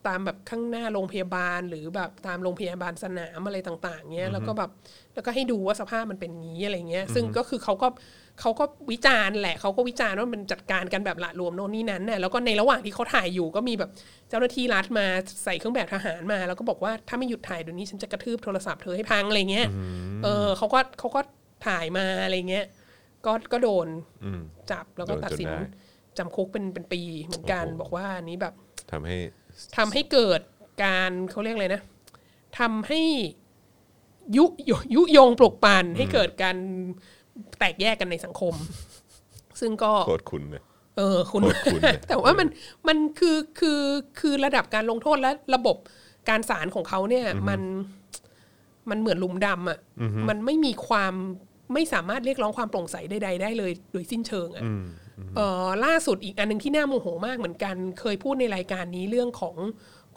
[SPEAKER 2] ตามแบบข้างหน้าโรงพยาบาล หรือแบบตามโรงพยาบาลสนามอะไรต่าง ๆเนี้ยแล้วก็แบบแล้วก็ให้ดูว่าสภาพมันเป็นงี้อะไรเงี้ย ซึ่งก็คือเขาก็เขาก็วิจารณ์แหละเขาก็วิจารณ์ว่ามันจัดการกันแบบหละหลวมโน่นนี่นั้นน่ะแล้วก็ในระหว่างที่เขาถ่ายอยู่ก็มีแบบเจ้าหน้าที่รัฐมาใส่เครื่องแบบทหารมา แล้วก็บอกว่าถ้าไม่หยุดถ่ายเดี๋ยวนี้ฉันจะกระทืบโทรศัพท์เธอให้พังอะไรเงี้ยเออเขาก็เขาก็ถ่ายมาอะไรเงี้ยก็ก็โดน
[SPEAKER 1] อืม
[SPEAKER 2] จับแล้วก็ตัดสิน
[SPEAKER 1] โดนจนได้
[SPEAKER 2] จำคุกเป็นเป็นปีเหมือนกันบอกว่าอันนี้แบบ
[SPEAKER 1] ทำให้
[SPEAKER 2] ทำให้เกิดการเขาเรียกอะไรนะทำให้ยุยยุยงปลุกปั่นให้เกิดการแตกแยกกันในสังคม ซึ่งก็
[SPEAKER 1] โคตรคุณเลย
[SPEAKER 2] เออคุณ
[SPEAKER 1] โคตรคุณเลย
[SPEAKER 2] [laughs] แต่ว่ามันมันคือคือคือระดับการลงโทษและระบบการศาลของเขาเนี่ยมันมันเหมือนหลุมดำอ่ะมันไม่มีความไม่สามารถเรียกร้องความโปร่งใสใดๆได้เลยโดยสิ้นเชิงอ่ะเออล่าสุดอีกอันหนึงที่น่าโมโหมากเหมือนกัน เคยพูดในรายการนี้เรื่องของ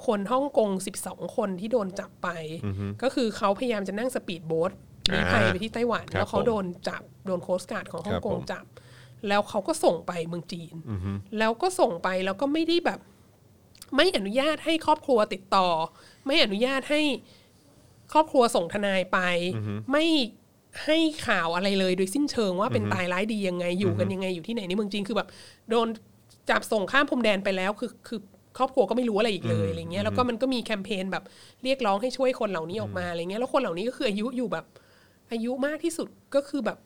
[SPEAKER 2] คนฮ่องกง 12 คนที่โดนจับไป ก็คือเขาพยายามจะนั่งสปีดโบ๊ทหนีภัยไปที่ไต้หวัน
[SPEAKER 1] ครับ
[SPEAKER 2] แล้วเขา
[SPEAKER 1] ผม
[SPEAKER 2] โดนจับโดนโคสการ์ดของฮ่อ
[SPEAKER 1] ค
[SPEAKER 2] ง
[SPEAKER 1] รับ
[SPEAKER 2] ก
[SPEAKER 1] ผ
[SPEAKER 2] ง
[SPEAKER 1] ม
[SPEAKER 2] จับ จับแล้วเขาก็ส่งไปเมืองจีน แล้วก็ส่งไปแล้วก็ไม่ได้แบบ ไม่อนุญาตให้ครอบครัวติดต่อ ไม่อนุญาตให้ครอบครัวส่งทนายไป ไม่ให้ข่าวอะไรเลยโดยสิ้นเชิงว่าเป็นตายร้ายดียังไงอยู่กันยังไงอยู่ที่ไหนในเมืองจีนคือแบบ โดนจับส่งข้ามพรมแดนไปแล้วคือคือครอบครัวก็ไม่รู้อะไรอีกเลยอะไรเงี้ยแล้วก็มันก็มีแคมเปญแบบเรียกร้องให้ช่วยคนเหล่านี้ออกมาอะไรเงี้ยแล้วคนเหล่านี้ก็คืออายุอยู่แบบ อายุมากที่สุดก็คือแบบ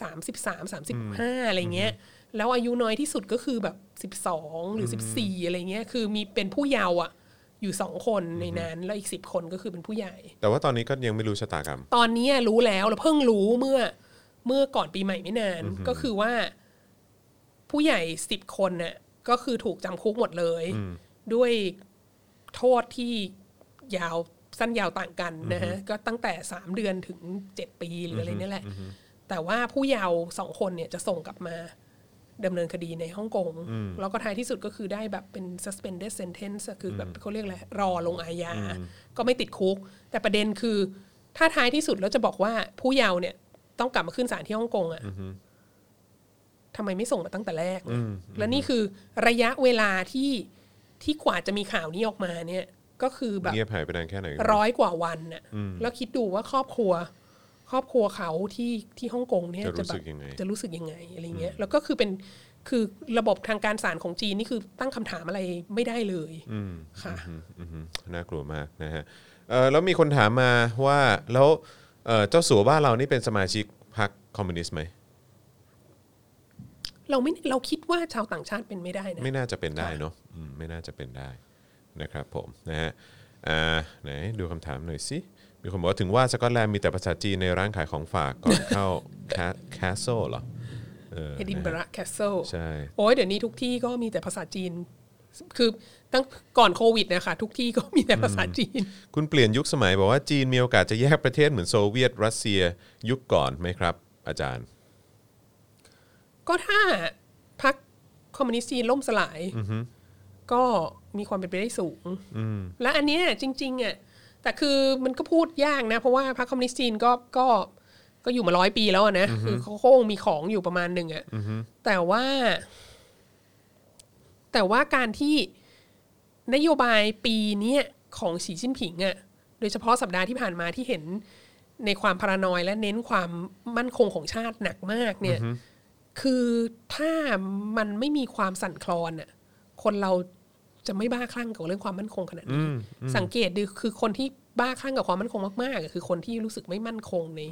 [SPEAKER 2] สามสิบสามสามสิบห้าอะไรเงี้ย แล้วอายุน้อยที่สุดก็คือแบบสิบสองหรือสิบสี่อะไรเงี้ย คือมีเป็นผู้เยาว์อะอยู่สองคนในนั้น แล้วอีกสิบคนก็คือเป็นผู้ใหญ่
[SPEAKER 1] แต่ว่าตอนนี้ก็ยังไม่รู้ชะตากรรม
[SPEAKER 2] ตอนนี้รู้แล้วเราเพิ่งรู้เมื่อเมื่อก่อนปีใหม่ไม่นาน ก็คือว่า ผู้ใหญ่สิบคนน่ะก็คือถูกจำคุกหมดเลย ด้วยโทษที่ยาวสั้นยาวต่างกันนะฮะก็ตั้งแต่สามเดือนถึงเจ็ดปีหรืออะไรเนี่ยแหละ แต่ว่าผู้เยาวสองคนเนี่ยจะส่งกลับมาดำเนินคดีในฮ่องกง แล้วก็ท้ายที่สุดก็คือได้แบบเป็น suspended sentence อะคือแบบเขาเรียกอะไรรอลงอาญา ก็ไม่ติดคุก แต่ประเด็นคือ ถ้าท้ายที่สุดแล้วจะบอกว่าผู้เยาวเนี่ยต้องกลับมาขึ้นศาลที่ฮ่องกงอะ ทำไมไม่ส่งมาตั้งแต่แรก และนี่คือระยะเวลาที่ที่กว่าจะมีข่าวนี้ออกมาเนี่ย ก็คือแบบ
[SPEAKER 1] เงียบหายไปนานแค่ไหนก็ไม่
[SPEAKER 2] ร้อยกว่าวันน่ะ แล้วคิดดูว่าครอบครัว ครอบครัวเขาที่ที่ฮ่องกงเนี่ย
[SPEAKER 1] จะรู้
[SPEAKER 2] จะแบบ
[SPEAKER 1] สึกยังไง
[SPEAKER 2] จะรู้สึกยังไงอะไรเงี้ย แล้วก็คือเป็นคือระบบทางการศาลของจีนนี่คือตั้งคำถามอะไรไม่ได้เลยค่ะ
[SPEAKER 1] อือฮึน่ากลัวมากนะฮะเอ่อแล้วมีคนถามมาว่าแล้วเอ่อเจ้าสัวบ้านเรานี่เป็นสมาชิกพรรคคอมมิวนิสต์ไหม
[SPEAKER 2] เราไม่เราคิดว่าชาวต่างชาติเป็นไม่ได้นะ
[SPEAKER 1] ไม่น่าจะเป็นได้เนาะอืมไม่น่าจะเป็นได้นะครับผมนะฮะอ่าไหนดูคำถามหน่อยสิมีคนบอกว่าถึงว่าสกอตแลนด์มีแต่ภาษาจีนในร้านขายของฝากก่อนเข้า [laughs] แคสโซเหรอเออ
[SPEAKER 2] Edinburgh Castle
[SPEAKER 1] ใช่
[SPEAKER 2] โอ้ยเดี๋ยวนี้ทุกที่ก็มีแต่ภาษาจีน คือตั้งก่อนโควิดเนะคะทุกที่ก็มีแต่ภาษาจีน
[SPEAKER 1] คุณเปลี่ยนยุคสมัยบอกว่าจีนมีโอกาสจะแยกประเทศเหมือนโซเวียตรัสเซียยุคก่อนไหมครับ อาจารย์
[SPEAKER 2] ก็ถ้าพรรคคอมมิวนิสต์จีนล่มสลายก็มีความเป็นไปได้สูงและอันเนี้ยจริงๆอ่ะแต่คือมันก็พูดยากนะ เพราะว่าพรรคคอมมิวนิสต์จีนก็ก็ก็อยู่มาร้อยปีแล้วอะนะคือเขาคงมีของอยู่ประมาณหนึ่งอ่ะแต่ว่า แต่ว่าการที่นโยบายปีเนี้ยของสีจิ้นผิงอ่ะโดยเฉพาะสัปดาห์ที่ผ่านมาที่เห็นในความพารานอยและเน้นความมั่นคงของชาติหนักมากเนี่ย คือถ้ามันไม่มีความสั่นคลอนอ่ะ คนเราจะไม่บ้าคลั่งกับเรื่องความมั่นคงขนาดนี้สังเกตดูคือคนที่บ้าคลั่งกับความมั่นคงมากๆอะคือคนที่รู้สึกไม่มั่นคงใน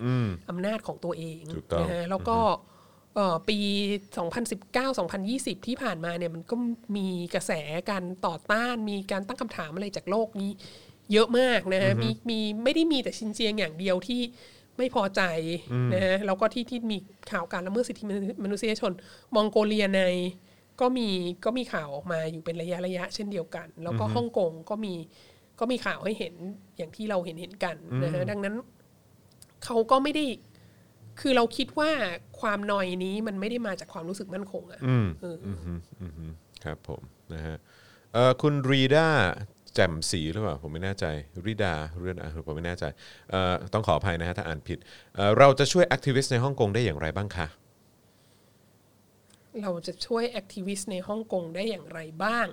[SPEAKER 2] อำนาจของตัวเอง
[SPEAKER 1] ถูกต้อง
[SPEAKER 2] นะฮะแล้วก็เอ่อปี 2019-2020 ที่ผ่านมาเนี่ยมันก็มีกระแสการต่อต้านมีการตั้งคำถามอะไรจากโลกนี้ เยอะมากนะฮะมีมีไม่ได้มีแต่ชินเจียงอย่างเดียวที่ ไม่พอใจนะฮะแล้วก็ที่ที่มีข่าวการละเมิดสิทธิมนุษยชน มองโกเลียในก็มีก็มีข่าวออกมาอยู่เป็นระยะระยะเช่นเดียวกัน แล้วก็ฮ่องกงก็มีก็มีข่าวให้เห็นอย่างที่เราเห็นเห็นกันนะฮะดังนั้นเขาก็ไม่ได้ คือเราคิดว่าความนอยนี้มันไม่ได้มาจากความรู้สึกมั่นคงอะ
[SPEAKER 1] อืม
[SPEAKER 2] เอออื
[SPEAKER 1] มฮึอืมฮึครับผมนะฮะเอ่อคุณรีดาแจ่มสีหรือเปล่าผมไม่แน่ใจรีดาเรื่องอะผมไม่แน่ใจเอ่อต้องขออภัยนะฮะถ้าอ่านผิดเอ่อเราจะช่วยแอคทิวิสต์ในฮ่องกงได้อย่างไรบ้างคะ
[SPEAKER 2] เราจะช่วยแอคทิวิสต์ในฮ่องกงได้อย่างไรบ้าง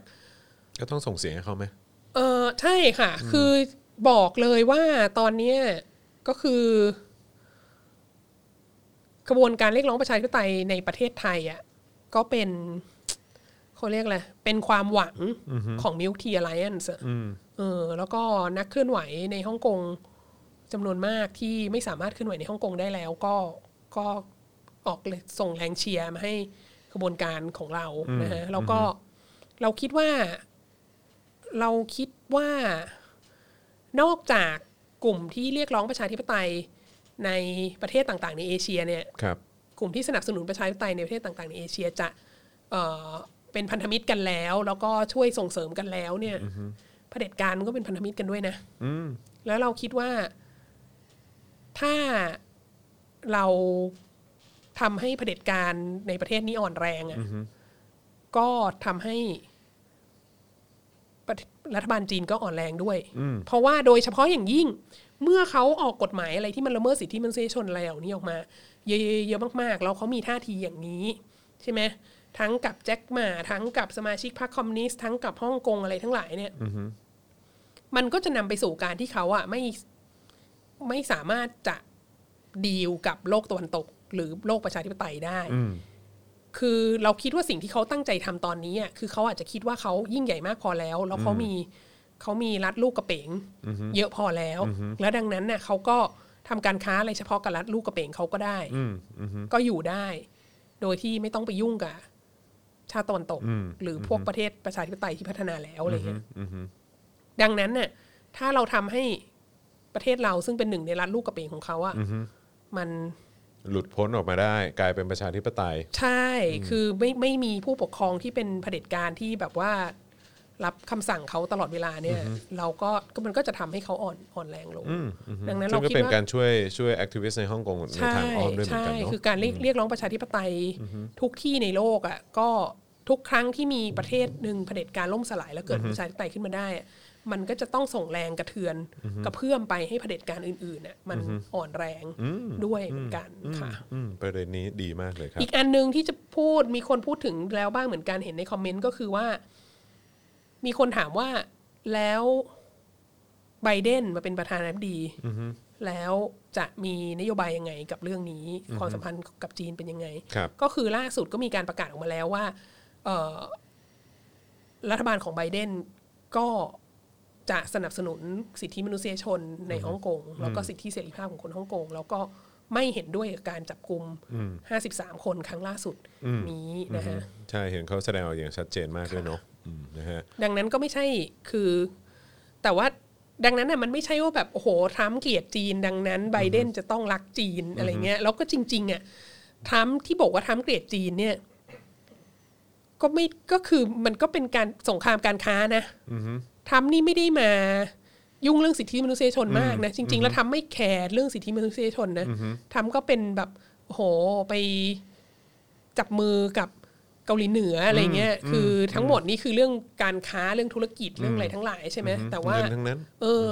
[SPEAKER 1] ก็ต้องส่งเสียงให้เขาไหม
[SPEAKER 2] เออใช่ค่ะ คือบอกเลยว่าตอนเนี้ยก็คือ กระบวนการเรียกร้องประชาธิปไตยในประเทศไทยอ่ะก็เป็นเขาเรียกอะไรเป็นความหวังของมิ l ที a l ไลแอนส์เออ แล้วก็นักเคลื่อนไหวในฮ่องกงจำนวนมากที่ไม่สามารถเคลื่อนไหวในฮ่องกงได้แล้ว ก็ก็ออกเลยส่งแรงเชียร์มาให้กระบวนการของเรานะฮะแล้วก็เราคิดว่า เราคิดว่านอกจากกลุ่มที่เรียกร้องประชาธิปไตยในประเทศต่าง ๆ ในเอเชียเนี่ย
[SPEAKER 1] ครับ
[SPEAKER 2] กลุ่มที่สนับสนุนประชาธิปไตยในประเทศต่างๆในเอเชียจะเอ่อเป็นพันธมิตรกันแล้ว แล้วก็ช่วยส่งเสริมกันแล้วเนี่ยเผด็จการมันก็เป็นพันธมิตรกันด้วยนะแล้วเราคิดว่าถ้าเราทำให้เผด็จการในประเทศนี้อ่อนแรงอะ่ะก็ทำให้ประเทศรัฐบาลจีนก็อ่อนแรงด้วย เพราะว่าโดยเฉพาะอย่างยิ่ง เมื่อเขาออกกฎหมายอะไรที่มันละเมิดสิทธิมนุษยชนอะไรเหล่านี้ออกมา เยอะๆๆมากๆ แล้วเขามีท่าทีอย่างนี้ ใช่ไหมทั้งกับแจ็คหมาทั้งกับสมาชิกพรรคคอมมิวนิสต์ทั้งกับฮ่องกงอะไรทั้งหลายเนี่ยมันก็จะนำไปสู่การที่เขาอะไม่ไม่สามารถจะดีลกับโลกตะวันตก หรือโลกประชาธิปไตยได้ คือเราคิดว่าสิ่งที่เขาตั้งใจทำตอนนี้อะคือเขาอาจจะคิดว่าเขายิ่งใหญ่มากพอแล้ว แล้วเขามีเขามีรัดลูกกระเป๋งเยอะพอแล้ว แล้วดังนั้นน่ะเขาก็ทำการค้าอะไรเฉพาะกับรัดลูกกระเป๋งเขาก็ได้
[SPEAKER 1] อืมอืมฮึ
[SPEAKER 2] ก็อยู่ได้ โดยที่ไม่ต้องไปยุ่งกับชาติตะวันตก
[SPEAKER 1] อืม
[SPEAKER 2] หรือพวกประเทศประชาธิปไตยที่พัฒนาแล้วอะไรเงี้ย
[SPEAKER 1] อืมฮึ
[SPEAKER 2] ดังนั้นเนี่ยถ้าเราทำให้ประเทศเราซึ่งเป็นหนึ่งในรัฐลูกกระเป๋งของเขาอะมัน
[SPEAKER 1] หลุดพ้นออกมาได้ กลายเป็นประชาธิปไตย
[SPEAKER 2] ใช่คือไม่ไม่มีผู้ปกครองที่เป็นเผด็จการที่แบบว่า รับคำสั่งเขาตลอดเวลาเนี่ย เราก็ก็มันก็จะทำให้เขาอ่อนอ่อนแรงลง ดังนั้น
[SPEAKER 1] ซึ่
[SPEAKER 2] เรา
[SPEAKER 1] งก็
[SPEAKER 2] คิด
[SPEAKER 1] เป็น
[SPEAKER 2] ว่า
[SPEAKER 1] การช่วยช่วยแอคทิวิสต์ในฮ่องกงในทางอ้อมด้วยเหมือนกันเนาะ
[SPEAKER 2] คือการเรียกเรียกร้องประชาธิปไตยทุกที่ในโลกอ่ะก็ทุกครั้งที่มีประเทศหนึ่งเผด็จการล่มสลายแล้วเกิดประชาธิปไตยขึ้นมาได้อะมันก็จะต้องส่งแรงกระเทือนกระเพื่อมไปให้เผด็จการอื่นๆน่ะมันอ่อนแรงด้วยเหมือนกันค่ะ
[SPEAKER 1] อืมประเด็นนี้ดีมากเลยครับ
[SPEAKER 2] อีกอันหนึ่งที่จะพูดมีคนพูดถึงแล้วบ้างเหมือนกันเห็นในคอมเมนต์ก็คือว่า มีคนถามว่าแล้วไบเดนมาเป็นประธานาธิบดีแล้วจะมีนโยบายยังไงกับเรื่องนี้ ความสัมพันธ์กับจีนเป็นยังไง
[SPEAKER 1] ครับ
[SPEAKER 2] ก็คือล่าสุดก็มีการประกาศออกมาแล้วว่า เอ่อรัฐบาลของไบเดนก็จะสนับสนุนสิทธิมนุษยชนในฮ่องกงแล้วก็สิทธิเสรีภาพของคนฮ่องกงแล้วก็ไม่เห็นด้วยกับการจับกลุ่ม 53 คนครั้งล่าสุดนี้นะฮะ
[SPEAKER 1] ใช่เห็นเขาแสดงออกอย่างชัดเจนมากเลยเนาะอืมนะฮะ
[SPEAKER 2] ดังนั้นก็ไม่ใช่คือ แต่ว่าดังนั้นน่ะมันไม่ใช่ว่าแบบ โอ้โหทรัมป์เกลียดจีน ดังนั้นไบเดนจะต้องรักจีนอะไรเงี้ยแล้วก็จริง ๆ อ่ะทรัมป์ที่บอกว่าทรัมป์เกลียดจีนเนี่ย ก็ไม่ก็คือมันก็เป็นการสงครามการค้านะทรัมป์นี่ไม่ได้มายุ่งเรื่องสิทธิมนุษยชนมากนะ จริง ๆ แล้วทรัมป์ไม่แคร์เรื่องสิทธิมนุษยชนนะทรัมป์ก็เป็นแบบโอ้โหไป จับมือกับเกาหลีเหนืออะไรเงี้ย คือทั้งหมดนี่คือเรื่องการค้าเรื่องธุรกิจเรื่องอะไรทั้งหลายใช่ไหมแต่ว่า
[SPEAKER 1] เงินทั้งนั้น
[SPEAKER 2] เออ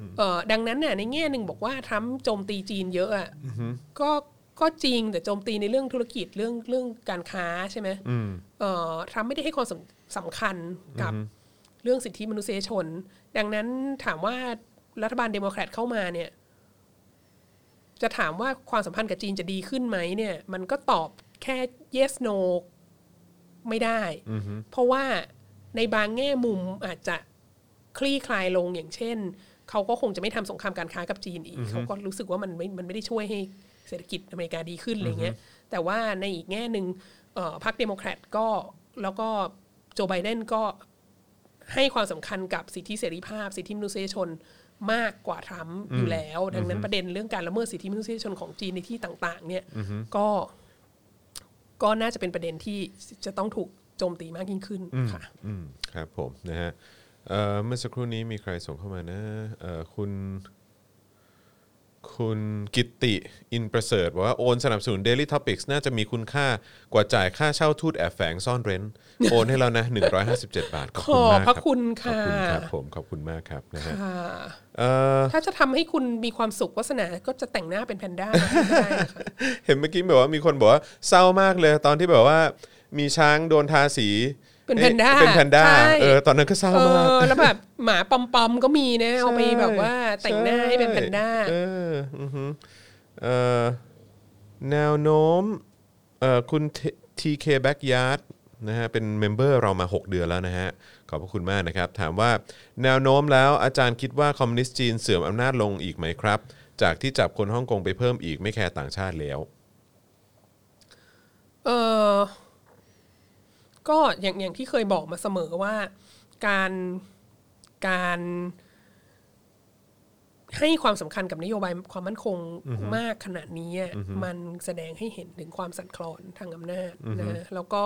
[SPEAKER 2] อเออดังนั้นน่ะในแง่หนึ่งบอกว่าทรัมป์โจมตีจีนเยอะอ่ะก็ก็จริงแต่โจมตีในเรื่องธุรกิจเรื่องเรื่องการค้าใช่ไหมเออทรัมป์ไม่ได้ให้ความสำสำคัญกับเรื่องสิทธิมนุษยชน ดังนั้นถามว่ารัฐบาลเดโมแครตเข้ามาเนี่ย จะถามว่าความสัมพันธ์กับจีนจะดีขึ้นไหมเนี่ย มันก็ตอบแค่ yes no ไม่ได้ เพราะว่าในบางแง่มุมอาจจะ คลี่คลายลงอย่างเช่น เขาก็คงจะไม่ทำสงครามการค้ากับจีนอีก เขาก็รู้สึกว่ามันไม่มันไม่ได้ช่วยให้เศรษฐกิจอเมริกาดีขึ้นอะไรเงี้ยแต่ว่าในอีกแง่หนึ่งเอ่อพรรคเดโมแครตก็แล้วก็โจไบเดนก็ให้ความสำคัญกับสิทธิเสรีภาพ สิทธิมนุษยชน มากกว่าทรัมป์อยู่แล้ว ดังนั้นประเด็นเรื่องการละเมิดสิทธิมนุษยชนของจีนในที่ต่าง ๆ เนี่ยก็ก็น่าจะเป็นประเด็นที่จะต้องถูกโจมตีมากยิ่งขึ้นค่ะ
[SPEAKER 1] อืมครับผมนะฮะเอ่อเมื่อสักครู่นี้มีใครส่งเข้ามานะเอ่อคุณ คุณกิตติอินประเสริฐบอกว่าโอนสนับสนุน Daily Topics น่าจะมีคุณค่ากว่าจ่ายค่าเช่าทูตแอบแฝงซ่อนเร้
[SPEAKER 2] [laughs]
[SPEAKER 1] น โอนให้เรานะ 157 บาท ขอบคุณมาก
[SPEAKER 2] ขอบพระคุณค่ะ
[SPEAKER 1] ขอบคุณครับผมขอบคุณมากครับนะฮะ
[SPEAKER 2] ค่ะ
[SPEAKER 1] เอ่อ
[SPEAKER 2] ถ้าจะทำให้คุณมีความสุขวาสนาก็จะแต่งหน้าเป็นแพนด้ามาให้ได้นะคะ
[SPEAKER 1] เห็นเมื่อกี้แบบว่ามีคนบอกว่าเศร้ามากเลย ตอนที่แบบว่ามีช้างโดนทาสี
[SPEAKER 2] เป็นแพนด้า
[SPEAKER 1] เอ้ยเป็นแพนด้า
[SPEAKER 2] ใช่
[SPEAKER 1] เออตอนนั้น [laughs] ก็เศร้า
[SPEAKER 2] เอ
[SPEAKER 1] มาก
[SPEAKER 2] อแล้วแบบหมาปอมปอมๆก็มีนะเอาไปแบบว่าแต่งหน้าให้เป็นแพนด้า
[SPEAKER 1] ใช่เอออือหือเออแนวโน้มเออคุณ TK Backyard นะฮะเป็นเมมเบอร์เรามา 6 เดือนแล้วนะฮะ ขอบพระคุณมากนะครับ ถามว่าแนวโน้มแล้วอาจารย์คิดว่าคอมมิวนิสต์จีนเสื่อมอำนาจลงอีกไหมครับ จากที่จับคนฮ่องกงไปเพิ่มอีกไม่แคร์ต่างชาติแล้ว
[SPEAKER 2] เออก็อย่างอย่างที่เคยบอกมาเสมอว่าการการให้ความสำคัญกับนโยบายความมั่นคงมากขนาดนี้อะมันแสดงให้เห็นถึงความสั่นคลอนทางอำนาจนะแล้วก็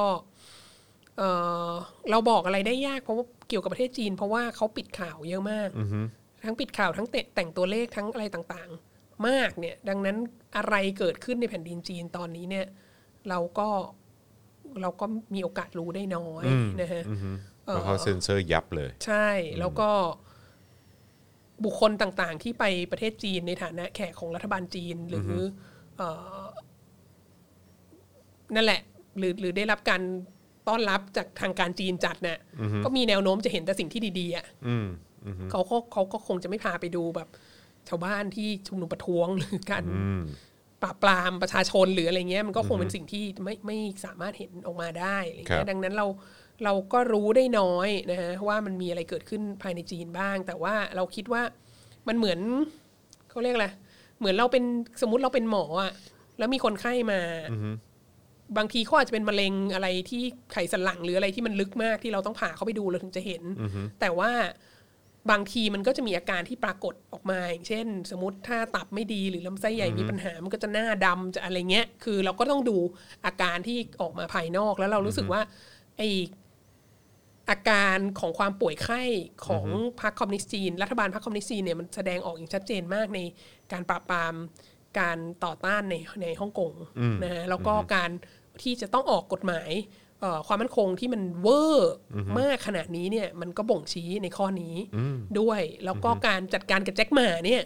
[SPEAKER 2] เออเราบอกอะไรได้ยากเพราะว่าเกี่ยวกับประเทศจีน เพราะว่าเขาปิดข่าวเยอะมาก ทั้งปิดข่าวทั้งเตะแต่งตัวเลขทั้งอะไรต่างๆ มากเนี่ย ดังนั้นอะไรเกิดขึ้นในแผ่นดินจีนตอนนี้เนี่ย เราก็เราก็มีโอกาสรู้ได้น้อยนะฮะ
[SPEAKER 1] เพราะเขาเซ็นเซอร์ยับเลย
[SPEAKER 2] ใช่ แล้วก็ บุคคลต่างๆ ที่ไปประเทศจีนในฐานะแขกของรัฐบาลจีน หรืออเอ่อนั่นแหละ หรือหรือได้รับการต้อนรับจากทางการจีนจัดเนี่ยก็มีแนวโน้มจะเห็นแต่สิ่งที่ดีๆอ่ะ
[SPEAKER 1] อืมอืม
[SPEAKER 2] เขาก็เขาก็คงจะไม่พาไปดูแบบ ชาวบ้านที่ชุมนุมประท้วงหรือการ
[SPEAKER 1] อืม
[SPEAKER 2] ปราบปรามประชาชนหรืออะไรเงี้ยมันก็คงเป็นสิ่งที่ไม่ไม่สามารถเห็นออกมาได้อะ
[SPEAKER 1] ค
[SPEAKER 2] ไร
[SPEAKER 1] รั
[SPEAKER 2] เงี้
[SPEAKER 1] บ
[SPEAKER 2] ยดังนั้นเราเราก็รู้ได้น้อยนะฮะว่ามันมีอะไรเกิดขึ้นภายในจีนบ้าง แต่ว่าเราคิดว่ามันเหมือนเขาเรียกอะไรเหมือนเราเป็นสมมติเราเป็นหมออะแล้วมีคนไข้มา บางทีเขาอาจจะเป็นมะเร็งอะไรที่ไขสันหลังหรืออะไรที่มันลึกมากที่เราต้องผ่าเข้าไปดูเราถึงจะเห็น แต่ว่า บางทีมันก็จะมีอาการที่ปรากฏออกมาอย่างเช่น สมมติถ้าตับไม่ดีหรือลำไส้ใหญ่มีปัญหามันก็จะหน้าดำจะอะไรเงี้ย คือเราก็ต้องดูอาการที่ออกมาภายนอกแล้วเรารู้สึกว่าไออาการของความป่วยไข้ของพรรคคอมมิวนิสต์จีนรัฐบาลพรรคคอมมิวนิสต์จีนเนี่ยมันแสดงออกอย่างชัดเจนมากในการปราบปรามการต่อต้านในในฮ่องกงนะฮะแล้วก็การที่จะต้องออกกฎหมายเอ่อความมั่นคงที่มันเวอร์มากขนาดนี้เนี่ยมันก็บ่งชี้ในข้อนี้ ด้วย แล้วก็การจัดการกับแจ็คหมาเนี่ย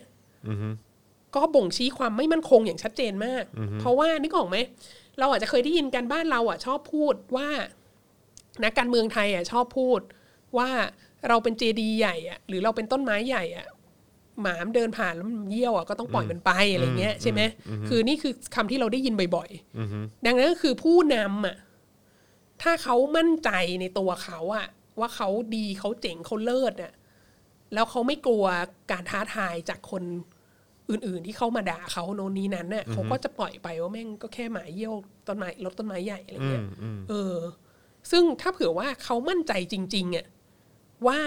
[SPEAKER 2] ก็บ่งชี้ความไม่มั่นคงอย่างชัดเจนมาก เพราะว่านึกออกไหม เราอาจจะเคยได้ยินกันบ้านเราอ่ะ ชอบพูดว่านักการเมืองไทยอ่ะชอบพูดว่าเราเป็นเจดีย์ใหญ่อ่ะหรือเราเป็นต้นไม้ใหญ่อ่ะหมามนเดินผ่านแล้วมันเยี่ยวอ่ะก็ต้องปล่อยมันไปอะไรเงี้ยใช่ไหมคือนี่คือคำที่เราได้ยินบ่อยๆดังนั้นก็คือผู้นำอ่ะ ถ้าเขามั่นใจในตัวเขาอะว่าเขาดีเขาเจ๋งเขาเลิศอะแล้วเขาไม่กลัวการท้าทายจากคนอื่น ๆ ที่เข้ามาด่าเขาโน่นนี้นั้นน่ะเขาก็จะปล่อยไปว่าแม่งก็แค่หมาเยี่ยวต้นไม้รถต้นไม้ใหญ่อะไรเงี้ยเออ ซึ่งถ้าเผื่อว่าเขามั่นใจจริงๆอะว่า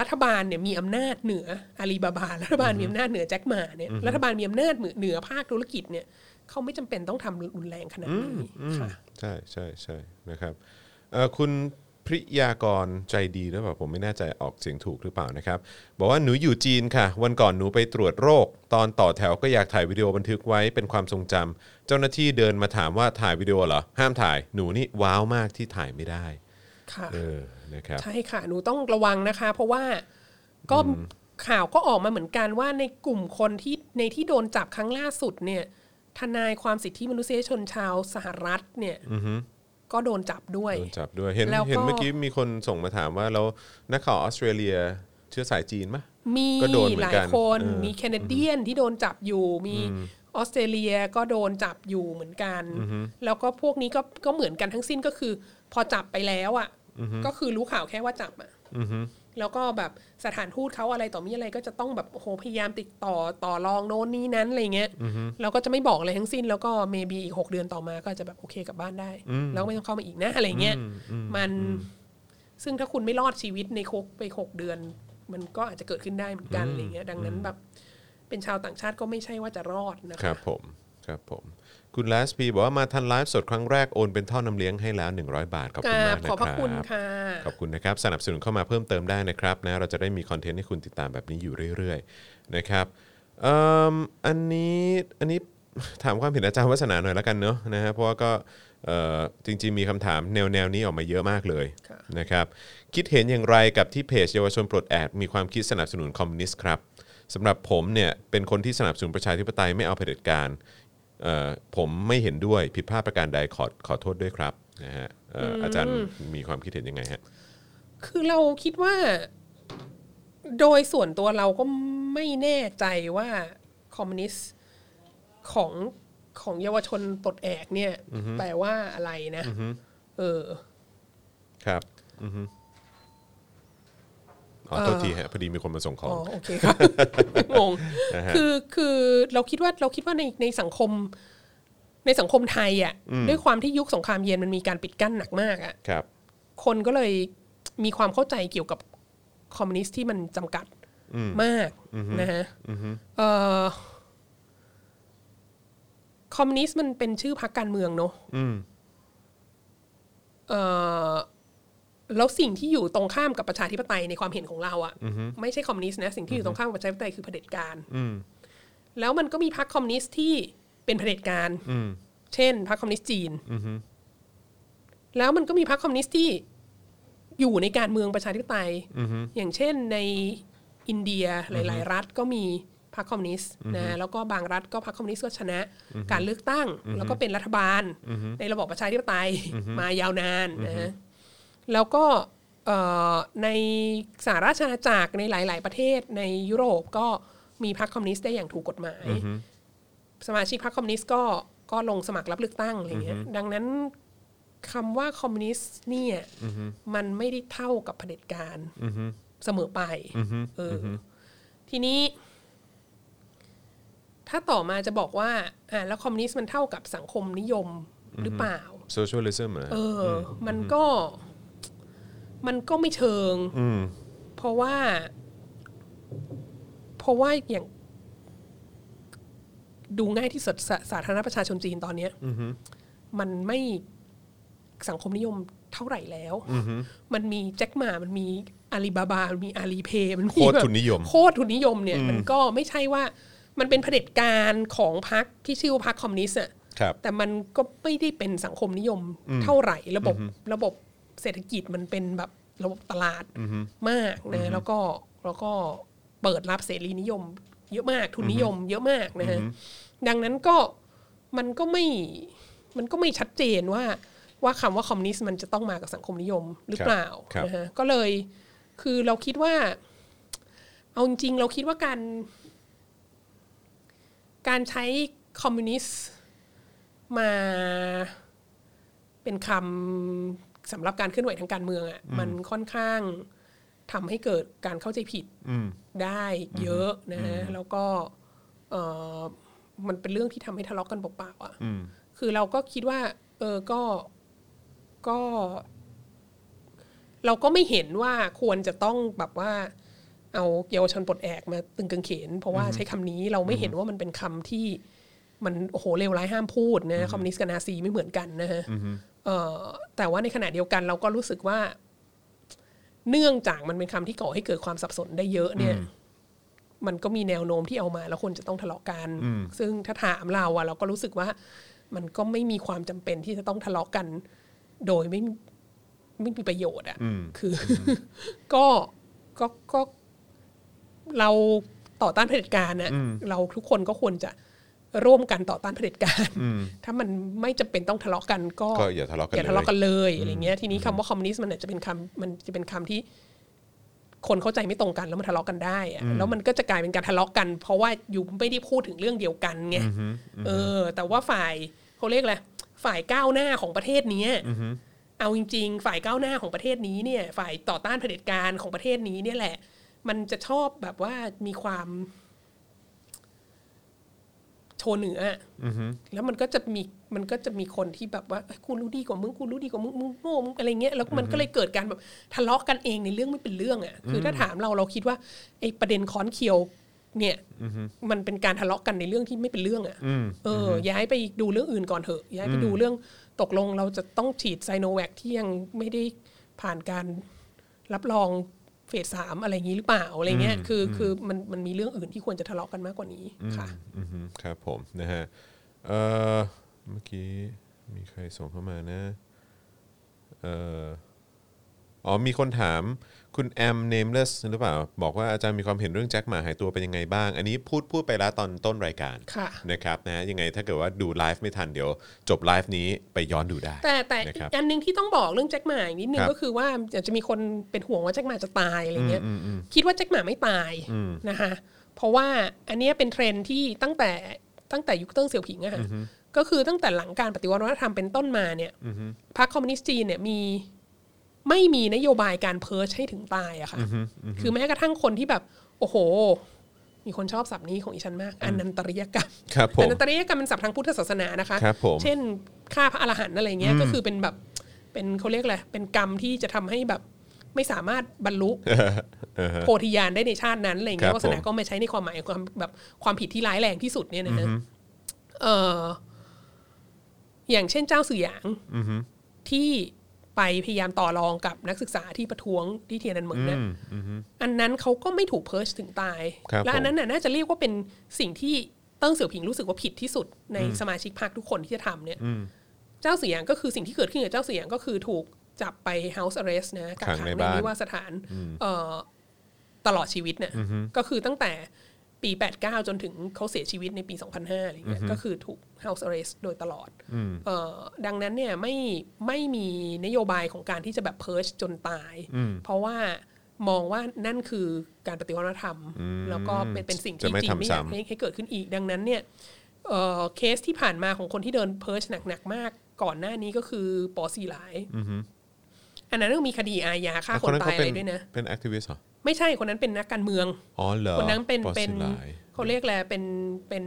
[SPEAKER 2] รัฐบาลเนี่ยมีอำนาจเหนืออาลีบาบา รัฐบาลมีอำนาจเหนือแจ็คหมาเนี่ยรัฐบาลมีอำนาจเหนือเหนือภาคธุรกิจเนี่ยเขาไม่จำเป็นต้องทำรุนแรงขนาดนี้ค่ะ
[SPEAKER 1] ใช่ใช่ใช่นะครับเอ่อคุณพริยากรใจดีหรือเปล่าผมไม่แน่ใจออกเสียงถูกหรือเปล่านะครับ บอกว่าหนูอยู่จีนค่ะ วันก่อนหนูไปตรวจโรค ตอนต่อแถวก็อยากถ่ายวิดีโอบันทึกไว้เป็นความทรงจำเจ้าหน้าที่เดินมาถามว่าถ่ายวิดีโอเหรอ ห้ามถ่ายหนูนี่ว้าวมากที่ถ่ายไม่ได้
[SPEAKER 2] ค่ะ
[SPEAKER 1] เออนะครับ
[SPEAKER 2] ใช่ค่ะ หนูต้องระวังนะคะ เพราะว่าก็ข่าวก็ออกมาเหมือนกันว่าในกลุ่มคนที่ในที่โดนจับครั้งล่าสุดเนี่ย ทนายความสิทธิมนุษยชนชาวสหรัฐเนี่ยก็โดนจับด้วย
[SPEAKER 1] โดนจับด้วยเห็น
[SPEAKER 2] แล้วก็
[SPEAKER 1] เห็นเมื่อกี้มีคนส่งมาถามว่าแล้วนักข่าวออสเตรเลียเชื้อสายจีนปะ
[SPEAKER 2] มี
[SPEAKER 1] ก็โดนเหมือ
[SPEAKER 2] หลาน
[SPEAKER 1] กั
[SPEAKER 2] ย
[SPEAKER 1] น
[SPEAKER 2] คน
[SPEAKER 1] เออ
[SPEAKER 2] มีแคนาเดียนที่โดนจับอยู่ มีออสเตรเลียก็โดนจับอยู่เหมือนกัน แล้วก็พวกนี้ก็ก็เหมือนกันทั้งสิ้นก็คือ พอจับไปแล้วอ่ะก็คือรู้ข่าวแค่ว่าจับอ่ะแล้วก็แบบสถานทูตเขาอะไรต่อมีอะไรก็จะต้องแบบโอ้โหพยายามติดต่อต่อรองโน้นนี้นั้นอะไรเงี้ยแล้วก็จะไม่บอกอะไรทั้งสิ้น แล้วก็เมบีอีกหกเดือนต่อมาก็จะแบบโอเคกลับบ้านได้ แล้วไม่ต้องเข้ามาอีกนะอะไรเงี้ยมัน ซึ่งถ้าคุณไม่รอดชีวิตในคุกไปหกเดือน มันก็อาจจะเกิดขึ้นได้เหมือนกันอะไรเงี้ยดังนั้นแบบเป็นชาวต่างชาติก็ไม่ใช่ว่าจะรอดนะะ
[SPEAKER 1] ครับผมครับผม คุณลาสพีบอกว่ามาทันไลฟ์สดครั้งแรกโอนเป็นท่อนำเลี้ยงให้แล้ว 100 บาท ขอบ
[SPEAKER 2] ก
[SPEAKER 1] คุ
[SPEAKER 2] รา
[SPEAKER 1] ณา
[SPEAKER 2] ม
[SPEAKER 1] ก
[SPEAKER 2] บ
[SPEAKER 1] นะ
[SPEAKER 2] ข
[SPEAKER 1] ค
[SPEAKER 2] อ
[SPEAKER 1] รั
[SPEAKER 2] บบ พระคุณค่ะ
[SPEAKER 1] ขอบคุณนะครับ สนับสนุนเข้ามาเพิ่มเติมได้นะครับนะเราจะได้มีคอนเทนต์ให้คุณติดตามแบบนี้อยู่เรื่อยๆนะครับเอิ่มอันนี้อันนี้ ถามความเห็นอาจารย์วัฒนาหน่อยละกันเนอะนะฮะเพราะว่าก็เอ่อจริงๆมีคำถามแนวแนวๆนี้ออกมาเยอะมากเลย
[SPEAKER 2] ค่ะ
[SPEAKER 1] นะครับคิดเห็นอย่างไรกับที่เพจเยาวชนปลดแอกมีความคิดสนับสนุนคอมมิวนิสต์ครับสำหรับผมเนี่ยเป็นคนที่สนับสนุนประชาธิปไตยไม่เอาเผด็จการเอ่อผมไม่เห็นด้วยผิดพลาดประการใดขอขอโทษด้วยครับนะฮะเอ่ออาจารย์มีความคิดเห็นยังไงฮะ
[SPEAKER 2] คือเราคิดว่า โดยส่วนตัวเราก็ไม่แน่ใจว่าคอมมิวนิสต์ของของเยาวชนปลดแอกเนี่ยแปลว่าอะไรนะเออ
[SPEAKER 1] ครับอือฮึอ๋อโทษทีฮะพอดีมีคนมาส่งของ
[SPEAKER 2] อ๋อโอ
[SPEAKER 1] [laughs]
[SPEAKER 2] เคครับ งง
[SPEAKER 1] นะฮะ
[SPEAKER 2] คือคือเราคิดว่าเราคิดว่าในในสังคม ในสังคมไทยอ่ะด้วยความที่ยุคสงครามเย็นมันมีการปิดกั้นหนักมากอ่ะ
[SPEAKER 1] ครับ
[SPEAKER 2] คนก็เลยมีความเข้าใจเกี่ยวกับคอมมิวนิสต์ที่มันจำกัดมากนะฮะเอ่อคอมมิวนิสต์มันเป็นชื่อพรรคการเมืองเนอะ
[SPEAKER 1] อืม
[SPEAKER 2] เอ่อแล้วสิ่งที่อยู่ตรงข้ามกับประชาธิปไตยในความเห็นของเราอ่ะไม่ใช่คอมมิวนิสต์นะสิ่งที่อยู่ตรงข้ามกับประชาธิปไตยคือเผด็จการ
[SPEAKER 1] อืม
[SPEAKER 2] แล้วมันก็มีพรรคคอมมิวนิสต์ที่เป็นเผด็จการ
[SPEAKER 1] อืม
[SPEAKER 2] เช่นพรรคคอมมิวนิสต์จีน
[SPEAKER 1] อืม
[SPEAKER 2] แล้วมันก็มีพรรคคอมมิวนิสต์ที่อยู่ในการเมืองประชาธิปไตย
[SPEAKER 1] อืม
[SPEAKER 2] อย่างเช่นในอินเดียหลาย ๆ รัฐก็มีพรรคคอมมิวนิสต์นะแล้วก็บางรัฐก็พรรคคอมมิวนิสต์ก็ชนะ การเลือกตั้ง แล้วก็เป็นรัฐบาล ในระบอบประชาธิปไตยมายาวนานนะฮะแล้วก็เอ่อในสหราชอาณาจักรในหลาย ๆ ประเทศในยุโรปก็มีพรรคคอมมิวนิสต์ได้อย่างถูกกฎหมาย สมาชิกพรรคคอมมิวนิสต์ก็ก็ลงสมัครรับเลือกตั้งอะไรเงี้ยดังนั้นคำว่าคอมมิวนิสต์เนี่ยมันไม่ได้เท่ากับเผด็จการ
[SPEAKER 1] อืม
[SPEAKER 2] เสมอไป
[SPEAKER 1] อืม
[SPEAKER 2] เอออทีนี้ ถ้าต่อมาจะบอกว่า อ่า แล้วคอมมิวนิสต์มันเท่ากับสังคมนิยมหรือเปล่า
[SPEAKER 1] โซเชียลิซึมนะ
[SPEAKER 2] เอออ มันก็ มันก็ไม่เชิง
[SPEAKER 1] อืม
[SPEAKER 2] เพราะว่า เพราะว่าอย่าง ดูง่ายที่สุดสาสาธารณประชาชนจีนตอนเนี้ย
[SPEAKER 1] อืม
[SPEAKER 2] มันไม่สังคมนิยมเท่าไหร่แล้ว
[SPEAKER 1] อืม
[SPEAKER 2] มันมีแจ็คหมา มันมีอาลีบาบา มันมีอาลีเพย์มันมี
[SPEAKER 1] โคตร
[SPEAKER 2] แบบ
[SPEAKER 1] ทุนนิยม
[SPEAKER 2] โคตรทุนนิยมเนี่ย มันก็ไม่ใช่ว่า มันเป็นเผด็จการของพรรคที่ชื่อว่าพรรคคอมมิวนิสต์อะ
[SPEAKER 1] ครับ
[SPEAKER 2] แต่มันก็ไม่ได้เป็นสังคมนิยมเท่าไหร่ ระบบระบบเศรษฐกิจมันเป็นแบบระบบตลาดมากนะ แล้วก็แล้วก็เปิดรับเสรีนิยม เยอะมาก ทุนนิยม เยอะมากนะฮะ ดังนั้นก็มันก็ไม่ มันก็ไม่ชัดเจนว่าว่าคำว่าคอมมิวนิสต์มันจะต้องมากับสังคมนิยมหรือเปล่า
[SPEAKER 1] ครับ
[SPEAKER 2] นะฮะก็เลยคือเราคิดว่า เอาจริงๆเราคิดว่าการ การใช้คอมมิวนิสต์มาเป็นคำสำหรับการเคลื่อนไหวทางการเมืองอะ่ะมันค่อนข้างทำให้เกิดการเข้าใจผิด
[SPEAKER 1] อืม
[SPEAKER 2] ได้เยอะนะฮะแล้วก็เออมันเป็นเรื่องที่ทำให้ทะเลาะกันเปล่าๆอะ่ะ
[SPEAKER 1] อืม
[SPEAKER 2] คือเราก็คิดว่า เออก็ก็ เราก็ไม่เห็นว่าควรจะต้องแบบว่า เอาเยาวชนปลดแอกมาตึงกางเขน เพราะว่าใช้คำนี้เราไม่เห็นว่ามันเป็นคำที่ มันโอ้โหเลวร้ายห้ามพูดนะคอมมิวนิสต์กับนาซีไม่เหมือนกันนะฮะเอ่อแต่ว่าในขณะเดียวกันเราก็รู้สึกว่า เนื่องจากมันเป็นคำที่ก่อให้เกิดความสับสนได้เยอะเนี่ย มันก็มีแนวโน้มที่เอามาแล้วคนจะต้องทะเลาะกัน ซึ่งถ้าถามเราอะเราก็รู้สึกว่า มันก็ไม่มีความจำเป็นที่จะต้องทะเลาะกัน โดยไม่ไม่มีประโยชน์อะ
[SPEAKER 1] อืม
[SPEAKER 2] คืออก็ก็ก็เราต่อต้านเผด็จการนะเราทุกคนก็ควรจะร่วมกันต่อต้านเผด็จการ [laughs]
[SPEAKER 1] อืม
[SPEAKER 2] ถ้ามันไม่จำเป็นต้องทะเลาะกันก็
[SPEAKER 1] ก็อย่าทะเลาะกัน
[SPEAKER 2] อย่าทะเลาะกัน
[SPEAKER 1] เลย
[SPEAKER 2] เลยอะไรเงี้ยทีนี้คำว่าคอมมิวนิสต์มันอาจจะเป็นคำมันจะเป็นคำที่ คนเข้าใจไม่ตรงกันแล้วมันทะเลาะกันได้อะแล้วมันก็จะกลายเป็นการทะเลาะกัน เพราะว่าอยู่ไม่ได้พูดถึงเรื่องเดียวกันไงเออ แต่ว่าฝ่ายเขาเรียกอะไรฝ่ายก้าวหน้าของประเทศเนี้ยเอาจริง ๆ ฝ่ายก้าวหน้าของประเทศนี้เนี่ย ฝ่ายต่อต้านเผด็จการของประเทศนี้เนี่ยแหละ มันจะชอบแบบว่ามีความ โชว์เหนืออะแล้วมันก็จะมีมันก็จะมีคนที่แบบว่าเอ้ยกูรู้ดีกว่ามึงกูรู้ดีกว่ามึงมึงโง่มึงอะไรเงี้ยแล้วมันก็เลยเกิดการแบบทะเลาะกันเองในเรื่องไม่เป็นเรื่องอ่ะคือถ้าถามเราเราคิดว่าไอ้ประเด็นค้อนเคียวเนี่ยมันเป็นการทะเลาะกันในเรื่องที่ไม่เป็นเรื่องอ่ะ
[SPEAKER 1] อืม
[SPEAKER 2] เอออย้ายไปดูเรื่องอื่นก่อนเถอะ ย้ายไปดูเรื่องตกลงเราจะต้องฉีดไซโนแวคที่ยังไม่ได้ผ่านการรับรองเฟสสามอะไรอย่างนี้หรือเปล่าอะไรเงี้ยคือคือมันมันมีเรื่องอื่นที่ควรจะทะเลาะกันมากกว่านี้ค่ะ
[SPEAKER 1] อืมครับผมนะฮะเอ่อเมื่อกี้มีใครส่งเข้ามานะเอ่ออ๋อมีคนถามคุณแอมเนมเลสหรือเปล่า บอกว่าอาจารย์มีความเห็นเรื่องแจ็คหมาหายตัวเป็นยังไงบ้าง อันนี้พูดพูดไปแล้วตอนต้นรายการ
[SPEAKER 2] ค่ะ
[SPEAKER 1] นะครับนะฮะยังไงถ้าเกิดว่าดูไลฟ์ไม่ทันเดี๋ยวจบไลฟ์นี้ไปย้อนดูได้
[SPEAKER 2] แต่แต่
[SPEAKER 1] นะ
[SPEAKER 2] อี
[SPEAKER 1] ค
[SPEAKER 2] ก
[SPEAKER 1] รับ
[SPEAKER 2] อันหนึ่งที่ต้องบอกเรื่องแจ็คหมาอีกนิดนึ
[SPEAKER 1] ค
[SPEAKER 2] ง
[SPEAKER 1] รับ
[SPEAKER 2] ก็คือว่าเดี๋ยวจะมีคนเป็นห่วงว่าแจ็คหมาจะตายอะไรเงี้ยคิดว่าแจ็คหมาไม่ตายนะคะเพราะว่าอันเนี้ยเป็นเทรนด์ที่ตั้งแต่ตั้งแต่ยุคเติ้งเสี่ยวผิงอะค่ะก็คือตั้งแต่หลังการปฏิวัติวัฒนธรรมเป็นต้นมาเนี่ยพรรคคอมมิวนิสต์จีนเนี่ยมีไม่มีนโยบายการเพิร์ชให้ถึงตายอะค่ะคือแม้กระทั่งคนที่แบบ โอ้โห มีคนชอบศัพท์นี้ของอีฉันมากอนันตริยกรรม
[SPEAKER 1] ครับผม
[SPEAKER 2] อนันตริยกรรมเป็นศัพท์ทางพุทธศาสนานะคะ
[SPEAKER 1] ครับผม
[SPEAKER 2] เช่นฆ่าพระอรหันต์อะไรเงี้ยก็คือเป็นแบบเป็นเขาเรียกอะไรเป็นกรรมที่จะทำให้แบบไม่สามารถบรรลุโพธิญาณได้ในชาตินั้นอะไร
[SPEAKER 1] ครั
[SPEAKER 2] เงี้
[SPEAKER 1] บ
[SPEAKER 2] ยวาสนา
[SPEAKER 1] ผม
[SPEAKER 2] ก็ไม่ใช้ในความหมายความแบบความผิดที่ร้ายแรงที่สุดเนี่ยนะฮะเอ่ออย่างเช่นเจ้าสื่อหยางที่ไปพยายามต่อรองกับนักศึกษาที่ประท้วงที่เทียนอันเหมิงเนี่ย อันนั้นเขาก็ไม่ถูกเพิร์ชถึงตาย
[SPEAKER 1] ครับ
[SPEAKER 2] และอั
[SPEAKER 1] ผ
[SPEAKER 2] น
[SPEAKER 1] ม
[SPEAKER 2] นั้นน่ะน่าจะเรียกว่าเป็นสิ่งที่เติ้งเสี่ยวผิงรู้สึกว่าผิดที่สุดในสมาชิกพรรคทุกคนที่จะทำเนี่ย เจ้าเสียงก็คือสิ่งที่เกิดขึ้นกับเจ้าเสียงก็คือถูกจับไป House Arrest นะกัก
[SPEAKER 1] ขั
[SPEAKER 2] ขั
[SPEAKER 1] ง
[SPEAKER 2] ง
[SPEAKER 1] ใน
[SPEAKER 2] ใน
[SPEAKER 1] บ้าน
[SPEAKER 2] นิวาสถานเอ่อตลอดชีวิตเนี่ยก็คือตั้งแต่ปี 89 จนถึงเขาเสียชีวิตในปี 2005อะไรเงี้ยก็คือถูก House Arrest โดยตลอดเอ่อดังนั้นเนี่ยไม่ไม่มีนโยบายของการที่จะแบบเพิร์ชจนตาย เพราะว่ามองว่านั่นคือการปฏิวัติวัฒนธรรม แล้วก็เป็นเป็นสิ่ง
[SPEAKER 1] จะ
[SPEAKER 2] ที่
[SPEAKER 1] ไม่
[SPEAKER 2] จีน
[SPEAKER 1] ทำ
[SPEAKER 2] ไม่อยาก
[SPEAKER 1] ซ้ำ
[SPEAKER 2] ให้ให้เกิดขึ้นอีกดังนั้นเนี่ย เอ่อเคสที่ผ่านมาของคนที่เดินเพิร์ชหนัก ๆ มาก ก่อนหน้านี้ก็คือปอสีหลาย อันนั้นก็มีคดีอาญาฆ่าคนตายอะไรด้วยนะ
[SPEAKER 1] เป็นแอคทิวิสต์เหรอ
[SPEAKER 2] ไม่ใช่คนนั้นเป็นนักการเมือง
[SPEAKER 1] อ๋อเหรอ
[SPEAKER 2] คนนั้นเป็น
[SPEAKER 1] บอส
[SPEAKER 2] เป็น
[SPEAKER 1] ซิลาย
[SPEAKER 2] เขาเรียกแหละไรเป็นเป็น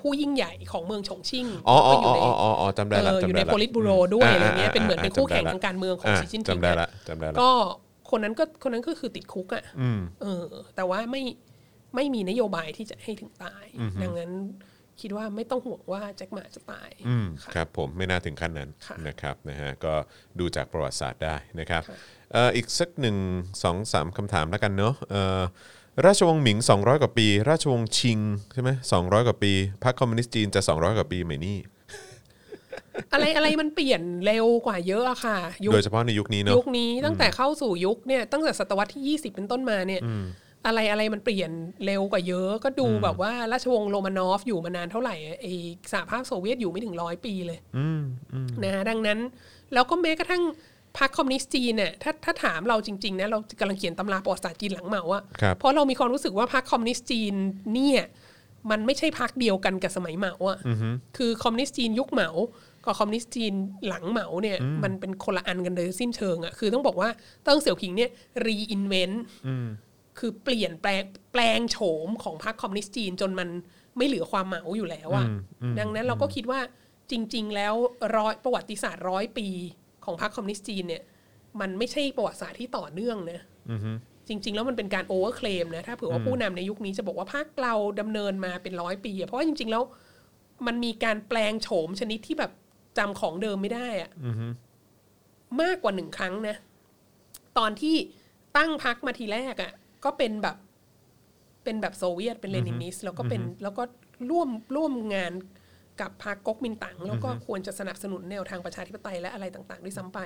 [SPEAKER 2] ผู้ยิ่งใหญ่ของเมืองฉงชิ่ง
[SPEAKER 1] อ๋อ
[SPEAKER 2] แล้ว
[SPEAKER 1] อ๋อ
[SPEAKER 2] ก็อยู่ใน
[SPEAKER 1] อ๋ออ๋ออ๋อจำได้
[SPEAKER 2] เอ
[SPEAKER 1] ละ
[SPEAKER 2] ออ
[SPEAKER 1] จำ
[SPEAKER 2] ยู่
[SPEAKER 1] ได้
[SPEAKER 2] ใน
[SPEAKER 1] ละ
[SPEAKER 2] โพลิตบูโรด้วยอะไรเงี้ย
[SPEAKER 1] า
[SPEAKER 2] เป็นเหมือนเป็นคู่แข่ง
[SPEAKER 1] จำได้ละ
[SPEAKER 2] ทางการเมืองของ
[SPEAKER 1] า
[SPEAKER 2] สีจิ้นผิ
[SPEAKER 1] จำ
[SPEAKER 2] ง
[SPEAKER 1] ได้
[SPEAKER 2] อะ
[SPEAKER 1] ละจำได้ละ
[SPEAKER 2] ก็คนนั้นก็คนนั้นก็คือติดคุกอะ่ะเออ แต่ว่าไม่ไม่มีนโยบายที่จะให้ถึงตาย ดังนั้นคิดว่าไม่ต้องห่วงว่าแจ็คหมาจะตาย
[SPEAKER 1] อืม
[SPEAKER 2] ค่ะ
[SPEAKER 1] ครับผมไม่น่าถึงขั้นนั้น
[SPEAKER 2] ค่ะ
[SPEAKER 1] นะครับนะฮะก็ดูจากประวัติศาสตร์ได้นะครับ
[SPEAKER 2] ค่ะ
[SPEAKER 1] เอ่ออีกสักหนึ่งสองสามคำถามแล้วกันเนาะเอ่อราชวงศ์หมิง 200 กว่าปี ราชวงศ์ชิงใช่ไหมสองกว่าปีพรรคคอมมิวนิสต์จีนจะ 200 กว่าปีไหมนี่
[SPEAKER 2] อะไรอะไรมันเปลี่ยนเร็วกว่าเยอะอะค่ะ ยุค
[SPEAKER 1] โดยเฉพาะในยุคนี้เนาะ
[SPEAKER 2] ยุคนี้ตั้งแต่เข้าสู่ยุคเนี่ยตั้งแต่ศตวรรษที่ 20 เป็นต้นมาเนี่ย อะไรอะไรมันเปลี่ยนเร็วกว่าเยอะ ก็ดูแบบว่าราชวงศ์โรมานอฟอยู่มานานเท่าไหร่อะไอสหภาพโซเวียตอยู่ไม่ถึงร้อยปีเลย นะฮะดังนั้นแล้วก็แม้กระทั่งพรรคคอมมิวนิสต์จีนเนี่ยถ้าถ้าถามเราจริงๆนะเรากำลังเขียนตำราประวัติศาสตร์จีนหลังเหมาอะ
[SPEAKER 1] ครับ
[SPEAKER 2] เพราะเรามีความรู้สึกว่าพรรคคอมมิวนิสต์จีนเนี่ยมันไม่ใช่พรรคเดียวกันกับสมัยเหมาอะคือคอมมิวนิสต์จีนยุคเหมากับคอมมิวนิสต์จีนหลังเหมาเนี่ยมันเป็นคนละอันกันเลยสิ้นเชิงอะคือต้องบอกว่าเติ้งเสี่ยวผิงเนี่ยรีอินเวนต์คือเปลี่ยนแปลงแปลงโฉมของพรรคคอมมิวนิสต์จีนจนมันไม่เหลือความเหมาอยู่แล้วอะดังนั้นเราก็คิดว่า จริง ๆ แล้วร้อยประวัติศาสตร์ร้อยปีของพรรคคอมมิวนิสต์จีนเนี่ย มันไม่ใช่ประวัติศาสตร์ที่ต่อเนื่องนะจริง ๆ แล้วมันเป็นการโอเวอร์เคลมนะ ถ้าเผื่อว่าผู้นำในยุคนี้จะบอกว่าพรรคเราดำเนินมาเป็นร้อยปีอะเพราะว่าจริง ๆ แล้วมันมีการแปลงโฉมชนิดที่แบบจำของเดิมไม่ได้อะมากกว่าหนึ่งครั้งนะ ตอนที่ตั้งพรรคมาทีแรกอะก็เป็นแบบ เป็นแบบโซเวียตเป็นเลนินิสต์แล้วก็เป็นแล้วก็ร่วมร่วมงานกับพรรคก๊กมินตั๋งแล้วก็ควรจะสนับสนุนแนวทางประชาธิปไตยและอะไรต่างๆ ด้วยซ้ำไป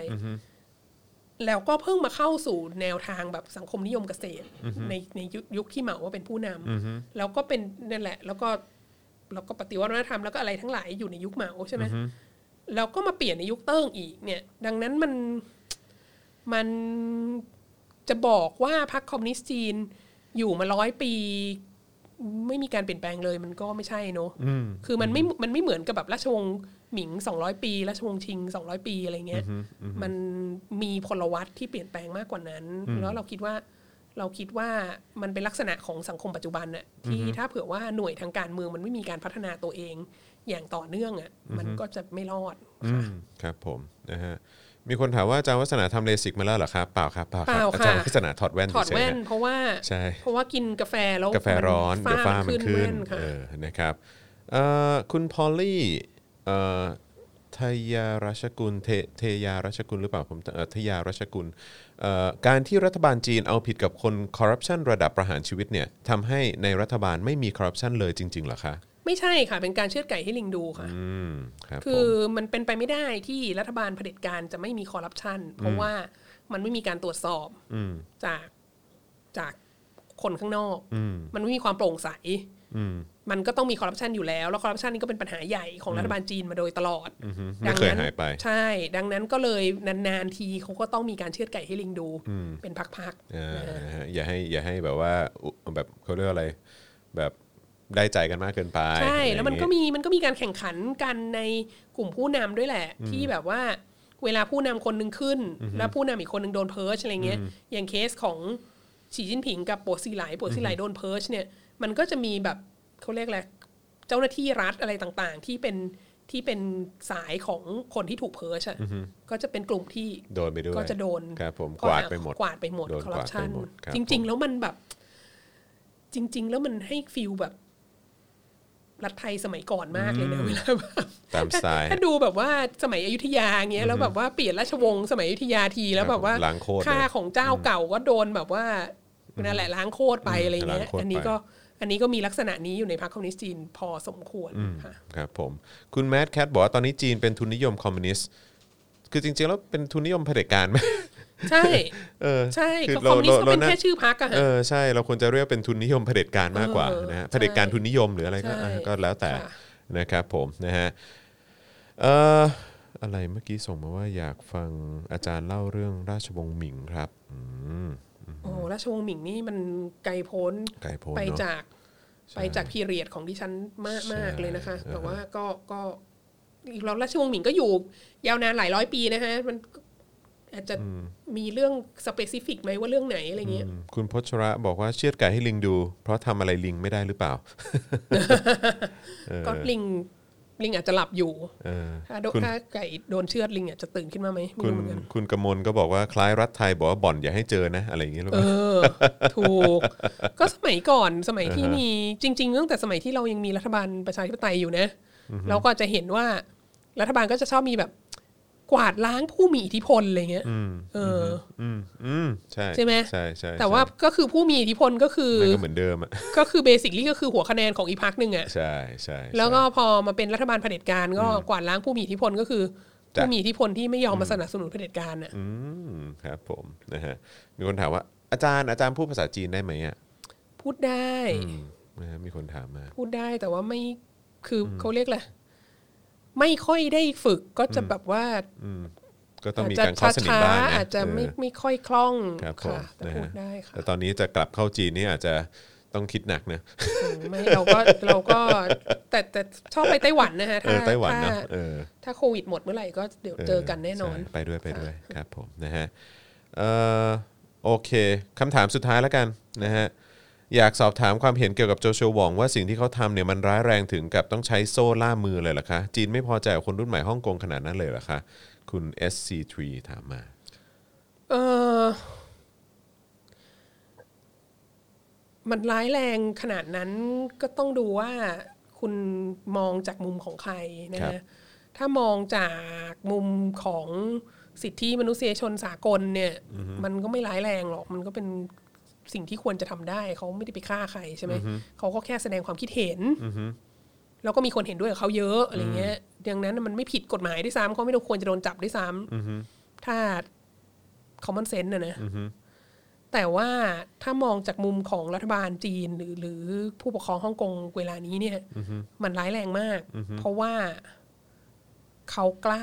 [SPEAKER 2] แล้วก็เพิ่งมาเข้าสู่แนวทางแบบสังคมนิยมเกษตร ในในยุคยุคที่เหมาว่าเป็นผู้นำแล้วก็เป็นนั่นแหละ แล้วก็แล้วก็ปฏิวัติวัฒนธรรมแล้วก็อะไรทั้งหลายอยู่ในยุคเหมาใช่ไหมแล้วก็มาเปลี่ยนในยุคเติ้งอีกเนี่ย ดังนั้นมันมัน จะบอกว่าพรรคคอมมิวนิสต์จีนอยู่มาร้อยปี ไม่มีการเปลี่ยนแปลงเลยมันก็ไม่ใช่เนอะคือมันไม่มันไม่เหมือนกับแบบราชวงศ์หมิง 200 ปี ราชวงศ์ชิง 200 ปีอะไรเงี้ยมันมีพลวัตที่เปลี่ยนแปลงมากกว่านั้น แล้วเราคิดว่า เราคิดว่ามันเป็นลักษณะของสังคมปัจจุบันน่ะที่ถ้าเผื่อว่าหน่วยทางการเมืองมันไม่มีการพัฒนาตัวเองอย่างต่อเนื่องอ่ะมันก็จะไม่รอด
[SPEAKER 1] อืมครับผมนะฮะมีคนถามว่าอาจารย์วัฒนาทำเลสิกมาแล้วเหรอครับเปล่าครับเปล่าค
[SPEAKER 2] เป
[SPEAKER 1] รับ
[SPEAKER 2] ล่า
[SPEAKER 1] อาจาร
[SPEAKER 2] ค่ะ
[SPEAKER 1] ย์วัฒนาถอดแว่น
[SPEAKER 2] ถอด
[SPEAKER 1] เฉย
[SPEAKER 2] แว่
[SPEAKER 1] ๆ
[SPEAKER 2] น
[SPEAKER 1] ฮะ
[SPEAKER 2] เพราะว่า
[SPEAKER 1] ใช่
[SPEAKER 2] เพราะว่ากินกาแฟแล้ว
[SPEAKER 1] กาแฟร้อน
[SPEAKER 2] มั
[SPEAKER 1] เดี๋ยวฝ้ามันขึ้น
[SPEAKER 2] แว่ค่ะ
[SPEAKER 1] เออนะครับเอ่อคุณพอลลี่เอ่อทยารัชกุลเทเทยารัชกุลหรือเปล่าผมเอ่อทยารัชกุลเอ่อการที่รัฐบาลจีนเอาผิดกับคนคอร์รัปชันระดับประหารชีวิตเนี่ยทำให้ในรัฐบาลไม่มีคอร์รัปชันเลยจริงๆเหรอคะ
[SPEAKER 2] ไม่ใช่ค่ะ เป็นการเชือดไก่ให้ลิงดูค่ะ
[SPEAKER 1] อืมครับ
[SPEAKER 2] คื
[SPEAKER 1] ผ
[SPEAKER 2] อ
[SPEAKER 1] ม
[SPEAKER 2] มันเป็นไปไม่ได้ที่รัฐบาลเผด็จการจะไม่มีคอร์รัปชันเพราะว่ามันไม่มีการตรวจสอบ
[SPEAKER 1] อืม
[SPEAKER 2] จากจากคนข้างนอก
[SPEAKER 1] อืม
[SPEAKER 2] มันไม่มีความโปร่งใส
[SPEAKER 1] อืม
[SPEAKER 2] มันก็ต้องมีคอร์รัปชันอยู่แล้ว แล้วคอร์รัปชันนี่ก็เป็นปัญหาใหญ่ของรัฐบาลจีนมาโดยตลอด
[SPEAKER 1] อือฮึ
[SPEAKER 2] ดั
[SPEAKER 1] ไม่เคย
[SPEAKER 2] นั้น
[SPEAKER 1] หายไป
[SPEAKER 2] ใช่ ดังนั้นก็เลยนานๆทีเขาก็ต้องมีการเชือดไก่ให้ลิงดู เป็นพัก
[SPEAKER 1] เออ
[SPEAKER 2] ๆนะฮะ
[SPEAKER 1] นะฮะอย่าให้อย่าให้แบบว่าอุแบบเขาเรียกว่าอะไรแบบได้ใจกันมากเกินไปอะ
[SPEAKER 2] ใช่
[SPEAKER 1] ไรอย่าง
[SPEAKER 2] แล้วมัน
[SPEAKER 1] งี้
[SPEAKER 2] ก็มีมันก็มีการแข่งขันกันในกลุ่มผู้นำด้วยแหละ ที่แบบว่าเวลาผู้นำคนหนึ่งขึ้น แล้วผู้นำอีกคนหนึ่งโดนเพิร์ชอะไรเงี้ยอย่างเคสของฉีจิ้นผิงกับปัวซีไหลปัวซีไหลโดนเพิร์ชเนี่ยมันก็จะมีแบบเขาเรียกอะไรเจ้าหน้าที่รัฐอะไรต่างๆ ที่เป็นที่เป็นสายของคนที่ถูกเพิร์ชอะก็จะเป็นกลุ่มที่
[SPEAKER 1] โดนไปด้วย
[SPEAKER 2] ก็จะโดน
[SPEAKER 1] ครับผม
[SPEAKER 2] ข้
[SPEAKER 1] ก
[SPEAKER 2] อ
[SPEAKER 1] วาด
[SPEAKER 2] ห
[SPEAKER 1] ไปหมด
[SPEAKER 2] กวาดไปหมด
[SPEAKER 1] โดน
[SPEAKER 2] คอร์รัปชัน
[SPEAKER 1] กวาดไปหมดครับ
[SPEAKER 2] จริง ๆ แล้วมันแบบ จริง ๆ แล้วมันให้ฟิลแบบ รัฐไทยสมัยก่อนมากเลยนะเวลาแบบ
[SPEAKER 1] ตามสไตล์
[SPEAKER 2] [laughs] ถ้าดูแบบว่าสมัยอยุธยาเงี้ยแล้วแบบว่าเปลี่ยนราชวงศ์สมัยอยุธยาทีแล้วแบบว่า
[SPEAKER 1] ล้างโคตรเลย
[SPEAKER 2] ค่าของเจ้าเก่าก็โดนแบบว่านั่นแหละล้างโคตรไปอะไรเงี้ย
[SPEAKER 1] ล้างโคตรไป
[SPEAKER 2] อันนี้ก็อันนี้ก็มีลักษณะนี้อยู่ในพรรคคอมมิวนิสต์จีนพอสมควรค่ะ
[SPEAKER 1] ครับผม คุณแมทแคทบอกว่าตอนนี้จีนเป็นทุนนิยมคอมมิวนิสต์ คือจริงๆ แล้วเป็นทุนนิยมเผด็จการ [laughs] ไหม
[SPEAKER 2] ใช่
[SPEAKER 1] เออ
[SPEAKER 2] ใช่
[SPEAKER 1] คือ
[SPEAKER 2] ก็คอมมิวนิสต์ก็เป็น
[SPEAKER 1] เรา
[SPEAKER 2] แค่ชื่อพรรคอะฮะ
[SPEAKER 1] เออใช่เราควรจะเรียกเป็นทุนนิยมเผด็จการมากกว่า
[SPEAKER 2] เออ
[SPEAKER 1] นะฮะ
[SPEAKER 2] ใช่
[SPEAKER 1] เผด็จการทุนนิยมหรืออะไรก็
[SPEAKER 2] ใช่
[SPEAKER 1] อ่ะก็แล้วแต่
[SPEAKER 2] ค่ะ
[SPEAKER 1] นะครับผมนะฮะเอ่ออะไรเมื่อกี้ส่งมาว่าอยากฟังอาจารย์เล่าเรื่องราชวงศ์หมิงครับอืม
[SPEAKER 2] โอ้ราชวงศ์หมิงนี่มันไกลโพ้น
[SPEAKER 1] ไก่โพน
[SPEAKER 2] ไป
[SPEAKER 1] เนาะ
[SPEAKER 2] จากไปจากพีเรียดของดิฉันมาก
[SPEAKER 1] ใช่
[SPEAKER 2] มากเลยนะคะ
[SPEAKER 1] อ่าฮะ
[SPEAKER 2] แต่ว่าก็ก็เราราชวงศ์หมิงก็อยู่ ยาวนานหลายร้อยปีนะคะ มันอาจจะมีเรื่องสเปซิฟิกไหมว่าเรื่องไหนอะไรเงี้ย
[SPEAKER 1] อืมคุณพชระบอกว่าเชือดไก่ให้ลิงดู เพราะทำอะไรลิงไม่ได้หรือเปล่า
[SPEAKER 2] ก็ลิงลิงอาจจะหลับอยู่
[SPEAKER 1] เออ
[SPEAKER 2] ถ้าโดน
[SPEAKER 1] คุณ
[SPEAKER 2] ถ้าไก่โดนเชือดลิงอาจจะตื่นขึ้นมาไหมไม่
[SPEAKER 1] คุณ
[SPEAKER 2] รู้เหมือนกัน
[SPEAKER 1] คุณกมลก็บอกว่าคล้ายรัฐไทยบอกว่าบ่อนอย่าให้เจอนะ อะไรอย่างนี้หรือ
[SPEAKER 2] เอ
[SPEAKER 1] เปล่า
[SPEAKER 2] อ ถูก ก็สมัยก่อนสมัยที่
[SPEAKER 1] อ่าฮะ
[SPEAKER 2] มีจริงๆตั้งแต่สมัยที่เรายังมีรัฐบาลประชาธิปไตยอยู่นะเราก็จะเห็นว่ารัฐบาลก็จะชอบมีแบบกวาดล้างผู้มีอิทธิพลอะไรเงี้ย
[SPEAKER 1] อืม
[SPEAKER 2] เออ
[SPEAKER 1] อืมอืมใช่
[SPEAKER 2] ใช่ไหม
[SPEAKER 1] ใช่ใช่
[SPEAKER 2] แต่ว่า
[SPEAKER 1] ใช่
[SPEAKER 2] ก็คือผู้มีอิทธิพลก็คือ
[SPEAKER 1] มันก็เหมือนเดิมอ่ะ
[SPEAKER 2] ก็คือเบสิคลี่ก็คือหัวคะแนนของอีกพักหนึ่งอะ
[SPEAKER 1] ใช่ใช่ใช่
[SPEAKER 2] แล้วก็พอมาเป็นรัฐบาลเผด็จการก็กวาดล้างผู้มีอิทธิพลก็คือ
[SPEAKER 1] จ้ะ
[SPEAKER 2] ผู้มีอิทธิพลที่ไม่ยอมมาสนับสนุนเผด็จการอะ
[SPEAKER 1] อืมครับผมนะฮะมีคนถามว่าอาจารย์อาจารย์พูดภาษาจีนได้ไหมอ่ะ
[SPEAKER 2] พูดได้
[SPEAKER 1] อืมนะฮะมีคนถามมา
[SPEAKER 2] พูดได้แต่ว่าไม่คืออเขาเรียกแหละไรไม่ค่อยได้ฝึกก็จะแบบว่า
[SPEAKER 1] อืมก็ต้อง
[SPEAKER 2] อาจ
[SPEAKER 1] มี
[SPEAKER 2] จะ
[SPEAKER 1] การเข้าสนิท
[SPEAKER 2] ช้า
[SPEAKER 1] บ้างน
[SPEAKER 2] ๆอาจจะไม่
[SPEAKER 1] เออ
[SPEAKER 2] ไม่ค่อยคล่อง
[SPEAKER 1] ครับผม
[SPEAKER 2] ค่ะแต่
[SPEAKER 1] นะฮะ
[SPEAKER 2] พูดได้ค่ะ
[SPEAKER 1] แต่ตอนนี้จะกลับเข้าจีนนี่อาจจะต้องคิดหนักนะ
[SPEAKER 2] อืมไม่เราก็เราก็แต่แต่ชอบไปไต้หวันนะฮะ
[SPEAKER 1] เอ
[SPEAKER 2] ถ้า
[SPEAKER 1] อไต้หวันเนอะ
[SPEAKER 2] ถ้า
[SPEAKER 1] เออ
[SPEAKER 2] ถ้าโควิดหมดเมื่อไหร่ก็เดี๋ยวเจอกันแน่นอน
[SPEAKER 1] ใช่ไปด้วยไปด้วยครับผมนะฮะเอ่อโอเคคำถามสุดท้ายแล้วกันนะฮะอยากสอบถามความเห็นเกี่ยวกับโจชัวหวองว่าสิ่งที่เขาทำเนี่ยมันร้ายแรงถึงกับต้องใช้โซ่ล่ามมือเลยเหรอคะ จีนไม่พอใจกับคนรุ่นใหม่ฮ่องกงขนาดนั้นเลยเหรอคะ คุณ SC3 ถามมา
[SPEAKER 2] เออมันร้ายแรงขนาดนั้นก็ต้องดูว่าคุณมองจากมุมของใครนะครับ ฮะถ้ามองจากมุมของสิทธิมนุษยชนสากลเนี่ย มันก็ไม่ร้ายแรงหรอก มันก็เป็นสิ่งที่ควรจะทำได้ เขาไม่ได้ไปฆ่าใครใช่ไหมเขาก็แค่แสดงความคิดเห็น แล้วก็มีคนเห็นด้วยกับเขาเยอะอะไรเงี้ย ดังนั้นมันไม่ผิดกฎหมายด้วยซ้ำเขาไม่ควรจะโดนจับด้วยซ้ำถ้า common sense นะนะ แต่ว่าถ้ามองจากมุมของรัฐบาลจีนหรือหรือผู้ปกครองฮ่องกงเวลานี้เนี่ย มันร้ายแรงมาก เพราะว่าเขากล้า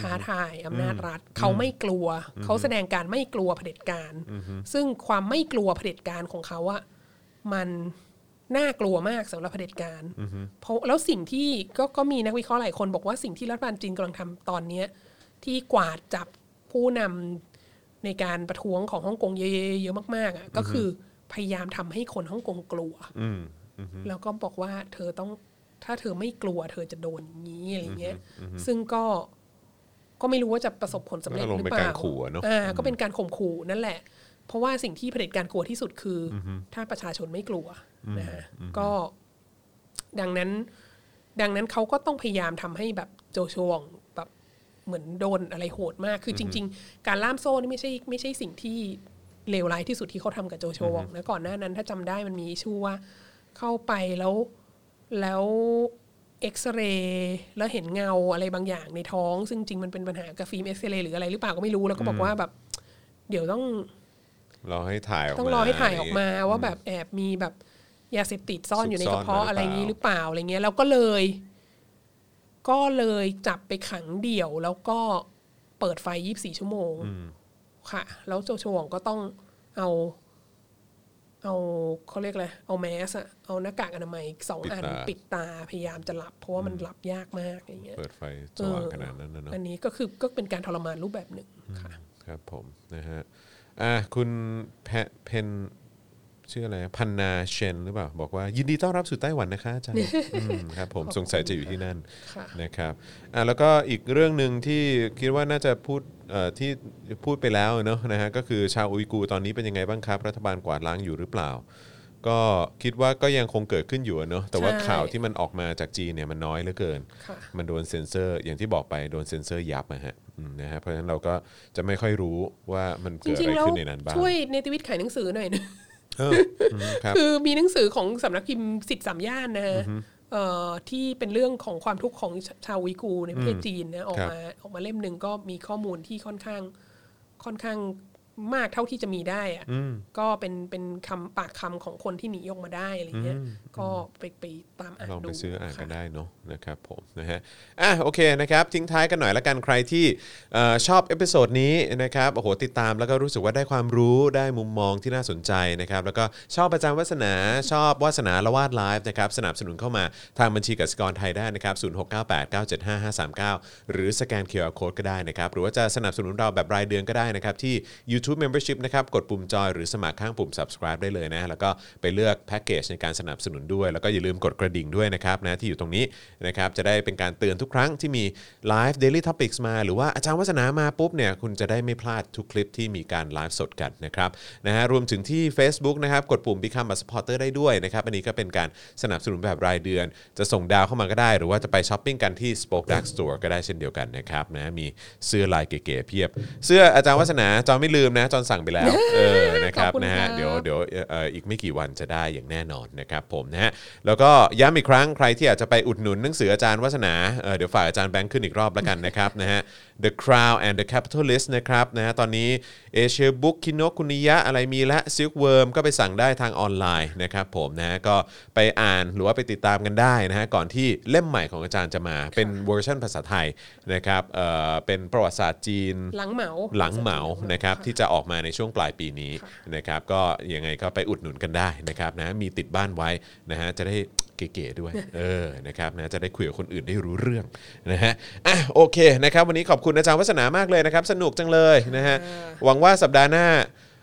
[SPEAKER 2] ท้าทายอำนาจรัฐ เขาไม่กลัว เขาแสดงการไม่กลัวเผด็จการ ซึ่งความไม่กลัวเผด็จการของเขาอะมันน่ากลัวมากสำหรับเผด็จการ เพราะแล้วสิ่งที่ก็ก็มีนักวิเคราะห์หลายคนบอกว่าสิ่งที่รัฐบาลจีนกำลังทำตอนเนี้ยที่กวาดจับผู้นำ ในการประท้วงของฮ่องกงเยอะๆเยอะๆมากๆอ่ะก็คือพยายามทำให้คนฮ่องกงกลัว
[SPEAKER 1] อืม
[SPEAKER 2] แล้วก็บอกว่าเธอต้องถ้าเธอไม่กลัว เธอจะโดนอย่างนี้อะไรเงี้ย ซึ่งก็ก็ไม่รู้ว่าจะประสบผลสำเร็จหรือ
[SPEAKER 1] อารมณ์
[SPEAKER 2] เป
[SPEAKER 1] เป็น
[SPEAKER 2] ล่า
[SPEAKER 1] การขู่อะเนอะ
[SPEAKER 2] อ่าก็เป็นการข่มขู่นั่นแหละ เพราะว่าสิ่งที่เผด็จการกลัวที่สุดคือ ถ้าประชาชนไม่กลัวนะฮะก็ดังนั้น ดังนั้นเขาก็ต้องพยายามทำให้แบบโจโชวองแบบเหมือนโดนอะไรโหดมาก คือจริง ๆ การล่ามโซ่นี่ไม่ใช่ไม่ใช่สิ่งที่เลวร้ายที่สุดที่เขาทำกับโจโชวองนะก่อนหน้านั้นถ้าจำได้มันมีชื่อว่าเข้าไปแล้วแล้วเอ็กซเรย์แล้วเห็นเงาอะไรบางอย่างในท้อง ซึ่งจริงมันเป็นปัญหากับฟิล์มเอ็กซเรย์หรืออะไรหรือเปล่าก็ไม่รู้แล้วก็บอกว่าแบบ เดี๋ยวต้อง
[SPEAKER 1] รอให้ถ่ายออกมา
[SPEAKER 2] ต้องรอให้ถ่ายออกมาว่าแบบแอบมีแบบยาเสพติดซ่อนอยู่ใน
[SPEAKER 1] ซุ
[SPEAKER 2] ก
[SPEAKER 1] ก
[SPEAKER 2] ระ
[SPEAKER 1] ซ่อน
[SPEAKER 2] เพาะ
[SPEAKER 1] มาหรืออ
[SPEAKER 2] อะไรอย่างนี้หรือเปล่าอะไรเงี้ยแล้วก็เลย ก็เลยจับไปขังเดี่ยว แล้วก็เปิดไฟยีิบสี่ชั่วโมงค่ะ แล้วโจโฉวองก็ต้องเอา เอาเขาเรียกอะไรเอาแมสอะเอาหน้ากากอนามัยสอง
[SPEAKER 1] ปิด
[SPEAKER 2] อัน
[SPEAKER 1] ตา
[SPEAKER 2] ปิดตาพยายามจะหลับ เพราะว่ามันหลับยากมากอย่างเงี้ย
[SPEAKER 1] เปิดไฟสว่างขนาดนั้นนะเนอะ
[SPEAKER 2] อันนี้ก็คือก็เป็นการทรมานรูปแบบหนึ่งค่ะ
[SPEAKER 1] ครับผมนะฮะอ่ะคุณแพะเพนชื่ออะไรพันนาเชนหรือเปล่า บอกว่ายินดีต้อนรับสู่ไต้หวันนะคะอาจารย์ [laughs] อืมครับผมสงสัยจะอยู่ที่นั่น
[SPEAKER 2] ค่ะ
[SPEAKER 1] นะครับอ่ะแล้วก็อีกเรื่องหนึ่งที่คิดว่าน่าจะพูดเอ่อที่พูดไปแล้วเนอะนะฮะก็คือชาวอุยกูร์ตอนนี้เป็นยังไงบ้างครับ รัฐบาลกวาดล้างอยู่หรือเปล่า ก็คิดว่าก็ยังคงเกิดขึ้นอยู่อะเนอะแต่ว่า
[SPEAKER 2] ใช่
[SPEAKER 1] ข่าวที่มันออกมาจากจีนเนี่ยมันน้อยเหลือเกิน
[SPEAKER 2] ค่ะ
[SPEAKER 1] มันโดนเซ็นเซอร์ อย่างที่บอกไปโดนเซ็นเซอร์ยับนะฮะอืมนะฮะเพราะฉะนั้นเราก็จะไม่ค่อยรู้ว่ามัน
[SPEAKER 2] จ
[SPEAKER 1] เกิดอะ
[SPEAKER 2] ริ
[SPEAKER 1] ไร
[SPEAKER 2] งๆแล้ว
[SPEAKER 1] ขึ้นในนั้นบ้าง
[SPEAKER 2] ช่วยในทวิตขายหนังสือหน่อยนะ
[SPEAKER 1] เอออืมครับ
[SPEAKER 2] คือมีหนังสือของสำนักพิมพ์สิทธิสามย่านนะฮะเอ่อที่เป็นเรื่องของความทุกข์ของชาวอุยกูร์ในประเทศจีนนะออก
[SPEAKER 1] ครับ
[SPEAKER 2] มาออกมาเล่มหนึ่งก็มีข้อมูลที่ค่อนข้างค่อนข้างมากเท่าที่จะมีได้อะก็เป็นเป็นคำปากคำของคนที่หนีออกมาได้อะไรเงี้ยก็ไปไปตามอ่าน
[SPEAKER 1] ลอง
[SPEAKER 2] ดู
[SPEAKER 1] ไปซื้ออ่านกัน
[SPEAKER 2] ค่ะ
[SPEAKER 1] ได้เนาะนะครับผมนะฮะอ่ะโอเคนะครับ ทิ้งท้ายกันหน่อยละกันใครที่เอ่อชอบเอพิโซดนี้นะครับโอ้โหติดตามแล้วก็รู้สึกว่าได้ความรู้ได้มุมมองที่น่าสนใจนะครับ แล้วก็ชอบประจำวาสนาชอบวาสนาละวาดไลฟ์นะครับสนับสนุนเข้ามาทางบัญชีกสิกรไทยได้นะครับ0698975539 หรือสแกน QR Code ก็ได้นะครับ หรือว่าจะสนับสนุนเราแบบรายเดือนก็ได้นะครับ ที่ YouTube Membership นะครับกดปุ่มจอยหรือสมัครข้างปุ่ม subscribe ได้เลยนะ แล้วก็ไปเลือกแพ็กเกจในการสนับสนุนด้วย แล้วก็อย่าลืมกดกระดิ่งด้วยนะครับนะที่อยู่ตรงนี้นะครับจะได้เป็นการเตือนทุกครั้งที่มี Live Daily Topics มา หรือว่าอาจารย์วัฒนามาปุ๊บเนี่ยคุณจะได้ไม่พลาดทุกคลิปที่มีการไลฟ์สดกันนะครับนะฮะรวมถึงที่ Facebook นะครับกดปุ่ม Become a supporter ได้ด้วยนะครับอันนี้ก็เป็นการสนับสนุนแบบรายเดือน จะส่งดาวเข้ามาก็ได้ หรือว่าจะไปช้อปปิ้งกันที่ Spoke Dark Store ก็ได้เช่นเดียวกันนะครับนะมีเสื้อลายเก๋ๆเพียบ เสื้ออาจารย์วัฒนาจอนไม่ลืมนะจอนสั่งไปแล้วเออนะครับ
[SPEAKER 2] ขอบคุณ
[SPEAKER 1] นะฮะ
[SPEAKER 2] ครับ
[SPEAKER 1] เดี๋ยว เดี๋ยวเอ่อเอ่ออีกไม่กี่วันจะได้อย่างแน่นอนนะครับผมนะฮะแล้วก็ย้ำอีกครั้งใครที่อยากจะไปอุดหนุนหนังสืออาจารย์วัฒนาเอ่อเดี๋ยวฝากอาจารย์แบงค์ขึ้นอีกรอบแล้วกันนะครับ นะฮะ The Crown and the Capitalist นะครับนะฮะตอนนี้เอเชียบุ๊กคินโนคุนิยะอะไรมีและซิลเวิร์มก็ไปสั่งได้ทางออนไลน์นะครับผมนะฮะก็ไปอ่านหรือว่าไปติดตามกันได้นะฮะก่อนที่เล่มใหม่ของอาจารย์จะมาเป็นเวอร์ชันภาษาไทยนะครับเอ่อเป็นประวัติศาสตร์จีน
[SPEAKER 2] หลังเหมา
[SPEAKER 1] หลังเหมานะครับที่จะออกมาในช่วงปลายปีนี้นะครับก็ยังไงก็ไปอุดหนุนกันได้นะครับนะมีติดบ้านไว้นะฮะจะได้เก๋ๆด้วย เออนะครับนะจะได้คุยกับคนอื่นได้รู้เรื่องนะฮะอ่ะโอเคนะครับวันนี้ขอบคุณอาจารย์วัฒนามากเลยนะครับ สนุกจังเลยนะฮะหวังว่าสัปดาห์หน้า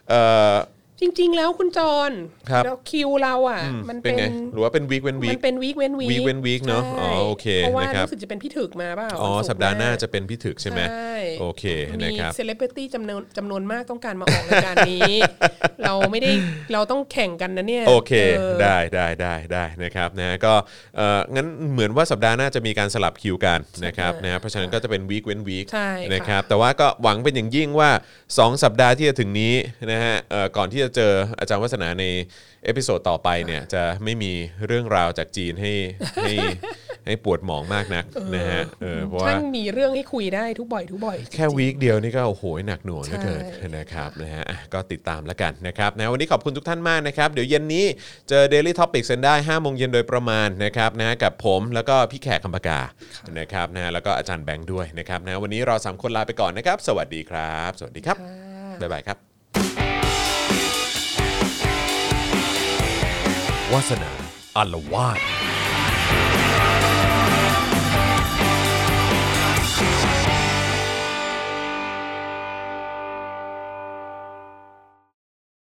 [SPEAKER 1] เอ่อ
[SPEAKER 2] จริง ๆ แล้วคุณจร
[SPEAKER 1] ครับ
[SPEAKER 2] แล้วคิวเราอ่ะ มัน
[SPEAKER 1] เป็น
[SPEAKER 2] เป็น
[SPEAKER 1] ไงหรือว่าเป็นวีคเว้นวี
[SPEAKER 2] มั
[SPEAKER 1] ค
[SPEAKER 2] นเป็นวีคเว้นวีค
[SPEAKER 1] week เว้น week เนอะอ๋อโอเค
[SPEAKER 2] เพราะว่า
[SPEAKER 1] นะครับ
[SPEAKER 2] รู้สึกจะเป็นพี่ถึกมาเปล่า
[SPEAKER 1] อ๋อ
[SPEAKER 2] วันกร์
[SPEAKER 1] สัปดาห์หน้า
[SPEAKER 2] น้
[SPEAKER 1] จะเป็นพี่ถึกใช่ไหม
[SPEAKER 2] ใช่
[SPEAKER 1] โอเค
[SPEAKER 2] มี
[SPEAKER 1] นะครับ
[SPEAKER 2] เซเลบริตี้จำนวนจำนวนมากต้องการมาออกรายการนี้
[SPEAKER 1] [laughs]
[SPEAKER 2] เราไม่ได้เราต้องแข่งกันนะเนี่ย
[SPEAKER 1] โอเค
[SPEAKER 2] ออ
[SPEAKER 1] ได้ได้ได้ได้นะครับนะก็เอ่องั้นเหมือนว่าสัปดาห์หน้าจะมีการสลับคิวกันนะครับนะฮะเพราะฉะนั้นก็จะเป็นวีคเว้นวีค
[SPEAKER 2] ใช่ค่ะ
[SPEAKER 1] นะครับแต่ว่าก็หวังเป็นอย่างยิ่งว่า 2 สัปดาห์ที่จะถึงนี้นะฮะเอ่อก่อนที่จะเจออาจารย์วัฒนาในเอพิโซดต่อไป
[SPEAKER 2] [laughs]
[SPEAKER 1] เนี่ยจะไม่มีเรื่องราวจากจีนให้ให้ให้ปวดหมองมากนักนะฮะเออเพราะว่า
[SPEAKER 2] ช่างมีเรื่องให้คุยได้ทุกบ่อยทุกบ่อย
[SPEAKER 1] แค่วีคเดียวนี่ก็โอ้โหหนักหน่วงเหลือเกิน
[SPEAKER 2] ใช่
[SPEAKER 1] นะครับนะฮะอ่ะก็ติดตามแล้วกันนะครับนะวันนี้ขอบคุณทุกท่านมากนะครับ เดี๋ยวเย็นนี้เจอ Daily Topics กันได้5โมงเย็นโดยประมาณนะครับนะกับผมแล้วก็พี่แขกคำปากานะครับนะแล้วก็อาจารย์แบงค์ด้วยนะครับนะวันนี้เราสามคนลาไปก่อนนะครับ สวัสดีครับ สวัสดีครับ บ๊ายบายครับ
[SPEAKER 3] วาสนาอารวาส